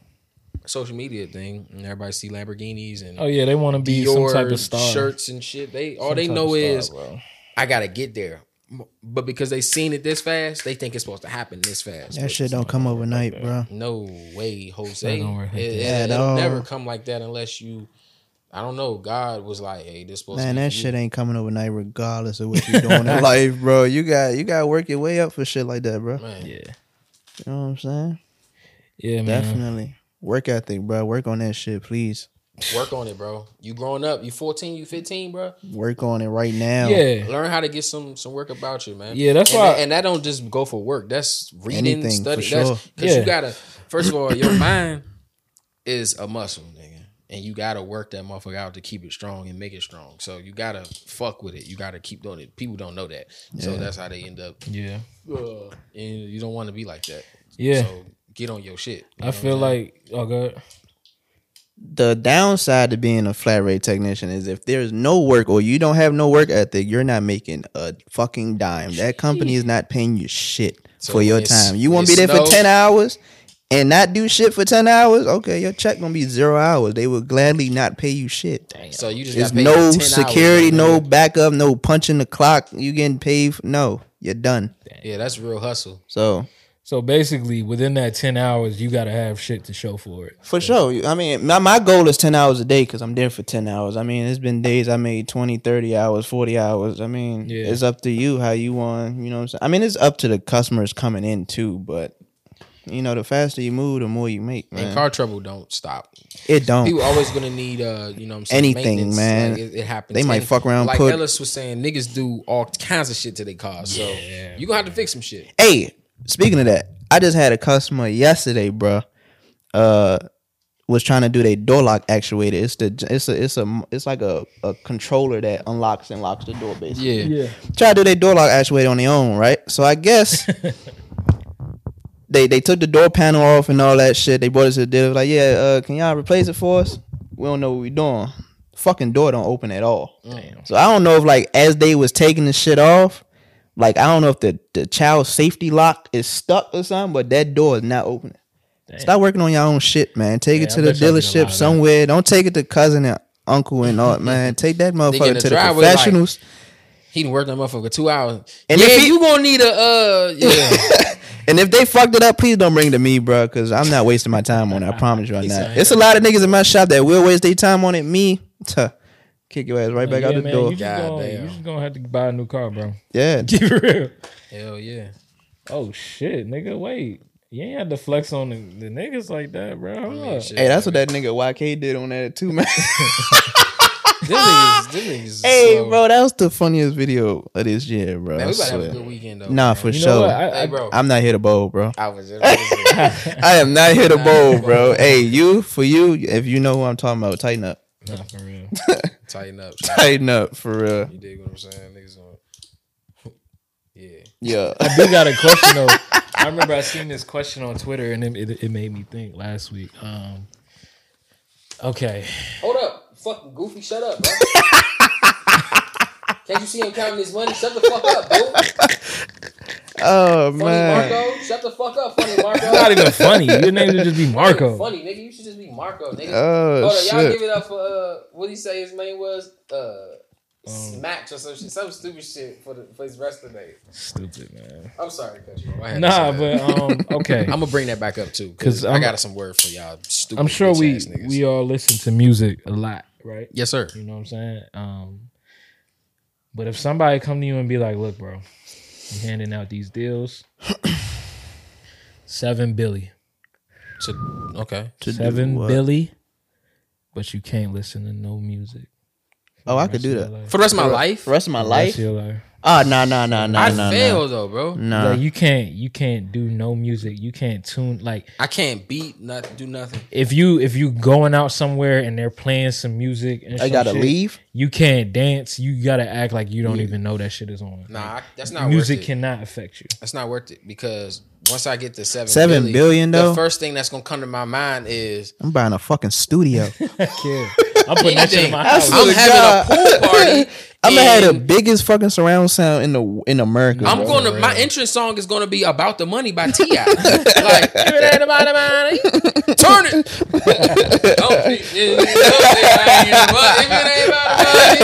[SPEAKER 1] social media thing, and everybody see Lamborghinis and
[SPEAKER 3] Oh yeah, they want to be
[SPEAKER 1] Dior
[SPEAKER 3] some type of star.
[SPEAKER 1] shirts and shit. They all
[SPEAKER 3] Some
[SPEAKER 1] they
[SPEAKER 3] type
[SPEAKER 1] know
[SPEAKER 3] of star,
[SPEAKER 1] is
[SPEAKER 3] bro.
[SPEAKER 1] I gotta get there. But because they seen it this fast, they think it's supposed to happen this fast.
[SPEAKER 4] That shit don't come overnight, bro.
[SPEAKER 1] No way, Jose.
[SPEAKER 3] It's not gonna work like
[SPEAKER 1] It,
[SPEAKER 3] that.
[SPEAKER 1] it,
[SPEAKER 4] At
[SPEAKER 1] will
[SPEAKER 4] all.
[SPEAKER 1] never come like that unless you. I don't know. God was like, "Hey, this supposed
[SPEAKER 4] Man,
[SPEAKER 1] to." be
[SPEAKER 4] that
[SPEAKER 1] for you.
[SPEAKER 4] shit ain't coming overnight, regardless of what you're doing in life, bro. You got you got to work your way up for shit like that, bro.
[SPEAKER 1] Man,
[SPEAKER 3] Yeah.
[SPEAKER 4] You know what I'm saying?
[SPEAKER 3] Yeah, man.
[SPEAKER 4] Definitely work ethic, bro. Work on that shit, please.
[SPEAKER 1] work on it, bro. You growing up. You fourteen. You fifteen, bro.
[SPEAKER 4] Work on it right now.
[SPEAKER 3] Yeah.
[SPEAKER 1] Learn how to get some some work about you, man.
[SPEAKER 3] Yeah, that's
[SPEAKER 1] and
[SPEAKER 3] why-
[SPEAKER 1] That, and that don't just go for work. That's reading,
[SPEAKER 4] Anything,
[SPEAKER 1] study.
[SPEAKER 4] for
[SPEAKER 1] That's
[SPEAKER 4] sure.
[SPEAKER 1] because you
[SPEAKER 3] Yeah.
[SPEAKER 1] gotta. First of all, your mind is a muscle, nigga, and you gotta work that motherfucker out to keep it strong and make it strong. So you gotta fuck with it. You gotta keep doing it. People don't know that, so
[SPEAKER 4] Yeah.
[SPEAKER 1] that's how they end up.
[SPEAKER 3] Yeah.
[SPEAKER 1] uh, and you don't want to be like that.
[SPEAKER 3] Yeah.
[SPEAKER 1] So get on your shit. You
[SPEAKER 3] I
[SPEAKER 1] know
[SPEAKER 3] feel
[SPEAKER 1] what I'm
[SPEAKER 3] like oh god.
[SPEAKER 4] The downside to being a flat rate technician is if there's no work or you don't have no work ethic, you're not making a fucking dime. That company is not paying you shit
[SPEAKER 1] So
[SPEAKER 4] for your
[SPEAKER 1] when it's-
[SPEAKER 4] time. You
[SPEAKER 1] when
[SPEAKER 4] want to be
[SPEAKER 1] it
[SPEAKER 4] there for
[SPEAKER 1] snows-
[SPEAKER 4] 10 hours and not do shit for 10 hours? Okay, your check going to be 0 hours. They will gladly not pay you shit.
[SPEAKER 1] saying? so you just
[SPEAKER 4] There's
[SPEAKER 1] got paid
[SPEAKER 4] no
[SPEAKER 1] 10 hours,
[SPEAKER 4] security,
[SPEAKER 1] nigga.
[SPEAKER 4] no backup, no punching the clock. You getting paid? f- No, you're done.
[SPEAKER 1] Yeah, that's real hustle.
[SPEAKER 4] So
[SPEAKER 3] So basically, within that ten hours, you gotta have shit to show for it.
[SPEAKER 4] For sure. You- I mean, my, my goal is 10 hours a day because I'm there for 10 hours. I mean, it's been days I made 20, 30 hours, 40 hours. I mean,
[SPEAKER 3] Yeah.
[SPEAKER 4] it's up to you how you want, you know what I'm saying? I mean, it's up to the customers coming in too, but, you know, the faster you move, the more you make,
[SPEAKER 1] And
[SPEAKER 4] man.
[SPEAKER 1] car trouble don't stop.
[SPEAKER 4] it don't.
[SPEAKER 1] People always gonna need uh, you know, what I'm saying
[SPEAKER 4] Anything,
[SPEAKER 1] maintenance.
[SPEAKER 4] man.
[SPEAKER 1] Like, it, it happens.
[SPEAKER 4] They might
[SPEAKER 1] And
[SPEAKER 4] fuck around,
[SPEAKER 1] Like
[SPEAKER 4] put-
[SPEAKER 1] Ellis was saying, niggas do all kinds of shit to their cars. So you gonna have to fix some shit.
[SPEAKER 4] Hey, speaking of that, I just had a customer yesterday, bruh. Uh, was trying to do their door lock actuator. It's the it's a it's a it's like a, a controller that unlocks and locks the door basically.
[SPEAKER 1] Yeah. yeah.
[SPEAKER 4] try to do their door lock actuator on their own, right? So I guess they they took the door panel off and all that shit. They brought it to the dealer, like, yeah, uh, can y'all replace it for us? We don't know what we doing. Fucking door don't open at all. So I don't know if like as they was taking the shit off, like I don't know if the, the child safety lock is stuck or something, but that door is not opening. Stop working on your own shit, man. Take it
[SPEAKER 3] Yeah,
[SPEAKER 4] to
[SPEAKER 3] I
[SPEAKER 4] the
[SPEAKER 3] bet y'all get a lot of
[SPEAKER 4] dealership
[SPEAKER 3] that.
[SPEAKER 4] somewhere. Don't take it to cousin and uncle and all, man. Take that motherfucker
[SPEAKER 1] the
[SPEAKER 4] to the
[SPEAKER 1] driveway, like,
[SPEAKER 4] professionals.
[SPEAKER 1] He done worked on that motherfucker for two hours.
[SPEAKER 4] And
[SPEAKER 1] yeah,
[SPEAKER 4] if he-
[SPEAKER 1] you gonna need a uh yeah.
[SPEAKER 4] And if they fucked it up, please don't bring it to me, bro, because I'm not wasting my time on it. I promise you, I'm not. It's a lot of niggas in my shop that will waste their time on it. Me, tuh, kick your ass right back
[SPEAKER 3] yeah,
[SPEAKER 4] out the
[SPEAKER 3] man,
[SPEAKER 4] door.
[SPEAKER 3] You just,
[SPEAKER 1] God
[SPEAKER 3] gonna,
[SPEAKER 1] damn.
[SPEAKER 3] you just gonna have to buy a new car, bro.
[SPEAKER 4] yeah,
[SPEAKER 3] Keep it real.
[SPEAKER 1] Hell yeah.
[SPEAKER 3] Oh shit, nigga, wait. You ain't had to flex on the, the niggas like that, bro. Hold up.
[SPEAKER 1] Shit.
[SPEAKER 4] hey, that's what that nigga YK did on that too, man.
[SPEAKER 1] Them niggas, them niggas is
[SPEAKER 4] hey,
[SPEAKER 1] slow.
[SPEAKER 4] bro, that was the funniest video of this year, bro.
[SPEAKER 1] Man,
[SPEAKER 4] I
[SPEAKER 1] we about to have a
[SPEAKER 4] swear.
[SPEAKER 1] good weekend though.
[SPEAKER 4] Nah,
[SPEAKER 1] man.
[SPEAKER 4] for
[SPEAKER 3] You know
[SPEAKER 4] sure.
[SPEAKER 3] what? I,
[SPEAKER 1] Hey,
[SPEAKER 3] I,
[SPEAKER 1] bro.
[SPEAKER 4] I'm not here to bowl, bro.
[SPEAKER 1] I was just
[SPEAKER 4] I am not here to bowl, bro. Hey, you for you, if you know who I'm talking about, tighten up,
[SPEAKER 3] nah, for real.
[SPEAKER 1] tighten up.
[SPEAKER 4] tighten up for real.
[SPEAKER 1] You dig what I'm saying? Niggas gonna Yeah.
[SPEAKER 4] Yeah.
[SPEAKER 3] I do got a question though. I remember I seen this question on Twitter and it, it, it made me think last week. Um, okay,
[SPEAKER 1] Hold up. Fucking Goofy, shut up, bro. Can't you see him counting his money? Shut the fuck up, bro.
[SPEAKER 4] Oh
[SPEAKER 1] Funny
[SPEAKER 4] man.
[SPEAKER 1] Marco. Shut the fuck up, funny Marco.
[SPEAKER 3] not even funny. Your name should just be Marco.
[SPEAKER 1] Funny, nigga. You should just be Marco, nigga.
[SPEAKER 4] Oh
[SPEAKER 1] Hold on, y'all give it
[SPEAKER 4] shit.
[SPEAKER 1] up for uh, what he say his name was uh,
[SPEAKER 3] Um.
[SPEAKER 1] Smacks or some shit, some stupid shit for the for his wrestling name.
[SPEAKER 3] Stupid man.
[SPEAKER 1] I'm sorry, Coach. Bro. I had to
[SPEAKER 3] Nah,
[SPEAKER 1] say
[SPEAKER 3] but
[SPEAKER 1] that.
[SPEAKER 3] um, okay.
[SPEAKER 1] I'm gonna bring that back up too
[SPEAKER 3] 'Cause
[SPEAKER 1] because I
[SPEAKER 3] I'm-
[SPEAKER 1] got some word for y'all. Stupid.
[SPEAKER 3] I'm sure we
[SPEAKER 1] bitch-ass niggas.
[SPEAKER 3] we all listen to music a lot, right?
[SPEAKER 1] Yes, sir.
[SPEAKER 3] You know what I'm saying? Um, but if somebody come to you and be like, "Look, bro, I'm handing out these deals, seven billy,
[SPEAKER 1] So- okay.
[SPEAKER 3] seven
[SPEAKER 4] what?
[SPEAKER 3] billy, but you can't listen to no music."
[SPEAKER 4] Oh, I could do that.
[SPEAKER 1] For the rest of my life,
[SPEAKER 4] The rest of my life. Uh-huh.
[SPEAKER 3] life.
[SPEAKER 4] Ah, nah, nah, nah, nah,
[SPEAKER 1] I
[SPEAKER 4] nah,
[SPEAKER 1] fail
[SPEAKER 4] nah.
[SPEAKER 1] though, bro.
[SPEAKER 4] Nah.
[SPEAKER 3] Like you can't you can't do no music. You can't tune like
[SPEAKER 1] I can't beat, not do nothing.
[SPEAKER 3] if you if you going out somewhere and they're playing some music and
[SPEAKER 4] I
[SPEAKER 3] some
[SPEAKER 4] gotta
[SPEAKER 3] shit,
[SPEAKER 4] leave.
[SPEAKER 3] You can't dance. You gotta act like you don't even know that shit is on.
[SPEAKER 1] Nah, I, that's
[SPEAKER 3] Like,
[SPEAKER 1] not
[SPEAKER 3] music
[SPEAKER 1] Worth it.
[SPEAKER 3] cannot affect you.
[SPEAKER 1] that's not worth it because once I get to seven
[SPEAKER 4] Seven
[SPEAKER 1] billion,
[SPEAKER 4] billion,
[SPEAKER 1] the
[SPEAKER 4] though?
[SPEAKER 1] first thing that's gonna come to my mind is
[SPEAKER 4] I'm buying a fucking studio.
[SPEAKER 3] Kid, I'm putting that shit in my
[SPEAKER 4] That's
[SPEAKER 3] house.
[SPEAKER 4] what-
[SPEAKER 1] I'm
[SPEAKER 4] to God.
[SPEAKER 1] having a pool party.
[SPEAKER 4] I'm gonna have the
[SPEAKER 1] and-
[SPEAKER 4] biggest fucking surround sound in the in America.
[SPEAKER 1] I'm
[SPEAKER 4] bro.
[SPEAKER 1] gonna my entrance song is gonna be about the money by Ti. like "Give it that about the money, turn it. Don't be- it ain't about the money.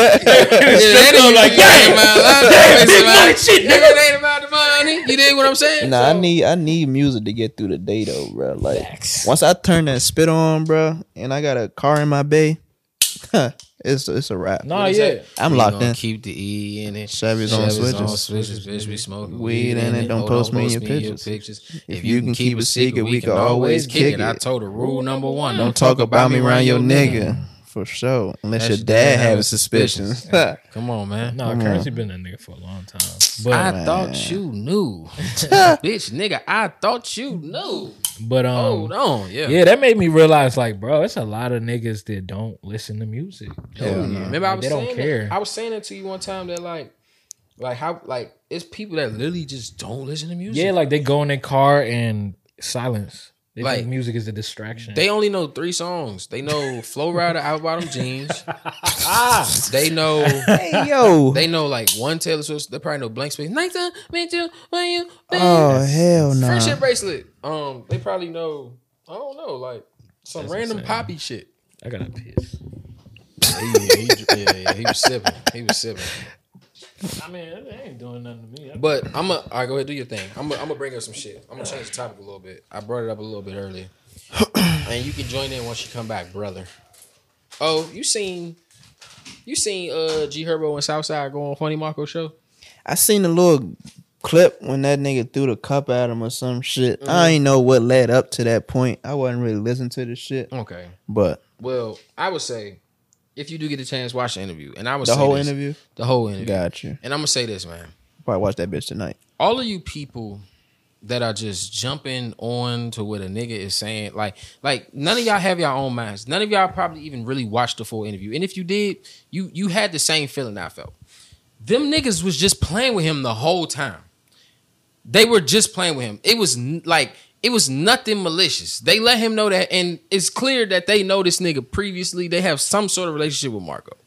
[SPEAKER 1] It ain't
[SPEAKER 3] like,
[SPEAKER 1] about
[SPEAKER 3] "Damn,
[SPEAKER 1] the money.
[SPEAKER 3] shit,
[SPEAKER 1] If it ain't about the money, you dig what I'm saying?
[SPEAKER 4] Nah, I
[SPEAKER 1] So-
[SPEAKER 4] need I need music to get through the day though, bro. Like once I turn that spit on, bro, and I got a car in my bay, it's it's a wrap.
[SPEAKER 3] Nah, yeah.
[SPEAKER 4] I'm
[SPEAKER 1] We
[SPEAKER 4] locked
[SPEAKER 1] gonna
[SPEAKER 4] in.
[SPEAKER 1] Keep the E in it.
[SPEAKER 4] Chevy's on
[SPEAKER 1] Chevy's
[SPEAKER 4] switches.
[SPEAKER 1] switches, bitch. We smoking
[SPEAKER 4] Weed in it, don't post me in your pictures.
[SPEAKER 1] If you can keep a secret, we can always kick it. I told her rule number one:
[SPEAKER 4] Don't talk about me around your nigga. For sure. Unless your dad having suspicions.
[SPEAKER 1] Come on, man.
[SPEAKER 3] Nah, currency been that nigga for a long time. But
[SPEAKER 1] I thought you knew, bitch, nigga. I thought you knew.
[SPEAKER 3] but um,
[SPEAKER 1] Hold on, yeah.
[SPEAKER 3] yeah, that made me realize like, bro, it's a lot of niggas that don't listen to music.
[SPEAKER 1] Hell no. Oh, Remember, I
[SPEAKER 3] Like,
[SPEAKER 1] was
[SPEAKER 3] they don't
[SPEAKER 1] saying that-
[SPEAKER 3] care.
[SPEAKER 1] I was saying it to you one time that like, like how like it's people that literally just don't listen to music.
[SPEAKER 3] Yeah, like they go in their car and silence. They
[SPEAKER 1] Like-
[SPEAKER 3] think music is a distraction.
[SPEAKER 1] They only know three songs. They know Flow Rider, Out Bottom Jeans. they know
[SPEAKER 4] hey yo.
[SPEAKER 1] they know like one Taylor Swift. They probably know Blank Space. Night time, meet you when you been.
[SPEAKER 4] Oh hell no.
[SPEAKER 1] friendship bracelet. Um, they probably know. I don't know, like some random poppy shit.
[SPEAKER 3] I gotta piss.
[SPEAKER 1] He, he, yeah, yeah, he was sipping. He was sipping.
[SPEAKER 3] I mean, they ain't doing nothing to me.
[SPEAKER 1] But I'm a. All right, go ahead, do your thing. I'm gonna bring up some shit. I'm gonna change the topic a little bit. I brought it up a little bit earlier, and you can join in once you come back, brother. Oh, you seen, you seen uh G Herbo and Southside go on Funny Marco show?
[SPEAKER 4] I seen a little clip when that nigga threw the cup at him or some shit. I
[SPEAKER 1] Mm-hmm.
[SPEAKER 4] ain't know what led up to that point. I wasn't really listening to this shit.
[SPEAKER 1] Okay.
[SPEAKER 4] But
[SPEAKER 1] Well, I would say if you do get a chance, watch the interview. And I would
[SPEAKER 4] the
[SPEAKER 1] say
[SPEAKER 4] whole
[SPEAKER 1] this-
[SPEAKER 4] interview?
[SPEAKER 1] the whole interview.
[SPEAKER 4] Got you.
[SPEAKER 1] And I'm gonna say this, man.
[SPEAKER 4] Probably watch that bitch tonight.
[SPEAKER 1] all of you people that are just jumping on to what a nigga is saying, like, like none of y'all have your own minds. None of y'all probably even really watched the full interview. And if you did, you you had the same feeling I felt. Them niggas was just playing with him the whole time. They were just playing with him. It was n- like it was nothing malicious. They let him know that, and it's clear that they know this nigga previously. They have some sort of relationship with Marco.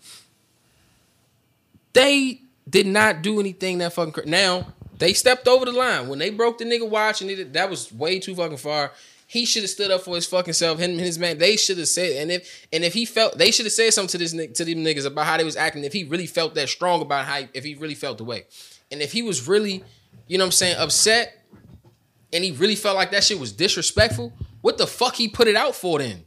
[SPEAKER 1] They did not do anything that fucking. Cra- now they stepped over the line when they broke the nigga watch, and it, that was way too fucking far. He should have stood up for his fucking self. Him and his man. They should have said, and if and if he felt, they should have said something to this ni- to them niggas about how they was acting. If he really felt that strong about how, if he really felt the way, and if he was really, you know, what I'm saying, upset and he really felt like that shit was disrespectful, what the fuck he put it out for then?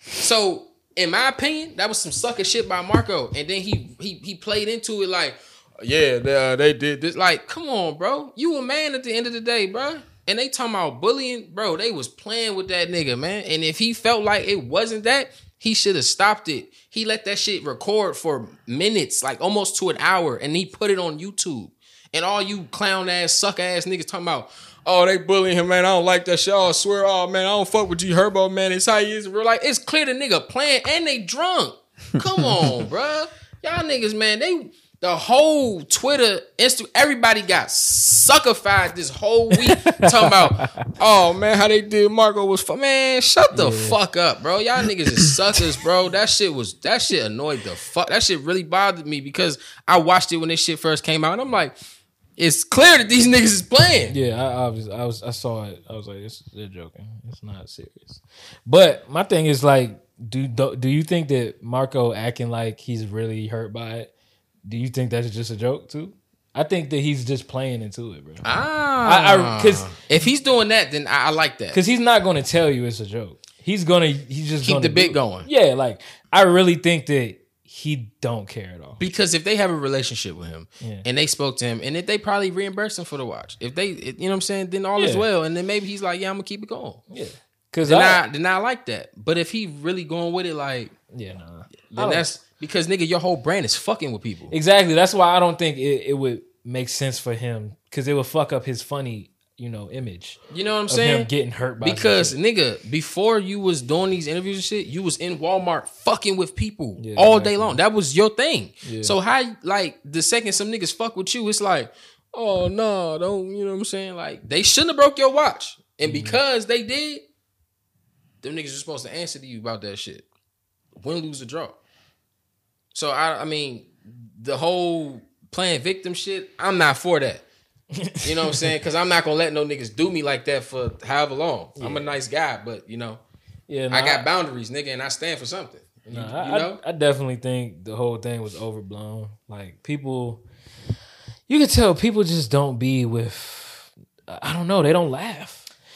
[SPEAKER 1] So, in my opinion, that was some sucker shit by Marco. And then he he he played into it like, yeah, they, uh, they did this. Like, come on, bro. You a man at the end of the day, bro. And they talking about bullying, bro. They was playing with that nigga, man. And if he felt like it wasn't that, he should have stopped it. He let that shit record for minutes, like almost to an hour, and he put it on YouTube. And all you clown ass, suck ass niggas talking about, oh, they bullying him, man. I don't like that shit. Oh, I swear, oh man, I don't fuck with you, Herbo, man. It's how he is in real life. It's clear the nigga playing and they drunk. Come on, bruh. Y'all niggas, man, they The whole Twitter, Insta, everybody got suckified this whole week talking about, oh man, how they did Marco was fu-" Man, shut the fuck up, bro. Y'all niggas is suckers, bro. That shit was that shit annoyed the fuck. That shit really bothered me because I watched it when this shit first came out. And I'm like, it's clear that these niggas is playing.
[SPEAKER 3] Yeah, I, I was, I was, I saw it. I was like, it's, they're joking. It's not serious. But my thing is like, do, do do you think that Marco acting like he's really hurt by it? Do you think that's just a joke too? I think that he's just playing into it, bro.
[SPEAKER 1] Ah,
[SPEAKER 3] I- I- 'cause-
[SPEAKER 1] if he's doing that, then I, I like that.
[SPEAKER 3] Because he's not going to tell you it's a joke. He's gonna, he's just
[SPEAKER 1] Keep
[SPEAKER 3] gonna
[SPEAKER 1] the bit
[SPEAKER 3] do it.
[SPEAKER 1] going.
[SPEAKER 3] Yeah, like I really think that he don't care at all.
[SPEAKER 1] Because if they have a relationship with him
[SPEAKER 3] Yeah.
[SPEAKER 1] and they spoke to him, and if they probably reimburse him for the watch, if they, you know what I'm saying, then all is
[SPEAKER 3] Yeah.
[SPEAKER 1] well. And then maybe he's like, yeah, I'm gonna keep it going.
[SPEAKER 3] Yeah, because
[SPEAKER 1] Then
[SPEAKER 3] I,
[SPEAKER 1] I, then I like that. But if he really going with it, like,
[SPEAKER 3] yeah, nah. I
[SPEAKER 1] then
[SPEAKER 3] don't-
[SPEAKER 1] that's because nigga, your whole brand is fucking with people.
[SPEAKER 3] Exactly. That's why I don't think it, it would make sense for him because it would fuck up his funny, you know, image
[SPEAKER 1] You know what I'm
[SPEAKER 3] of him
[SPEAKER 1] saying?
[SPEAKER 3] getting hurt by some
[SPEAKER 1] Because
[SPEAKER 3] shit.
[SPEAKER 1] nigga, before you was doing these interviews and shit, you was in Walmart fucking with people
[SPEAKER 3] Yeah,
[SPEAKER 1] all
[SPEAKER 3] exactly.
[SPEAKER 1] day long. That was your thing.
[SPEAKER 3] Yeah.
[SPEAKER 1] So how like the second some niggas fuck with you, it's like, oh no, don't you know what I'm saying? Like they shouldn't have broke your watch, and
[SPEAKER 3] Mm-hmm.
[SPEAKER 1] because they did, them niggas are supposed to answer to you about that shit. Win, lose, or draw. So I, I mean, the whole playing victim shit, I'm not for that. You know what I'm saying? Because I'm not gonna let no niggas do me like that for however long. I'm a nice guy, but you know,
[SPEAKER 3] yeah, nah,
[SPEAKER 1] I got boundaries, nigga, and I stand for something. You,
[SPEAKER 3] nah, I,
[SPEAKER 1] you know?
[SPEAKER 3] I, I definitely think the whole thing was overblown. Like people, you can tell people just don't be with. I don't know. They don't laugh.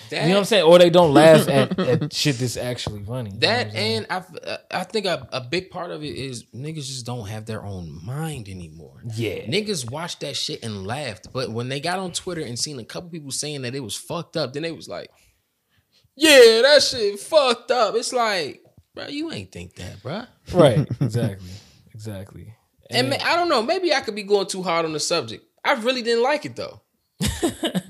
[SPEAKER 1] that,
[SPEAKER 3] You know what I'm saying? Or they don't laugh at, at shit that's actually funny. You know what I'm
[SPEAKER 1] That
[SPEAKER 3] saying?
[SPEAKER 1] and I, uh, I think a, a big part of it is niggas just don't have their own mind anymore.
[SPEAKER 3] Yeah.
[SPEAKER 1] Niggas watched that shit and laughed, but when they got on Twitter and seen a couple people saying that it was fucked up, then they was like, "Yeah, that shit fucked up." It's like, bro, you ain't think that, bruh.
[SPEAKER 3] right? Exactly. Exactly.
[SPEAKER 1] And ma- I don't know, maybe I could be going too hard on the subject. I really didn't like it though,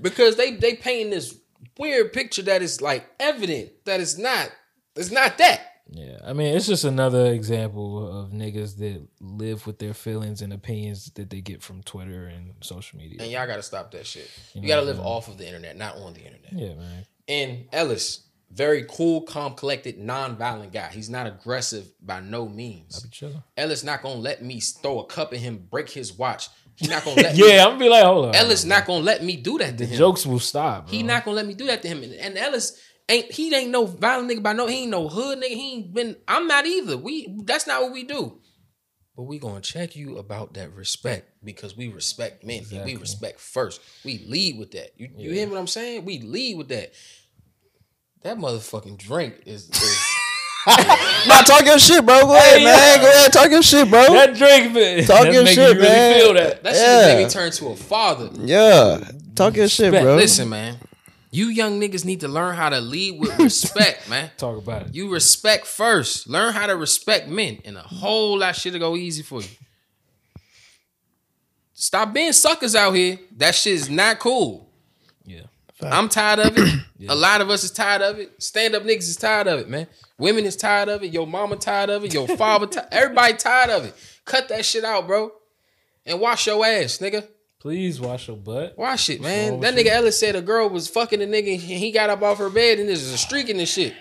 [SPEAKER 1] because they they painting this weird picture that is like evident that it's not. It's not that.
[SPEAKER 3] Yeah, I mean, it's just another example of niggas that live with their feelings and opinions that they get from Twitter and social media.
[SPEAKER 1] And y'all gotta stop that shit. You gotta
[SPEAKER 3] Mm-hmm.
[SPEAKER 1] live off of the internet, not on the internet.
[SPEAKER 3] Yeah, man.
[SPEAKER 1] And Ellis, very cool, calm, collected, non-violent guy. He's not aggressive by no means.
[SPEAKER 3] Be chilling.
[SPEAKER 1] Ellis not gonna let me throw a cup at him, break his watch. He not gonna let me.
[SPEAKER 3] Yeah, I'm gonna be like, hold on.
[SPEAKER 1] Ellis not gonna let me do that to him.
[SPEAKER 3] jokes will stop. Bro.
[SPEAKER 1] He not gonna let me do that to him. And, and Ellis ain't he ain't no violent nigga by no he ain't no hood nigga. He ain't been I'm not either. We that's not what we do. But we gonna check you about that respect because we respect men and we respect first. We lead with that. You, you hear what I'm saying? We lead with that. That motherfucking drink is, is
[SPEAKER 4] Nah, talk your shit, bro. Go ahead,
[SPEAKER 3] Hey,
[SPEAKER 4] man.
[SPEAKER 3] yeah.
[SPEAKER 4] Go ahead, talk your shit, bro.
[SPEAKER 3] That drink, man.
[SPEAKER 4] Talk
[SPEAKER 3] that
[SPEAKER 4] your
[SPEAKER 3] make
[SPEAKER 4] shit,
[SPEAKER 3] you really
[SPEAKER 4] man.
[SPEAKER 3] Feel that.
[SPEAKER 1] that shit just made
[SPEAKER 4] Yeah.
[SPEAKER 1] me turn to a father.
[SPEAKER 4] yeah, talk your shit,
[SPEAKER 3] Respect.
[SPEAKER 4] bro.
[SPEAKER 1] Listen, man. You young niggas need to learn how to lead with respect, man.
[SPEAKER 3] Talk about it.
[SPEAKER 1] You respect first. Learn how to respect men, and a whole lot of shit'll go easy for you. Stop being suckers out here. That shit is not cool.
[SPEAKER 3] Yeah.
[SPEAKER 1] I'm tired of it. A lot of us is tired of it. Stand up niggas is tired of it, man. Women is tired of it. Your mama tired of it. Your father, ti- everybody tired of it. Cut that shit out, bro, and wash your ass, nigga.
[SPEAKER 3] Please wash your butt.
[SPEAKER 1] Wash it,
[SPEAKER 3] wrong
[SPEAKER 1] man.
[SPEAKER 3] with
[SPEAKER 1] That nigga Ellis said a girl was fucking a nigga, and he got up off her bed, and there's a streak in this shit.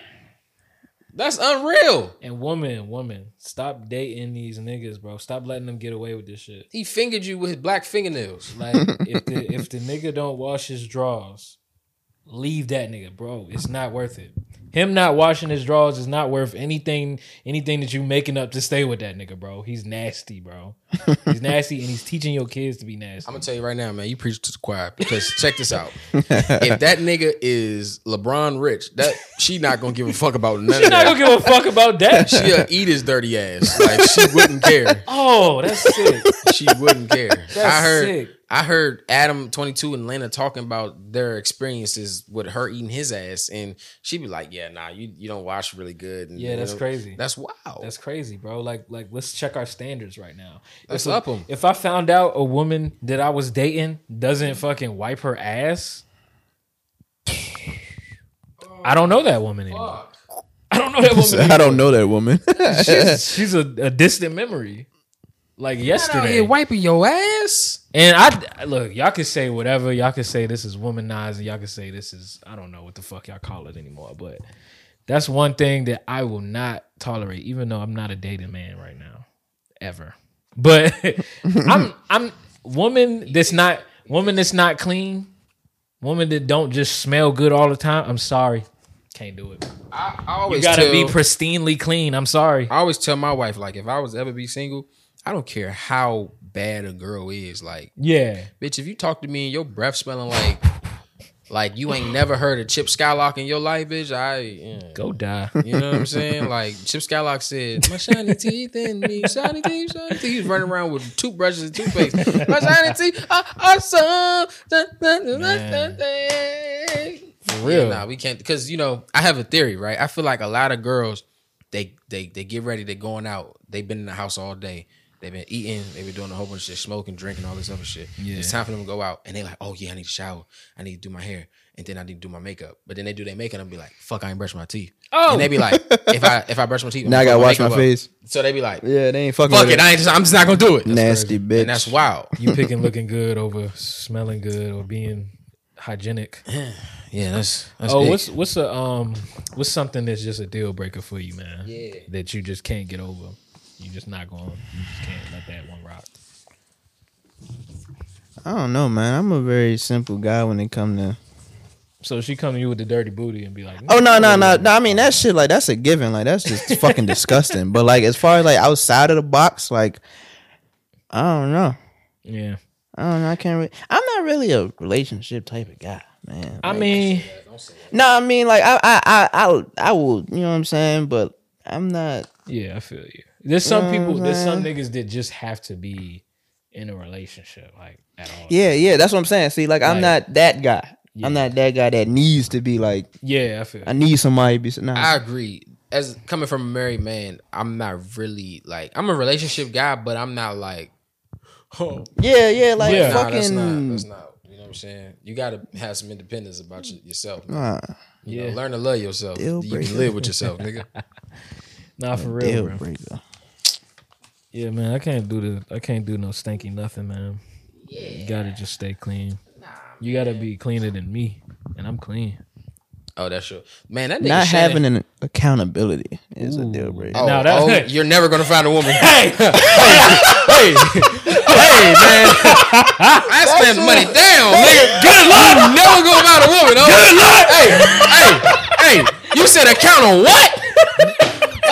[SPEAKER 1] That's unreal.
[SPEAKER 3] And woman, woman, stop dating these niggas, bro. Stop letting them get away with this shit.
[SPEAKER 1] He fingered you with his black fingernails.
[SPEAKER 3] Like if the if the nigga don't wash his drawers, leave that nigga, bro. It's not worth it. Him not washing his drawers is not worth anything. Anything that you making up to stay with that nigga, bro. He's nasty, bro. He's nasty, and he's teaching your kids to be nasty.
[SPEAKER 1] I'm gonna tell you right now, man. You preach to the choir because check this out. if that nigga is LeBron Rich, that she not gonna give a fuck about none of
[SPEAKER 3] I
[SPEAKER 1] that.
[SPEAKER 3] don't give a fuck about that.
[SPEAKER 1] She'll eat his dirty ass. Like she wouldn't care.
[SPEAKER 3] Oh, that's sick.
[SPEAKER 1] She wouldn't care. I heard.
[SPEAKER 3] sick.
[SPEAKER 1] I heard Adam 22 and Lena talking about their experiences with her eating his ass, and she'd be like, "Yeah, nah, you you don't wash really good." And,
[SPEAKER 3] Yeah,
[SPEAKER 1] you
[SPEAKER 3] that's
[SPEAKER 1] know,
[SPEAKER 3] crazy.
[SPEAKER 1] That's wild.
[SPEAKER 3] That's crazy, bro. Like, like let's check our standards right now.
[SPEAKER 1] Let's
[SPEAKER 3] If a-
[SPEAKER 1] up 'em.
[SPEAKER 3] If I found out a woman that I was dating doesn't fucking wipe her ass, I don't know that woman anymore. I don't know that woman.
[SPEAKER 4] I don't know that woman.
[SPEAKER 3] She's, she's a, a distant memory.
[SPEAKER 1] Not out
[SPEAKER 3] like
[SPEAKER 1] here
[SPEAKER 3] yesterday.
[SPEAKER 1] wiping your ass.
[SPEAKER 3] And I look, y'all can say whatever. Y'all can say this is womanizing. Y'all can say this is I don't know what the fuck y'all call it anymore. But that's one thing that I will not tolerate, even though I'm not a dating man right now, ever. But I'm I'm woman that's not woman that's not clean, woman that don't just smell good all the time. I'm sorry, can't do it.
[SPEAKER 1] I, I
[SPEAKER 3] You
[SPEAKER 1] always
[SPEAKER 3] gotta
[SPEAKER 1] tell,
[SPEAKER 3] be pristinely clean. I'm sorry.
[SPEAKER 1] I always tell my wife like if I was to ever be single, I don't care how bad a girl is. Like,
[SPEAKER 3] Yeah,
[SPEAKER 1] bitch, if you talk to me and your breath smelling like like you ain't never heard of Chip Skylock in your life, bitch, I mm.
[SPEAKER 3] go die.
[SPEAKER 1] You know what I'm saying? Like Chip Skylock said, "My shiny teeth and me shiny teeth, shiny teeth." He's running around with toothbrushes and toothpaste. My shiny teeth are awesome. Da, da, da, da, da, da.
[SPEAKER 3] For real.
[SPEAKER 1] Yeah, nah, we can't because you know I have a theory, right? I feel like a lot of girls, they they they get ready, they're going out, they've been in the house all day, they've been eating, they've been doing a whole bunch of shit, smoking, drinking, all this other shit.
[SPEAKER 3] Yeah.
[SPEAKER 1] It's time for them to go out, and they like, oh yeah, I need to shower, I need to do my hair, and then I need to do my makeup. But then they do their makeup and be like, fuck, I ain't brush my teeth.
[SPEAKER 3] Oh.
[SPEAKER 1] and they be like, if I if I brush my teeth,
[SPEAKER 4] Now I
[SPEAKER 1] I'ma
[SPEAKER 4] gotta
[SPEAKER 1] fuck
[SPEAKER 4] wash my
[SPEAKER 1] makeup up."
[SPEAKER 4] face.
[SPEAKER 1] So they be like,
[SPEAKER 4] Yeah, they ain't fucking
[SPEAKER 1] fuck
[SPEAKER 4] with
[SPEAKER 1] it, I ain't just, I'm just not gonna do it.
[SPEAKER 4] Nasty bitch.
[SPEAKER 1] And that's wild.
[SPEAKER 3] You picking looking good over smelling good or being hygienic.
[SPEAKER 1] Yeah, that's that's
[SPEAKER 3] oh,
[SPEAKER 1] big.
[SPEAKER 3] what's what's a um what's something that's just a deal breaker for you, man? Yeah. That you just can't get over. You just not going. You just can't let that one rock.
[SPEAKER 4] I don't know, man. I'm a very simple guy when it come to.
[SPEAKER 3] So she come to you with the dirty booty and be like,
[SPEAKER 4] Oh no, no, no, no! I mean that shit, like that's a given. Like that's just fucking disgusting. But like as far as like outside of the box, like I don't know.
[SPEAKER 3] Yeah.
[SPEAKER 4] I don't know. I can't. Really, I'm not really a relationship type of guy, man.
[SPEAKER 3] I
[SPEAKER 4] Like,
[SPEAKER 3] mean,
[SPEAKER 4] no, I mean like I, I, I, I, I will. You know what I'm saying? But I'm not.
[SPEAKER 3] yeah, I feel you. There's some
[SPEAKER 4] You know
[SPEAKER 3] people.
[SPEAKER 4] what I'm
[SPEAKER 3] There's some niggas that just have to be in a relationship, like at all.
[SPEAKER 4] Yeah, yeah. That's what I'm saying. See, like I'm
[SPEAKER 3] Like-
[SPEAKER 4] not that guy.
[SPEAKER 3] Yeah.
[SPEAKER 4] I'm not that guy that needs to be like.
[SPEAKER 3] Yeah, I feel.
[SPEAKER 4] I need somebody to be. Nah.
[SPEAKER 1] I agree. As coming from a married man, I'm not really like I'm a relationship guy, but I'm not like oh
[SPEAKER 4] yeah, yeah. Like
[SPEAKER 3] Yeah.
[SPEAKER 1] nah,
[SPEAKER 4] fucking.
[SPEAKER 1] that's not that's not. You know what I'm saying? You gotta have some independence about you, yourself. man.
[SPEAKER 4] Nah,
[SPEAKER 1] You know,
[SPEAKER 3] Yeah.
[SPEAKER 1] learn to love yourself.
[SPEAKER 4] Deal
[SPEAKER 1] you
[SPEAKER 4] breaker.
[SPEAKER 1] can live with yourself, nigga.
[SPEAKER 3] Nah, for real,
[SPEAKER 4] deal
[SPEAKER 3] bro.
[SPEAKER 4] breaker.
[SPEAKER 3] Yeah, man. I can't do the. I can't do no stinky nothing, man. You gotta just stay clean. you gotta be cleaner than me, and I'm clean.
[SPEAKER 1] Oh, that's sure. Man, that nigga
[SPEAKER 4] Not
[SPEAKER 1] Shannon-
[SPEAKER 4] having an accountability is a deal breaker.
[SPEAKER 1] Oh,
[SPEAKER 3] No, that-
[SPEAKER 1] oh, you're never gonna find a woman.
[SPEAKER 3] Hey, hey,
[SPEAKER 1] hey man, I spent money down, nigga.
[SPEAKER 3] good luck.
[SPEAKER 1] You never go about a woman. Oh, hey, hey, hey! You said account on what?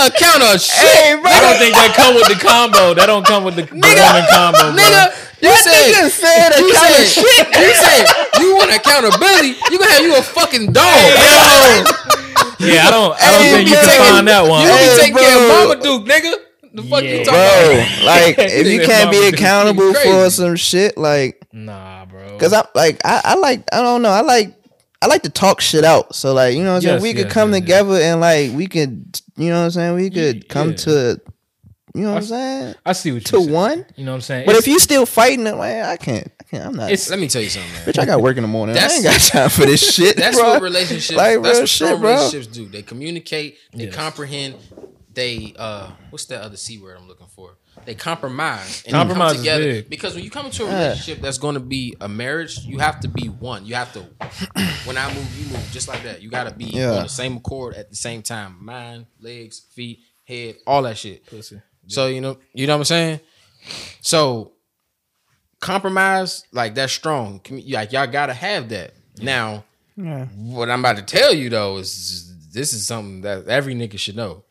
[SPEAKER 1] Account of shit,
[SPEAKER 3] I don't think that come with the combo. That don't come with the, the woman combo, bro.
[SPEAKER 1] nigga. You said
[SPEAKER 4] nigga said
[SPEAKER 1] you
[SPEAKER 4] account
[SPEAKER 1] said
[SPEAKER 4] of shit.
[SPEAKER 1] you said you want accountability. You gonna have you a fucking dog.
[SPEAKER 3] Yeah, I don't. I don't
[SPEAKER 4] Hey,
[SPEAKER 3] think you
[SPEAKER 4] bro.
[SPEAKER 3] can find that one.
[SPEAKER 1] You gonna
[SPEAKER 4] Hey,
[SPEAKER 1] be taking care of
[SPEAKER 4] bro.
[SPEAKER 1] Mama Duke, nigga. The fuck
[SPEAKER 3] Yeah.
[SPEAKER 1] you talking about?
[SPEAKER 4] bro. Like, if you
[SPEAKER 3] Nigga,
[SPEAKER 4] can't
[SPEAKER 3] mama,
[SPEAKER 4] be
[SPEAKER 3] this is
[SPEAKER 4] accountable
[SPEAKER 1] crazy.
[SPEAKER 4] for some shit, like,
[SPEAKER 3] Nah, bro.
[SPEAKER 4] cause I'm like, I, I like, I don't know, I like, I like to talk shit out. So like, you know, what I'm
[SPEAKER 3] Yes,
[SPEAKER 4] saying we
[SPEAKER 3] yes,
[SPEAKER 4] could come
[SPEAKER 3] yes, yes.
[SPEAKER 4] together and like we could, you know, what I'm saying we could come
[SPEAKER 3] yeah.
[SPEAKER 4] to, you know, what I'm saying
[SPEAKER 3] I see what you
[SPEAKER 4] to
[SPEAKER 3] said.
[SPEAKER 4] one.
[SPEAKER 3] You know what I'm saying?
[SPEAKER 4] But
[SPEAKER 3] It's-
[SPEAKER 4] if you still fighting it, like, I can't, I can't, I'm not.
[SPEAKER 3] It's-
[SPEAKER 1] Let me tell you something, man.
[SPEAKER 4] Bitch, I got work in the morning. I
[SPEAKER 1] That's-
[SPEAKER 4] ain't got time for this shit.
[SPEAKER 1] That's
[SPEAKER 4] bro.
[SPEAKER 1] what relationships.
[SPEAKER 4] Like,
[SPEAKER 1] that's
[SPEAKER 4] real
[SPEAKER 1] what strong
[SPEAKER 4] shit, bro.
[SPEAKER 1] relationships do. They communicate. They
[SPEAKER 3] Yes.
[SPEAKER 1] comprehend. They uh, what's that other c word I'm looking for? They compromise. And compromise
[SPEAKER 3] Compromise is
[SPEAKER 1] together
[SPEAKER 3] big.
[SPEAKER 1] because when you come into a relationship that's going to be a marriage, you have to be one. You have to. when I move, you move, just like that. You got to be
[SPEAKER 4] Yeah.
[SPEAKER 1] on the same accord at the same time. Mind, legs, feet, head, all that shit.
[SPEAKER 3] Pussy.
[SPEAKER 1] So you know, you know what I'm saying. So compromise, like that's strong. Commu- Like y'all gotta have that. Now, what I'm about to tell you though is this is something that every nigga should know.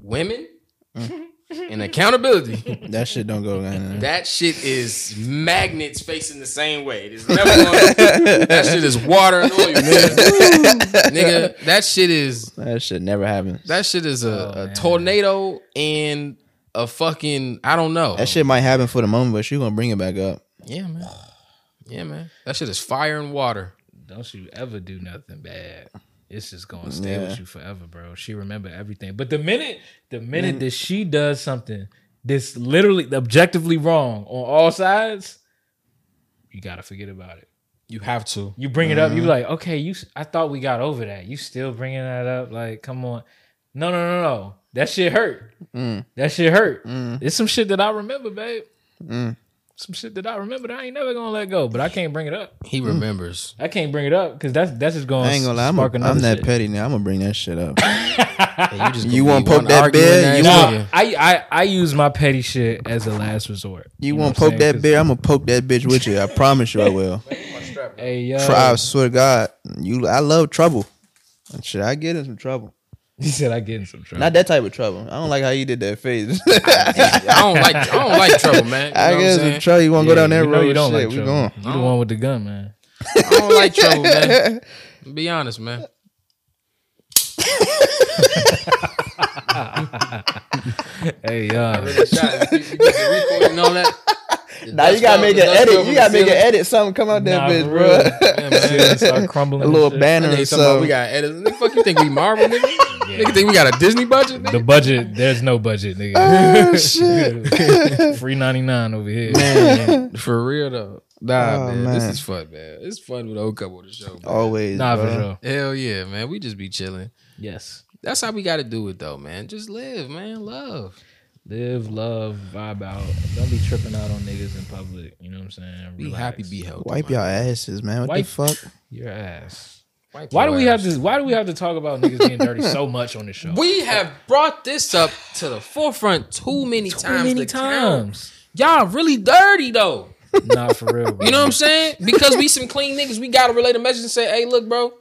[SPEAKER 1] Women and accountability.
[SPEAKER 4] That shit don't go. That
[SPEAKER 1] that shit is magnets facing the same way. It is never going. that shit is water and oil, nigga. nigga, that shit is
[SPEAKER 4] that shit never happens.
[SPEAKER 1] that shit is a,
[SPEAKER 3] Oh,
[SPEAKER 1] a
[SPEAKER 3] man.
[SPEAKER 1] tornado and a fucking I don't know.
[SPEAKER 4] That shit might happen for the moment, but she gonna bring it back up.
[SPEAKER 1] Yeah, man. Yeah, man. That shit is fire and water.
[SPEAKER 3] don't you ever do nothing bad. It's just gonna stay
[SPEAKER 4] Yeah.
[SPEAKER 3] with you forever, bro. She remember everything. But the minute, the minute that she does something that's literally objectively wrong on all sides, you gotta forget about it.
[SPEAKER 1] You have to.
[SPEAKER 3] You bring it up, you like, okay, you. s- I thought we got over that. You still bringing that up? Like, come on. No, no, no, no. That shit hurt. That shit hurt. It's some shit that I remember, babe. Some shit that I remember that I ain't never gonna let go, but I can't bring it up.
[SPEAKER 1] He
[SPEAKER 4] Mm.
[SPEAKER 1] remembers.
[SPEAKER 3] I can't bring it up because that's that's just gonna.
[SPEAKER 4] I ain't gonna lie. I'm, a,
[SPEAKER 3] Oh, spark another
[SPEAKER 4] I'm that
[SPEAKER 3] shit.
[SPEAKER 4] petty now. I'm gonna bring that shit up.
[SPEAKER 1] Yeah, you just
[SPEAKER 4] You
[SPEAKER 1] gonna
[SPEAKER 4] wanna
[SPEAKER 1] be
[SPEAKER 4] poke
[SPEAKER 1] one
[SPEAKER 4] that
[SPEAKER 1] arguing
[SPEAKER 4] bear?
[SPEAKER 1] ass
[SPEAKER 4] You
[SPEAKER 3] No,
[SPEAKER 1] nigga.
[SPEAKER 3] I, I I use my petty shit as a last resort.
[SPEAKER 4] You,
[SPEAKER 3] know
[SPEAKER 4] won't
[SPEAKER 3] what I'm
[SPEAKER 4] poke
[SPEAKER 3] saying?
[SPEAKER 4] that bitch? I'm gonna poke that bitch with you. I promise you, I will.
[SPEAKER 3] 'Cause- Hey yo,
[SPEAKER 4] Tr- I swear to God, you. I love trouble. And Shit, I get in some trouble.
[SPEAKER 3] he said I get in some trouble.
[SPEAKER 4] Not that type of trouble. I don't like how you did that face.
[SPEAKER 1] I don't like I don't like trouble, man. You know
[SPEAKER 4] I
[SPEAKER 1] what I'm
[SPEAKER 4] guess
[SPEAKER 1] saying?
[SPEAKER 4] in trouble. You want
[SPEAKER 3] Yeah,
[SPEAKER 4] to go down that
[SPEAKER 3] you know
[SPEAKER 4] road?
[SPEAKER 3] You don't
[SPEAKER 4] shit,
[SPEAKER 3] like
[SPEAKER 4] we
[SPEAKER 3] trouble.
[SPEAKER 4] going.
[SPEAKER 3] You the one with the gun, man.
[SPEAKER 1] I don't like trouble, man. Be honest, man.
[SPEAKER 3] Hey yo,
[SPEAKER 1] and all that.
[SPEAKER 4] Now you gotta make an edit. You gotta make an edit. Something come out
[SPEAKER 3] Nah,
[SPEAKER 4] that bitch,
[SPEAKER 3] for real.
[SPEAKER 4] bro.
[SPEAKER 3] Shit, start crumbling.
[SPEAKER 4] A
[SPEAKER 3] and
[SPEAKER 4] little
[SPEAKER 3] shit.
[SPEAKER 4] banner or
[SPEAKER 1] Nigga, so we
[SPEAKER 4] something.
[SPEAKER 1] got edit. Nigga, fuck you think we Marvel, nigga? Nigga think we got a Disney budget,
[SPEAKER 3] The
[SPEAKER 1] nigga?
[SPEAKER 3] budget, there's no budget, nigga.
[SPEAKER 4] Oh, shit.
[SPEAKER 3] Free ninety nine over here.
[SPEAKER 1] For real though. Nah,
[SPEAKER 4] Oh,
[SPEAKER 1] man, This
[SPEAKER 4] man.
[SPEAKER 1] is fun, man. It's fun with the old couple of the show. man.
[SPEAKER 4] Always.
[SPEAKER 3] Nah, for
[SPEAKER 4] bro.
[SPEAKER 3] sure.
[SPEAKER 1] Hell yeah, man. We just be chilling.
[SPEAKER 3] Yes.
[SPEAKER 1] That's how we gotta do it though, man. Just live, man. Love.
[SPEAKER 3] Live, love, vibe out. Don't be tripping out on niggas in public. You know what I'm saying?
[SPEAKER 1] Be
[SPEAKER 3] Relax.
[SPEAKER 1] happy, be healthy.
[SPEAKER 4] Wipe
[SPEAKER 1] man.
[SPEAKER 4] y'all asses, man. What
[SPEAKER 3] Wipe-
[SPEAKER 4] the fuck?
[SPEAKER 3] your ass.
[SPEAKER 1] Wipe
[SPEAKER 3] Why do
[SPEAKER 1] your
[SPEAKER 3] we
[SPEAKER 1] ass.
[SPEAKER 3] have to? Why do we have to talk about niggas being dirty so much on this show?
[SPEAKER 1] We have brought this up to the forefront too many times.
[SPEAKER 3] many
[SPEAKER 1] to count.
[SPEAKER 3] times.
[SPEAKER 1] Y'all really dirty though.
[SPEAKER 3] Nah, for real. Bro.
[SPEAKER 1] You know what I'm saying? Because we some clean niggas, we gotta relate a message and say, "Hey, look, bro,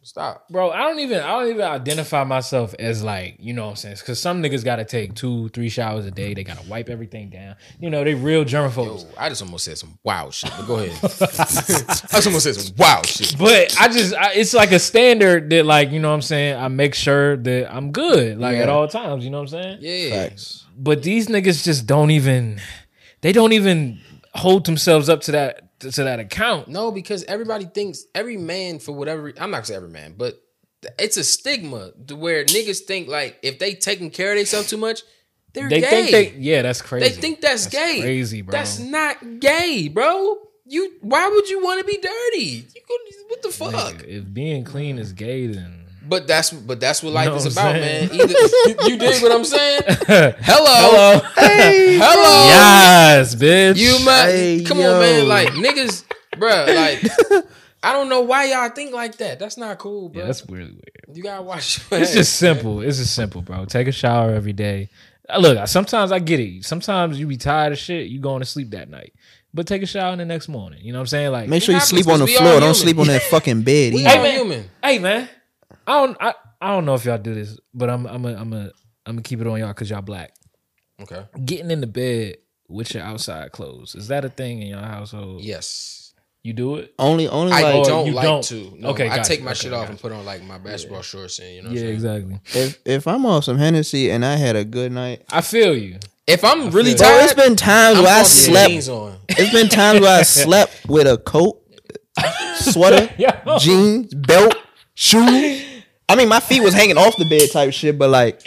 [SPEAKER 1] stop."
[SPEAKER 3] bro. I don't even. I don't even identify myself as like you know what I'm saying. Because some niggas gotta take two, three showers a day. They gotta wipe everything down. You know they real germaphobes.
[SPEAKER 1] Oh, I just almost said some wild shit, but go ahead. I just almost said some wild shit.
[SPEAKER 3] But I just, I, it's like a standard that, like, you know what I'm saying? I make sure that I'm good, like, at
[SPEAKER 4] Yeah.
[SPEAKER 3] all times, you know what I'm saying?
[SPEAKER 1] Yeah,
[SPEAKER 3] But these niggas just don't even, they don't even hold themselves up to that, to that account.
[SPEAKER 1] no, because everybody thinks every man for whatever. re- I'm not gonna say every man, but th- it's a stigma to where niggas think like if they taking care of themselves too much, they're
[SPEAKER 3] They
[SPEAKER 1] gay.
[SPEAKER 3] think they, yeah, that's crazy.
[SPEAKER 1] They think that's, gay.
[SPEAKER 3] crazy, bro.
[SPEAKER 1] That's not gay, bro. You why would you want to be dirty? You could, what the fuck?
[SPEAKER 3] Nigga, If being clean is gay, then.
[SPEAKER 1] But that's but that's what life
[SPEAKER 3] Know
[SPEAKER 1] is
[SPEAKER 3] what
[SPEAKER 1] about,
[SPEAKER 3] I'm
[SPEAKER 1] man.
[SPEAKER 3] saying?
[SPEAKER 1] Either, you, you dig what I'm saying? Hello,
[SPEAKER 3] Hello.
[SPEAKER 1] hello.
[SPEAKER 3] yes, bitch.
[SPEAKER 1] You must
[SPEAKER 4] Hey,
[SPEAKER 1] come on,
[SPEAKER 4] yo.
[SPEAKER 1] man. Like niggas, bruh, Like I don't know why y'all think like that. That's not cool, bro.
[SPEAKER 3] Yeah, that's really weird.
[SPEAKER 1] you gotta watch. Your
[SPEAKER 3] It's
[SPEAKER 1] ass.
[SPEAKER 3] just simple. It's just simple, bro. Take a shower every day. Uh, Look, I- sometimes I get it. Sometimes you be tired of shit. You going to sleep that night, but take a shower the next morning. You know what I'm saying? Like,
[SPEAKER 4] Make sure you
[SPEAKER 1] happens
[SPEAKER 4] sleep on the
[SPEAKER 1] 'cause we all
[SPEAKER 4] floor. Don't
[SPEAKER 1] human.
[SPEAKER 4] sleep on that fucking bed.
[SPEAKER 1] we
[SPEAKER 4] either.
[SPEAKER 1] all
[SPEAKER 3] man.
[SPEAKER 1] human.
[SPEAKER 3] hey man, I don't, I, I don't know if y'all do this, but I'm, I'm, a, I'm, a, I'm gonna keep it on y'all because y'all black.
[SPEAKER 1] Okay.
[SPEAKER 3] Getting in the bed with your outside clothes is that a thing in your household?
[SPEAKER 1] Yes.
[SPEAKER 3] You do it?
[SPEAKER 4] Only, only
[SPEAKER 1] I
[SPEAKER 4] like
[SPEAKER 1] don't
[SPEAKER 3] you
[SPEAKER 1] like
[SPEAKER 3] don't.
[SPEAKER 1] to. No,
[SPEAKER 3] Okay,
[SPEAKER 1] I
[SPEAKER 3] gotcha.
[SPEAKER 1] take my
[SPEAKER 3] Okay,
[SPEAKER 1] shit off
[SPEAKER 3] gotcha.
[SPEAKER 1] and put on like my basketball shorts and you know. What
[SPEAKER 3] Yeah,
[SPEAKER 1] I'm saying?
[SPEAKER 3] exactly.
[SPEAKER 4] if if I'm off some Hennessy and I had a good night.
[SPEAKER 3] I feel you.
[SPEAKER 1] If I'm really
[SPEAKER 4] Bro,
[SPEAKER 1] tired,
[SPEAKER 4] it's been times
[SPEAKER 1] I'm
[SPEAKER 4] where I
[SPEAKER 1] fucking
[SPEAKER 4] slept.
[SPEAKER 1] jeans on.
[SPEAKER 4] It's been times where I slept with a coat, sweater,
[SPEAKER 3] Yo.
[SPEAKER 4] jeans, belt, shoes. I mean, my feet was hanging off the bed type shit, but like,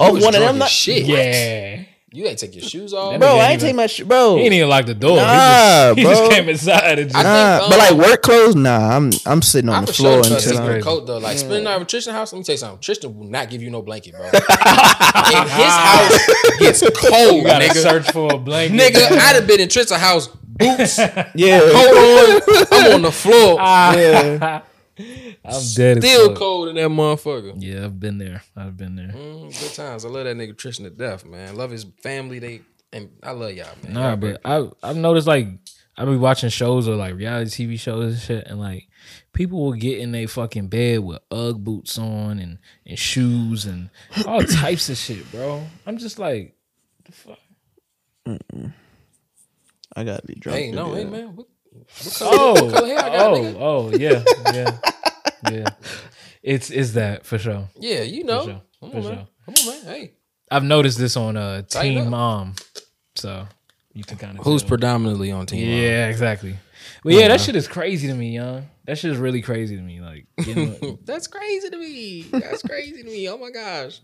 [SPEAKER 4] off
[SPEAKER 1] was
[SPEAKER 4] one of
[SPEAKER 1] drunk
[SPEAKER 4] them.
[SPEAKER 1] as
[SPEAKER 4] Not,
[SPEAKER 1] shit.
[SPEAKER 3] Yeah,
[SPEAKER 1] You ain't take your shoes off.
[SPEAKER 3] That
[SPEAKER 4] bro,
[SPEAKER 3] nigga
[SPEAKER 4] I
[SPEAKER 3] ain't
[SPEAKER 4] ain't
[SPEAKER 3] even-
[SPEAKER 4] take my shit, bro.
[SPEAKER 3] he didn't even lock the door.
[SPEAKER 4] Nah,
[SPEAKER 3] he, just, he just
[SPEAKER 4] bro.
[SPEAKER 3] came inside and just.
[SPEAKER 4] Nah,
[SPEAKER 1] think,
[SPEAKER 4] but
[SPEAKER 1] um,
[SPEAKER 4] like work clothes, nah. I'm I'm sitting on
[SPEAKER 1] I'm for
[SPEAKER 4] the
[SPEAKER 1] sure
[SPEAKER 4] floor
[SPEAKER 1] trust
[SPEAKER 4] until
[SPEAKER 1] him with
[SPEAKER 4] I'm,
[SPEAKER 1] a coat though. Like spending night with Tristan house. Let me tell you something. Tristan will not give you no blanket, bro. and his house gets cold,
[SPEAKER 3] You gotta
[SPEAKER 1] nigga.
[SPEAKER 3] search for a blanket.
[SPEAKER 1] Nigga, I'd have been in Tristan's house. Boots, coat
[SPEAKER 4] yeah.
[SPEAKER 1] on. I'm on the floor.
[SPEAKER 3] Ah. I'm dead.
[SPEAKER 1] still
[SPEAKER 3] as fuck.
[SPEAKER 1] cold in that motherfucker.
[SPEAKER 3] Yeah, I've been there. I've been there.
[SPEAKER 1] Mm, good times. I love that nigga Tristan to death, man. Love his family. They and I love y'all, man.
[SPEAKER 3] Nah, but I I've noticed like I've been watching shows or like reality TV shows and shit, and like people will get in their fucking bed with UGG boots on and and shoes and all types of shit, bro. I'm just like,
[SPEAKER 4] I gotta be drunk.
[SPEAKER 1] Hey,
[SPEAKER 4] to
[SPEAKER 1] no,
[SPEAKER 4] do
[SPEAKER 1] hey
[SPEAKER 4] that.
[SPEAKER 1] man. What, what color,
[SPEAKER 3] oh,
[SPEAKER 1] what color hair I got,
[SPEAKER 3] oh,
[SPEAKER 1] nigga?
[SPEAKER 3] oh, yeah, yeah, yeah. It's it's that for sure.
[SPEAKER 1] Yeah, you know.
[SPEAKER 3] sure,
[SPEAKER 1] Come
[SPEAKER 3] for
[SPEAKER 1] on, man.
[SPEAKER 3] sure.
[SPEAKER 1] Come on, man. Hey.
[SPEAKER 3] I've noticed this on uh
[SPEAKER 1] Tighten
[SPEAKER 3] Teen
[SPEAKER 1] up.
[SPEAKER 3] Mom, so you can kind of
[SPEAKER 1] Who's predominantly on team? Live?
[SPEAKER 3] Yeah, exactly. But yeah, that shit is crazy to me, young. That shit is really crazy to me. Like, you know,
[SPEAKER 1] That's crazy to me. That's crazy to me. Oh my gosh.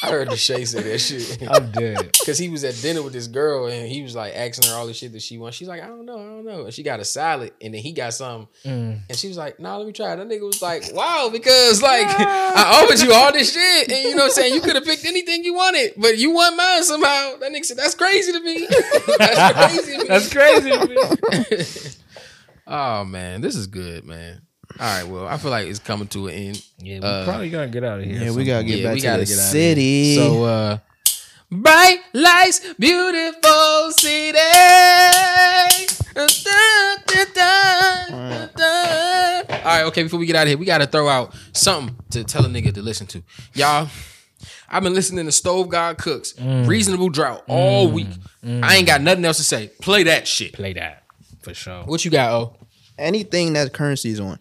[SPEAKER 1] I heard Deshae say that shit.
[SPEAKER 3] I'm dead.
[SPEAKER 1] Cause he was at dinner with this girl and he was like asking her all the shit that she wants. She's like, I don't know, I don't know. And she got a salad and then he got something.
[SPEAKER 3] Mm.
[SPEAKER 1] And she was like, Nah, let me try it. That nigga was like, Wow, because like I offered you all this shit. And you know what I'm saying? You could have picked anything you wanted, but you want mine somehow. That nigga said, That's crazy to me. That's crazy to me.
[SPEAKER 3] That's crazy. man.
[SPEAKER 1] oh man, this is good, man. All right, well, I feel like it's coming to an end.
[SPEAKER 3] Yeah, we
[SPEAKER 1] Uh,
[SPEAKER 3] probably gonna get out of here.
[SPEAKER 4] Yeah, we gotta get
[SPEAKER 1] Yeah,
[SPEAKER 4] back
[SPEAKER 1] we
[SPEAKER 4] to
[SPEAKER 1] gotta
[SPEAKER 4] the
[SPEAKER 1] get outta here.
[SPEAKER 4] city.
[SPEAKER 1] So uh Bright lights, beautiful city. All right, okay, before we get out of here, we got to throw out something to tell a nigga to listen to. Y'all, I've been listening to Stove God Cooks, Reasonable Drought all week. I ain't got nothing else to say. Play that shit.
[SPEAKER 3] Play that for sure.
[SPEAKER 1] What you got, oh?
[SPEAKER 4] Anything that currency's on.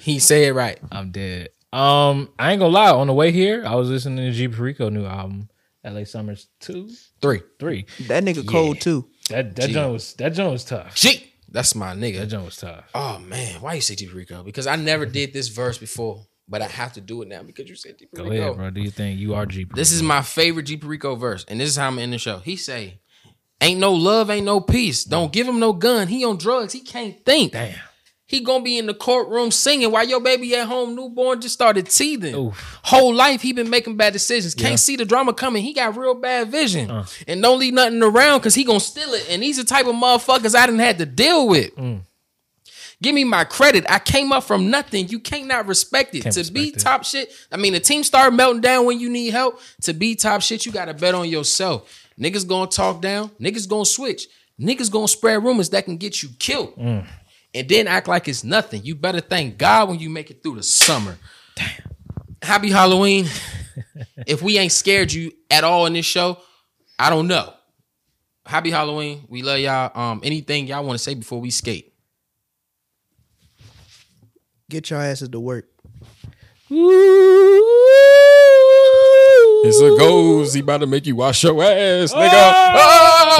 [SPEAKER 1] He said right.
[SPEAKER 3] I'm dead. Um, I ain't gonna lie. On the way here, I was listening to G Perico new album, L.A. Summers two,
[SPEAKER 1] Three.
[SPEAKER 3] three.
[SPEAKER 4] That nigga cold too.
[SPEAKER 3] That that
[SPEAKER 1] Gee.
[SPEAKER 3] joint was that joint was tough.
[SPEAKER 1] G. That's my
[SPEAKER 3] That
[SPEAKER 1] nigga.
[SPEAKER 3] joint was tough.
[SPEAKER 1] Oh man, why you say Deep Rico? Because I never did this verse before, but I have to do it now because you said Deep
[SPEAKER 3] Go
[SPEAKER 1] Rico.
[SPEAKER 3] ahead, bro. Do you think you are G?
[SPEAKER 1] This is my favorite G Perico verse, and this is how I'm in the show. He say, "Ain't no love, ain't no peace. Don't give him no gun. He on drugs. He can't think.
[SPEAKER 3] Damn.
[SPEAKER 1] He gonna be in the courtroom singing while your baby at home, newborn, just started teething.
[SPEAKER 3] Oof.
[SPEAKER 1] Whole life he been making bad decisions. Can't
[SPEAKER 3] Yeah. Uh.
[SPEAKER 1] see the drama coming. He got real bad vision, and don't leave nothing around because he gonna steal it. And these the type of motherfuckers I didn't had to deal with."
[SPEAKER 3] Mm.
[SPEAKER 1] Give me my credit. I came up from nothing. You can't not respect it.
[SPEAKER 3] Can't
[SPEAKER 1] to be
[SPEAKER 3] respect it.
[SPEAKER 1] top shit, I mean, the team started melting down when you need help. To be top shit, you got to bet on yourself. Niggas gonna talk down. Niggas gonna switch. Niggas gonna spread rumors that can get you killed.
[SPEAKER 3] Mm.
[SPEAKER 1] And then act like it's nothing. You better thank God when you make it through the summer. Damn. Happy Halloween. if we ain't scared you at all in this show, I don't know. Happy Halloween. We love y'all. Um, anything y'all want to say before we skate?
[SPEAKER 4] Get your asses to work.
[SPEAKER 1] It's a goes. He about to make you wash your ass, nigga.